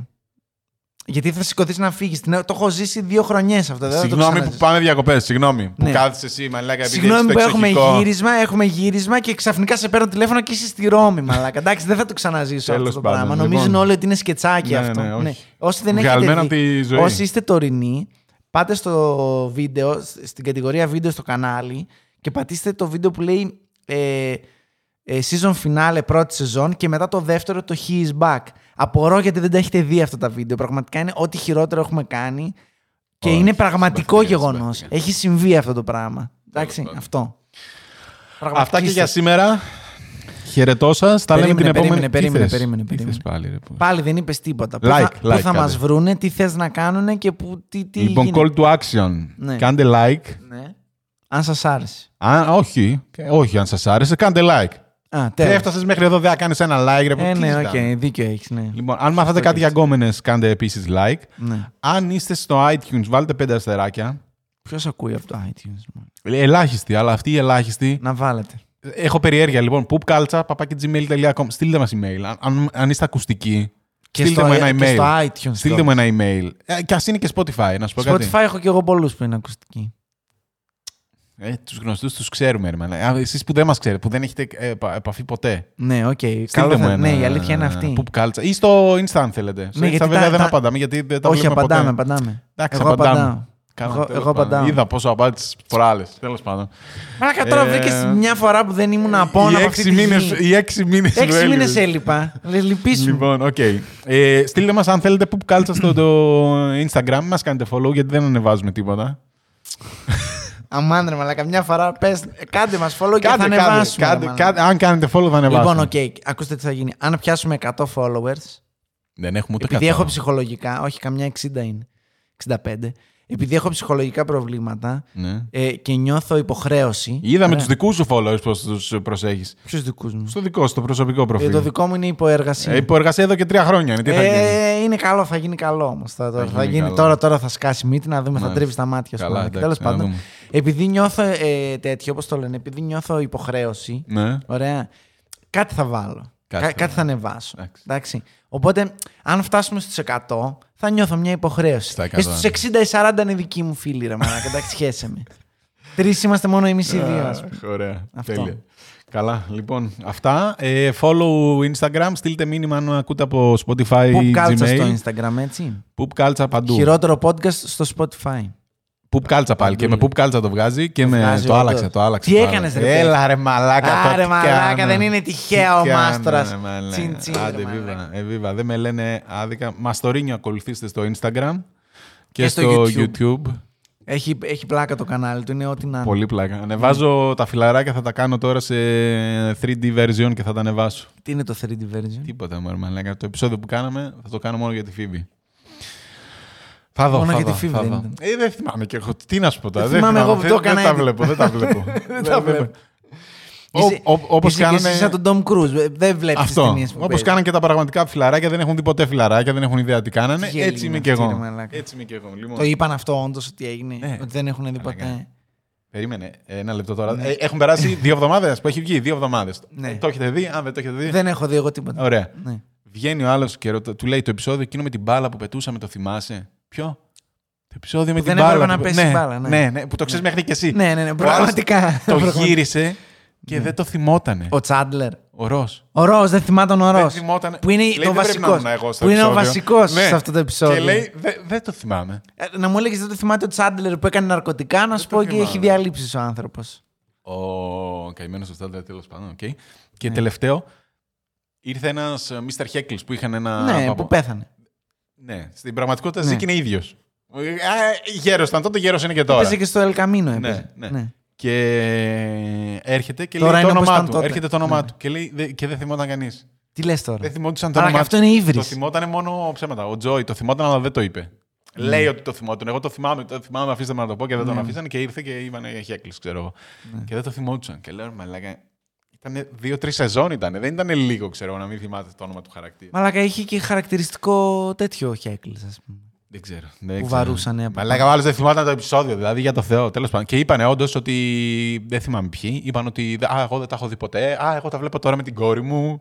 [SPEAKER 2] Γιατί θα σηκωθείς να φύγεις. Το έχω ζήσει δύο χρονιές αυτό. δεν θα το
[SPEAKER 1] Συγγνώμη που
[SPEAKER 2] ξαναζήσω.
[SPEAKER 1] πάμε διακοπές. Συγγνώμη που
[SPEAKER 2] Ναι.
[SPEAKER 1] κάθεσαι εσύ, μαλάκα, επειδή
[SPEAKER 2] Συγγνώμη
[SPEAKER 1] έχεις
[SPEAKER 2] που
[SPEAKER 1] το
[SPEAKER 2] έχουμε
[SPEAKER 1] εξοχικό.
[SPEAKER 2] γύρισμα, έχουμε γύρισμα και ξαφνικά σε παίρνω τηλέφωνο και είσαι στη Ρώμη, μαλάκα. Εντάξει, δεν θα το ξαναζήσω αυτό
[SPEAKER 1] Τέλος
[SPEAKER 2] το
[SPEAKER 1] πάντων,
[SPEAKER 2] πράγμα.
[SPEAKER 1] λοιπόν.
[SPEAKER 2] Νομίζουν όλοι ότι είναι σκετσάκι
[SPEAKER 1] Ναι,
[SPEAKER 2] αυτό.
[SPEAKER 1] ναι, όχι.
[SPEAKER 2] Όσοι δεν έχετε
[SPEAKER 1] Βγαλμένο
[SPEAKER 2] δει,
[SPEAKER 1] από τη ζωή.
[SPEAKER 2] όσοι είστε τωρινοί, πάτε στο βίντεο, στην κατηγορία βίντεο στο κανάλι και πατήστε το βίντεο που λέει ε, ε, season finale πρώτη σεζόν και μετά το δεύτερο το He is back. Απορώ γιατί δεν τα έχετε δει αυτά τα βίντεο. Πραγματικά είναι ό,τι χειρότερο έχουμε κάνει και
[SPEAKER 1] Όχι,
[SPEAKER 2] είναι πραγματικό
[SPEAKER 1] συμπαθητικά,
[SPEAKER 2] γεγονό.
[SPEAKER 1] συμπαθητικά.
[SPEAKER 2] Έχει συμβεί αυτό το πράγμα. Εντάξει,
[SPEAKER 1] πάντων.
[SPEAKER 2] αυτό.
[SPEAKER 1] Αυτά και
[SPEAKER 2] Πραγματική
[SPEAKER 1] για
[SPEAKER 2] είστε.
[SPEAKER 1] σήμερα. Χαιρετώ σας. Τα λέμε
[SPEAKER 2] Περίμενε,
[SPEAKER 1] την επόμενη. Τι
[SPEAKER 2] περίμενε, περίμενε,
[SPEAKER 1] θες?
[SPEAKER 2] περίμενε,
[SPEAKER 1] Τι
[SPEAKER 2] περίμενε.
[SPEAKER 1] θες πάλι, ρε, που-
[SPEAKER 2] Πάλι δεν είπες τίποτα. Πού
[SPEAKER 1] Like,
[SPEAKER 2] θα, πού
[SPEAKER 1] like,
[SPEAKER 2] θα μας
[SPEAKER 1] κάντε.
[SPEAKER 2] βρούνε, τι θες να κάνουν και που, τι, τι
[SPEAKER 1] Λοιπόν,
[SPEAKER 2] γίνεται.
[SPEAKER 1] call to action.
[SPEAKER 2] Ναι.
[SPEAKER 1] Κάντε like.
[SPEAKER 2] Ναι. Αν σας άρεσε.
[SPEAKER 1] Αν, όχι, όχι, αν σας άρεσε, κάντε like.
[SPEAKER 2] Α,
[SPEAKER 1] Ε,
[SPEAKER 2] τέλο.
[SPEAKER 1] Έφτασες μέχρι εδώ, δεν κάνεις ένα like. Ρε, που-
[SPEAKER 2] Ναι. Ε,
[SPEAKER 1] τι
[SPEAKER 2] ναι,
[SPEAKER 1] ζητάμε.
[SPEAKER 2] οκ, δίκιο έχεις. Ναι.
[SPEAKER 1] Λοιπόν, αν μάθατε κάτι για γκόμενες, κάντε επίσης like.
[SPEAKER 2] Ναι.
[SPEAKER 1] Αν είστε στο iTunes, βάλτε πέντε αστεράκια.
[SPEAKER 2] Ποιος ακούει από το iTunes, μάλλον.
[SPEAKER 1] Ε, Ελάχιστοι, αλλά αυτοί οι ελάχιστοι.
[SPEAKER 2] Να βάλετε.
[SPEAKER 1] Έχω περιέργεια λοιπόν. Ποopkaltsa, papakigmail.com. Στείλτε μας email. Αν- Αν, αν είστε ακουστικοί,
[SPEAKER 2] Και
[SPEAKER 1] στείλτε
[SPEAKER 2] στο- ε,
[SPEAKER 1] μου ένα
[SPEAKER 2] και στο
[SPEAKER 1] email.
[SPEAKER 2] iTunes.
[SPEAKER 1] Στείλτε
[SPEAKER 2] τώρα.
[SPEAKER 1] μου ένα email. Ε, και ας είναι και Spotify, να σου πω κάτι.
[SPEAKER 2] Spotify έχω και εγώ πολλούς που είναι ακουστικοί.
[SPEAKER 1] Ε, τους γνωστούς τους ξέρουμε, ρε Εσείς που δεν μας ξέρετε, που δεν έχετε ε, επα- επαφή ποτέ.
[SPEAKER 2] Ναι, οκ.
[SPEAKER 1] Στείλτε
[SPEAKER 2] καλό
[SPEAKER 1] μου
[SPEAKER 2] θα-
[SPEAKER 1] ένα.
[SPEAKER 2] Ναι, η αλήθεια είναι αυτή.
[SPEAKER 1] Που κάλτσα. Ή στο Insta, αν θέλετε. Στο
[SPEAKER 2] Ναι,
[SPEAKER 1] Insta,
[SPEAKER 2] γιατί
[SPEAKER 1] βέβαια
[SPEAKER 2] τα-
[SPEAKER 1] δεν
[SPEAKER 2] τα-
[SPEAKER 1] απαντάμε, γιατί δεν τα
[SPEAKER 2] Όχι,
[SPEAKER 1] βλέπουμε ποτέ.
[SPEAKER 2] απαντάμε, απαντάμε.
[SPEAKER 1] Εντάξει,
[SPEAKER 2] εγώ
[SPEAKER 1] απαντάμε.
[SPEAKER 2] απαντάω.
[SPEAKER 1] Καλά,
[SPEAKER 2] Εγώ-
[SPEAKER 1] τέλος
[SPEAKER 2] εγώ
[SPEAKER 1] πάντων.
[SPEAKER 2] απαντάω.
[SPEAKER 1] Είδα πόσο απάντησες τις προάλλες. Τέλος πάντων.
[SPEAKER 2] Μαλάκα, τώρα
[SPEAKER 1] Ε,
[SPEAKER 2] βρήκες μια φορά που δεν ήμουν από
[SPEAKER 1] οι,
[SPEAKER 2] όλα αυτή
[SPEAKER 1] έξι
[SPEAKER 2] τη
[SPEAKER 1] μήνες,
[SPEAKER 2] γη.
[SPEAKER 1] οι έξι μήνες.
[SPEAKER 2] Έξι μήνε έλειπα. Λες, Λυπήσου. μου.
[SPEAKER 1] Λοιπόν, οκ. Ε, στείλτε μας αν θέλετε που κάλτσα στο το Instagram. Μας κάνετε follow γιατί δεν ανεβάζουμε τίποτα.
[SPEAKER 2] Αμάν ρε μαλάκα, μια φορά πες, κάντε μας follow και θα ανεβάσουμε. ρε
[SPEAKER 1] κάντε,
[SPEAKER 2] μαλάκα.
[SPEAKER 1] κάντε- αν κάνετε follow, θα ανεβάσουμε.
[SPEAKER 2] Λοιπόν, οκ, ακούστε τι θα γίνει. Αν πιάσουμε 100 followers,
[SPEAKER 1] Δεν έχουμε ούτε
[SPEAKER 2] επειδή
[SPEAKER 1] κατά.
[SPEAKER 2] έχω ψυχολογικά, όχι καμιά 60 είναι, 65, επειδή έχω ψυχολογικά προβλήματα
[SPEAKER 1] Ναι.
[SPEAKER 2] ε, και νιώθω υποχρέωση.
[SPEAKER 1] Είδαμε τους δικούς σου followers πώ τους προσέχεις.
[SPEAKER 2] Ποιους δικούς μου.
[SPEAKER 1] Στο δικό σου, το προσωπικό
[SPEAKER 2] Ε,
[SPEAKER 1] προφίλ.
[SPEAKER 2] το δικό μου είναι υποεργασία.
[SPEAKER 1] Ε, υποεργασία εδώ και τρία χρόνια είναι. Τι θα γίνει.
[SPEAKER 2] Ε, είναι καλό, θα γίνει καλό όμως. Θα, θα,
[SPEAKER 1] γίνει
[SPEAKER 2] γίνει
[SPEAKER 1] καλό.
[SPEAKER 2] τώρα, τώρα θα σκάσει μύτη να δούμε, θα
[SPEAKER 1] Μάλιστα.
[SPEAKER 2] τρίβει τα μάτια σου.
[SPEAKER 1] Καλά,
[SPEAKER 2] μαλάκα.
[SPEAKER 1] εντάξει,
[SPEAKER 2] Τέλος
[SPEAKER 1] να
[SPEAKER 2] πάντων,
[SPEAKER 1] δούμε.
[SPEAKER 2] επειδή νιώθω ε, τέτοιο, όπως το λένε, επειδή νιώθω υποχρέωση,
[SPEAKER 1] Ναι.
[SPEAKER 2] Ωραία. Κάτι θα βάλω.
[SPEAKER 1] Κάτι
[SPEAKER 2] Κάτι,
[SPEAKER 1] θα
[SPEAKER 2] θα, κάτι θα ανεβάσω.
[SPEAKER 1] Εντάξει.
[SPEAKER 2] Εντάξει. Οπότε, αν φτάσουμε στους 100, θα νιώθω μια υποχρέωση. Ε,
[SPEAKER 1] Στα ναι. 100.
[SPEAKER 2] Και στους 60 ή 40 είναι δικοί μου φίλοι, ρε μαλάκα. Εντάξει, χέσε με. Τρεις είμαστε μόνο εμείς οι δύο, ας
[SPEAKER 1] Αχ,
[SPEAKER 2] πούμε.
[SPEAKER 1] Ωραία.
[SPEAKER 2] Αυτό.
[SPEAKER 1] Τέλεια. Καλά, λοιπόν, αυτά. Ε, follow Instagram, στείλτε μήνυμα αν ακούτε από Spotify
[SPEAKER 2] Pop κάλτσα
[SPEAKER 1] Gmail.
[SPEAKER 2] στο Instagram, έτσι.
[SPEAKER 1] Πουπ κάλτσα παντού.
[SPEAKER 2] Χειρότερο podcast στο Spotify.
[SPEAKER 1] Πουπ κάλτσα πάλι. Και με πουπ κάλτσα το βγάζει και με.
[SPEAKER 2] βγάζει
[SPEAKER 1] Το
[SPEAKER 2] όντως.
[SPEAKER 1] άλλαξε, το άλλαξε.
[SPEAKER 2] Τι
[SPEAKER 1] το άλλαξε.
[SPEAKER 2] έκανες, ρε, παιδί.
[SPEAKER 1] Έλα ρε μαλάκα. το
[SPEAKER 2] Άρε
[SPEAKER 1] τι
[SPEAKER 2] μαλάκα,
[SPEAKER 1] κάνω.
[SPEAKER 2] δεν είναι τυχαίο ο
[SPEAKER 1] Τι κάνω,
[SPEAKER 2] μάστορα.
[SPEAKER 1] ρε, μαλάκα.
[SPEAKER 2] Τσιν τσιν. ρε,
[SPEAKER 1] Άντε,
[SPEAKER 2] μαλάκα.
[SPEAKER 1] βίβα, ε, βίβα. Δεν με λένε άδικα. Μαστορίνιο ακολουθήστε στο Instagram και,
[SPEAKER 2] Και
[SPEAKER 1] στο
[SPEAKER 2] στο
[SPEAKER 1] YouTube.
[SPEAKER 2] YouTube. Έχει, έχει πλάκα το κανάλι του, είναι ό,τι να. είναι.
[SPEAKER 1] Πολύ πλάκα. Ανεβάζω τα φιλαράκια, θα τα κάνω τώρα σε 3D version και θα τα ανεβάσω.
[SPEAKER 2] Τι είναι το 3D version.
[SPEAKER 1] Τίποτα, μωρέ μαλάκα. Το επεισόδιο που κάναμε θα το κάνω μόνο για τη Φίβη. Θα δω,
[SPEAKER 2] Μόνο
[SPEAKER 1] θα
[SPEAKER 2] για τη
[SPEAKER 1] δω,
[SPEAKER 2] Phoebe
[SPEAKER 1] θα
[SPEAKER 2] δεν
[SPEAKER 1] δω.
[SPEAKER 2] ήταν.
[SPEAKER 1] Ε, δεν θυμάμαι και εγώ. Τι να σου πω τώρα.
[SPEAKER 2] Δεν θυμάμαι εγώ που το
[SPEAKER 1] Δεν
[SPEAKER 2] έκανα
[SPEAKER 1] τα
[SPEAKER 2] έτσι.
[SPEAKER 1] βλέπω, δεν τα βλέπω.
[SPEAKER 2] Δεν
[SPEAKER 1] Ε,
[SPEAKER 2] τα βλέπω.
[SPEAKER 1] Ο-
[SPEAKER 2] Είσαι-
[SPEAKER 1] ο- Όπως
[SPEAKER 2] είσαι και
[SPEAKER 1] κάνανε...
[SPEAKER 2] Εσύ σαν τον Ντόμ Κρούζ. ε, Δεν βλέπεις τις
[SPEAKER 1] Αυτό.
[SPEAKER 2] ταινίες που
[SPEAKER 1] Όπως
[SPEAKER 2] παίζεις.
[SPEAKER 1] κάνανε και τα πραγματικά φιλαράκια, δεν έχουν δει ποτέ φιλαράκια, δεν έχουν ιδέα τι κάνανε.
[SPEAKER 2] Τι γελοί
[SPEAKER 1] Έτσι
[SPEAKER 2] είναι
[SPEAKER 1] είμαι και
[SPEAKER 2] αυτοί,
[SPEAKER 1] εγώ.
[SPEAKER 2] ρε μαλάκα.
[SPEAKER 1] Έτσι είμαι και εγώ. Λοιπόν,
[SPEAKER 2] Το είπαν αυτό όντως ότι έγινε.
[SPEAKER 1] Ναι.
[SPEAKER 2] Ότι δεν έχουν δει
[SPEAKER 1] Μαλάκα.
[SPEAKER 2] ποτέ.
[SPEAKER 1] Περίμενε ένα λεπτό τώρα. Ε, Έχουν περάσει δύο εβδομάδες που έχει βγει. Δύο εβδομάδες.
[SPEAKER 2] Ναι.
[SPEAKER 1] Το έχετε δει, αν δεν το έχετε δει.
[SPEAKER 2] Ε, Δεν έχω δει εγώ τίποτα.
[SPEAKER 1] Ωραία.
[SPEAKER 2] Ναι.
[SPEAKER 1] Βγαίνει ο άλλος και ρωτά- του λέει το επεισόδιο εκείνο με την μπάλα που πετούσαμε, το θυμάσαι. Ποιο? Το επεισόδιο με
[SPEAKER 2] Που
[SPEAKER 1] την
[SPEAKER 2] δεν
[SPEAKER 1] μπάλα.
[SPEAKER 2] έπρεπε να
[SPEAKER 1] που-
[SPEAKER 2] πέσει η μπάλα, ναι.
[SPEAKER 1] ναι, ναι, που το ξέρεις μέχρι και εσύ.
[SPEAKER 2] Ναι, ναι, ναι,
[SPEAKER 1] Ο άλλος
[SPEAKER 2] πραγματικά.
[SPEAKER 1] Το
[SPEAKER 2] Πραγματικά. Ναι.
[SPEAKER 1] γύρισε και δεν το θυμότανε. Ο,
[SPEAKER 2] Ο Τσάντλερ.
[SPEAKER 1] Ρος.
[SPEAKER 2] Ο Ρος, δεν θυμάταν ο Ρο.
[SPEAKER 1] Δεν θυμότανε.
[SPEAKER 2] Που είναι
[SPEAKER 1] Λέει,
[SPEAKER 2] το
[SPEAKER 1] «Δεν πρέπει να
[SPEAKER 2] βασικός.
[SPEAKER 1] ήμουν εγώ στο
[SPEAKER 2] Που είναι ο
[SPEAKER 1] επεισόδιο».
[SPEAKER 2] βασικός
[SPEAKER 1] Ναι.
[SPEAKER 2] σε αυτό το επεισόδιο.
[SPEAKER 1] Και λέει, «Δε- δεν το θυμάμαι.
[SPEAKER 2] Ε, Να μου έλεγες δεν το θυμάται ο Τσάντλερ που έκανε ναρκωτικά, να σου
[SPEAKER 1] το
[SPEAKER 2] πω και
[SPEAKER 1] θυμάμαι.
[SPEAKER 2] έχει διαλύψει ο άνθρωπος.
[SPEAKER 1] Ο καημένο ο Στάνταρ, τέλος πάντων. οκ. Και
[SPEAKER 2] Ναι.
[SPEAKER 1] τελευταίο, ήρθε ένας Mr. Heckles που είχαν ένα.
[SPEAKER 2] Ναι,
[SPEAKER 1] παππού.
[SPEAKER 2] που πέθανε.
[SPEAKER 1] Ναι, στην πραγματικότητα
[SPEAKER 2] Ναι.
[SPEAKER 1] Ζήκ είναι ίδιος. Γέρος ήταν τότε, γέρος είναι και τώρα.
[SPEAKER 2] Έπαιζε και στο Ελκαμίνο.
[SPEAKER 1] Ναι,
[SPEAKER 2] έπαιζε.
[SPEAKER 1] ναι. Και έρχεται και
[SPEAKER 2] Τώρα
[SPEAKER 1] λέει το
[SPEAKER 2] είναι όπως
[SPEAKER 1] όνομά
[SPEAKER 2] ήταν
[SPEAKER 1] του.
[SPEAKER 2] τότε.
[SPEAKER 1] Έρχεται το όνομά
[SPEAKER 2] Ναι.
[SPEAKER 1] του και, λέει, δε- και δεν θυμόταν κανείς.
[SPEAKER 2] Τι λες τώρα.
[SPEAKER 1] Δεν θυμόντουσαν το
[SPEAKER 2] Αλλά και
[SPEAKER 1] όνομά
[SPEAKER 2] αυτό
[SPEAKER 1] του.
[SPEAKER 2] είναι ύβρις.
[SPEAKER 1] Το θυμόταν μόνο ψέματα. Ο Τζόι το θυμόταν, αλλά δεν το είπε.
[SPEAKER 2] Ναι.
[SPEAKER 1] Λέει ότι το θυμόταν. Εγώ το θυμάμαι, το θυμάμαι, αφήστε με να το πω και δεν τον αφήσανε και ήρθε και είπαν Χέκλι, ξέρω εγώ.
[SPEAKER 2] Ναι.
[SPEAKER 1] Και δεν το θυμόντουσαν. Και λέω, μαλάκα. Ήταν δύο-τρει σεζόν ήταν. Δεν ήταν λίγο, ξέρω να μην θυμάται το όνομα του χαρακτήρα.
[SPEAKER 2] Μαλάκα είχε και χαρακτηριστικό τέτοιο Χέκλ, ας πούμε.
[SPEAKER 1] Δεν ξέρω. Δεν
[SPEAKER 2] Που
[SPEAKER 1] ξέρω.
[SPEAKER 2] βαρούσανε από
[SPEAKER 1] Μαλάκα, ο άλλος δεν θυμόταν το επεισόδιο, δηλαδή για το Θεό. Τέλος πάντων. Και είπανε όντως ότι. Δεν θυμάμαι ποιοι. Είπαν ότι. Α, εγώ δεν τα έχω δει ποτέ. Α, εγώ τα βλέπω τώρα με την κόρη μου.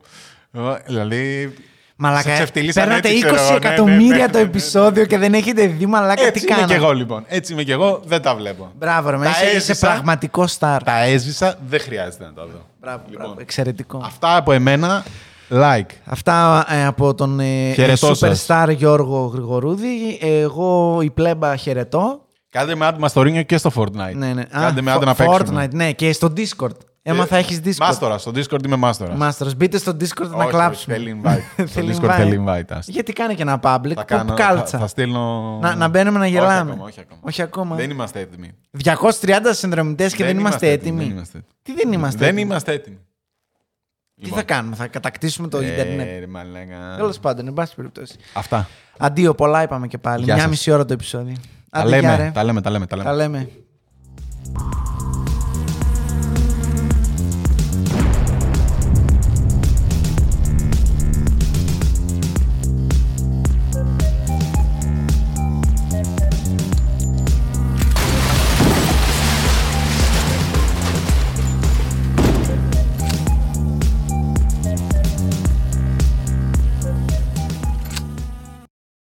[SPEAKER 1] Ε, Δηλαδή. σε
[SPEAKER 2] Μαλάκα,
[SPEAKER 1] ξεφτυλίσαν
[SPEAKER 2] παίρνατε
[SPEAKER 1] έτσι,
[SPEAKER 2] 20
[SPEAKER 1] ξέρω εγώ. Ναι, ναι, ναι, ναι,
[SPEAKER 2] εκατομμύρια το
[SPEAKER 1] ναι, ναι.
[SPEAKER 2] επεισόδιο και δεν έχετε δει μαλάκα Ε, τι
[SPEAKER 1] Έτσι είμαι και
[SPEAKER 2] κάνατε.
[SPEAKER 1] εγώ λοιπόν. Έτσι είμαι και εγώ, δεν τα βλέπω.
[SPEAKER 2] Μπράβο, ρε,
[SPEAKER 1] Τα
[SPEAKER 2] μα, είσαι, είσαι
[SPEAKER 1] έζησα.
[SPEAKER 2] πραγματικό στάρ.
[SPEAKER 1] Τα έζησα, δεν χρειάζεται να τα δω.
[SPEAKER 2] Μπράβο,
[SPEAKER 1] Λοιπόν,
[SPEAKER 2] μπράβο, εξαιρετικό.
[SPEAKER 1] Αυτά από εμένα. Like.
[SPEAKER 2] Αυτά ε, από τον ε,
[SPEAKER 1] Χαιρετώ σας.
[SPEAKER 2] superstar Γιώργο Γρηγορούδη. Εγώ η πλέμπα χαιρετώ.
[SPEAKER 1] Κάντε με άντε μαστορίνιο και στο Fortnite.
[SPEAKER 2] Ναι, ναι. Α,
[SPEAKER 1] Κάντε με
[SPEAKER 2] Fo-
[SPEAKER 1] άντε να παίξουμε. Ε,
[SPEAKER 2] Fortnite, ναι, και στο Discord. Έμαθα έχεις Discord.
[SPEAKER 1] Μάστορα, στο Discord είμαι μάστορας.
[SPEAKER 2] Μάστορας. Μπείτε στο Discord να κλάψουμε.
[SPEAKER 1] Θέλει invite. Στο
[SPEAKER 2] Θέλει
[SPEAKER 1] Discord
[SPEAKER 2] invite.
[SPEAKER 1] θέλει invite. άστο.
[SPEAKER 2] Γιατί κάνει και ένα public.
[SPEAKER 1] Θα
[SPEAKER 2] Pop
[SPEAKER 1] κάνω. Θα,
[SPEAKER 2] Ε, κάλτσα.
[SPEAKER 1] θα στείλω.
[SPEAKER 2] Να- να μπαίνουμε να
[SPEAKER 1] Όχι
[SPEAKER 2] γελάμε.
[SPEAKER 1] ακόμα. Όχι ακόμα.
[SPEAKER 2] Όχι ακόμα.
[SPEAKER 1] Δεν είμαστε έτοιμοι.
[SPEAKER 2] 230 συνδρομητές και δεν, είμαστε έτοιμοι.
[SPEAKER 1] Δεν είμαστε έτοιμοι.
[SPEAKER 2] Τι δεν είμαστε
[SPEAKER 1] Δεν
[SPEAKER 2] έτοιμοι.
[SPEAKER 1] είμαστε έτοιμοι. Λοιπόν,
[SPEAKER 2] Τι θα κάνουμε, θα κατακτήσουμε το Ιντερνετ.
[SPEAKER 1] Ε, ρε μαλάκα.
[SPEAKER 2] Τέλος πάντων, εν πάση περιπτώσει.
[SPEAKER 1] Αυτά.
[SPEAKER 2] Αντίο, πολλά είπαμε και πάλι.
[SPEAKER 1] Γεια
[SPEAKER 2] Μια
[SPEAKER 1] σας.
[SPEAKER 2] μισή ώρα το επεισόδιο.
[SPEAKER 1] Τα
[SPEAKER 2] Άντε, γεια,
[SPEAKER 1] λέμε,
[SPEAKER 2] ρε.
[SPEAKER 1] τα λέμε, τα λέμε. τα λέμε.
[SPEAKER 2] Τα λέμε.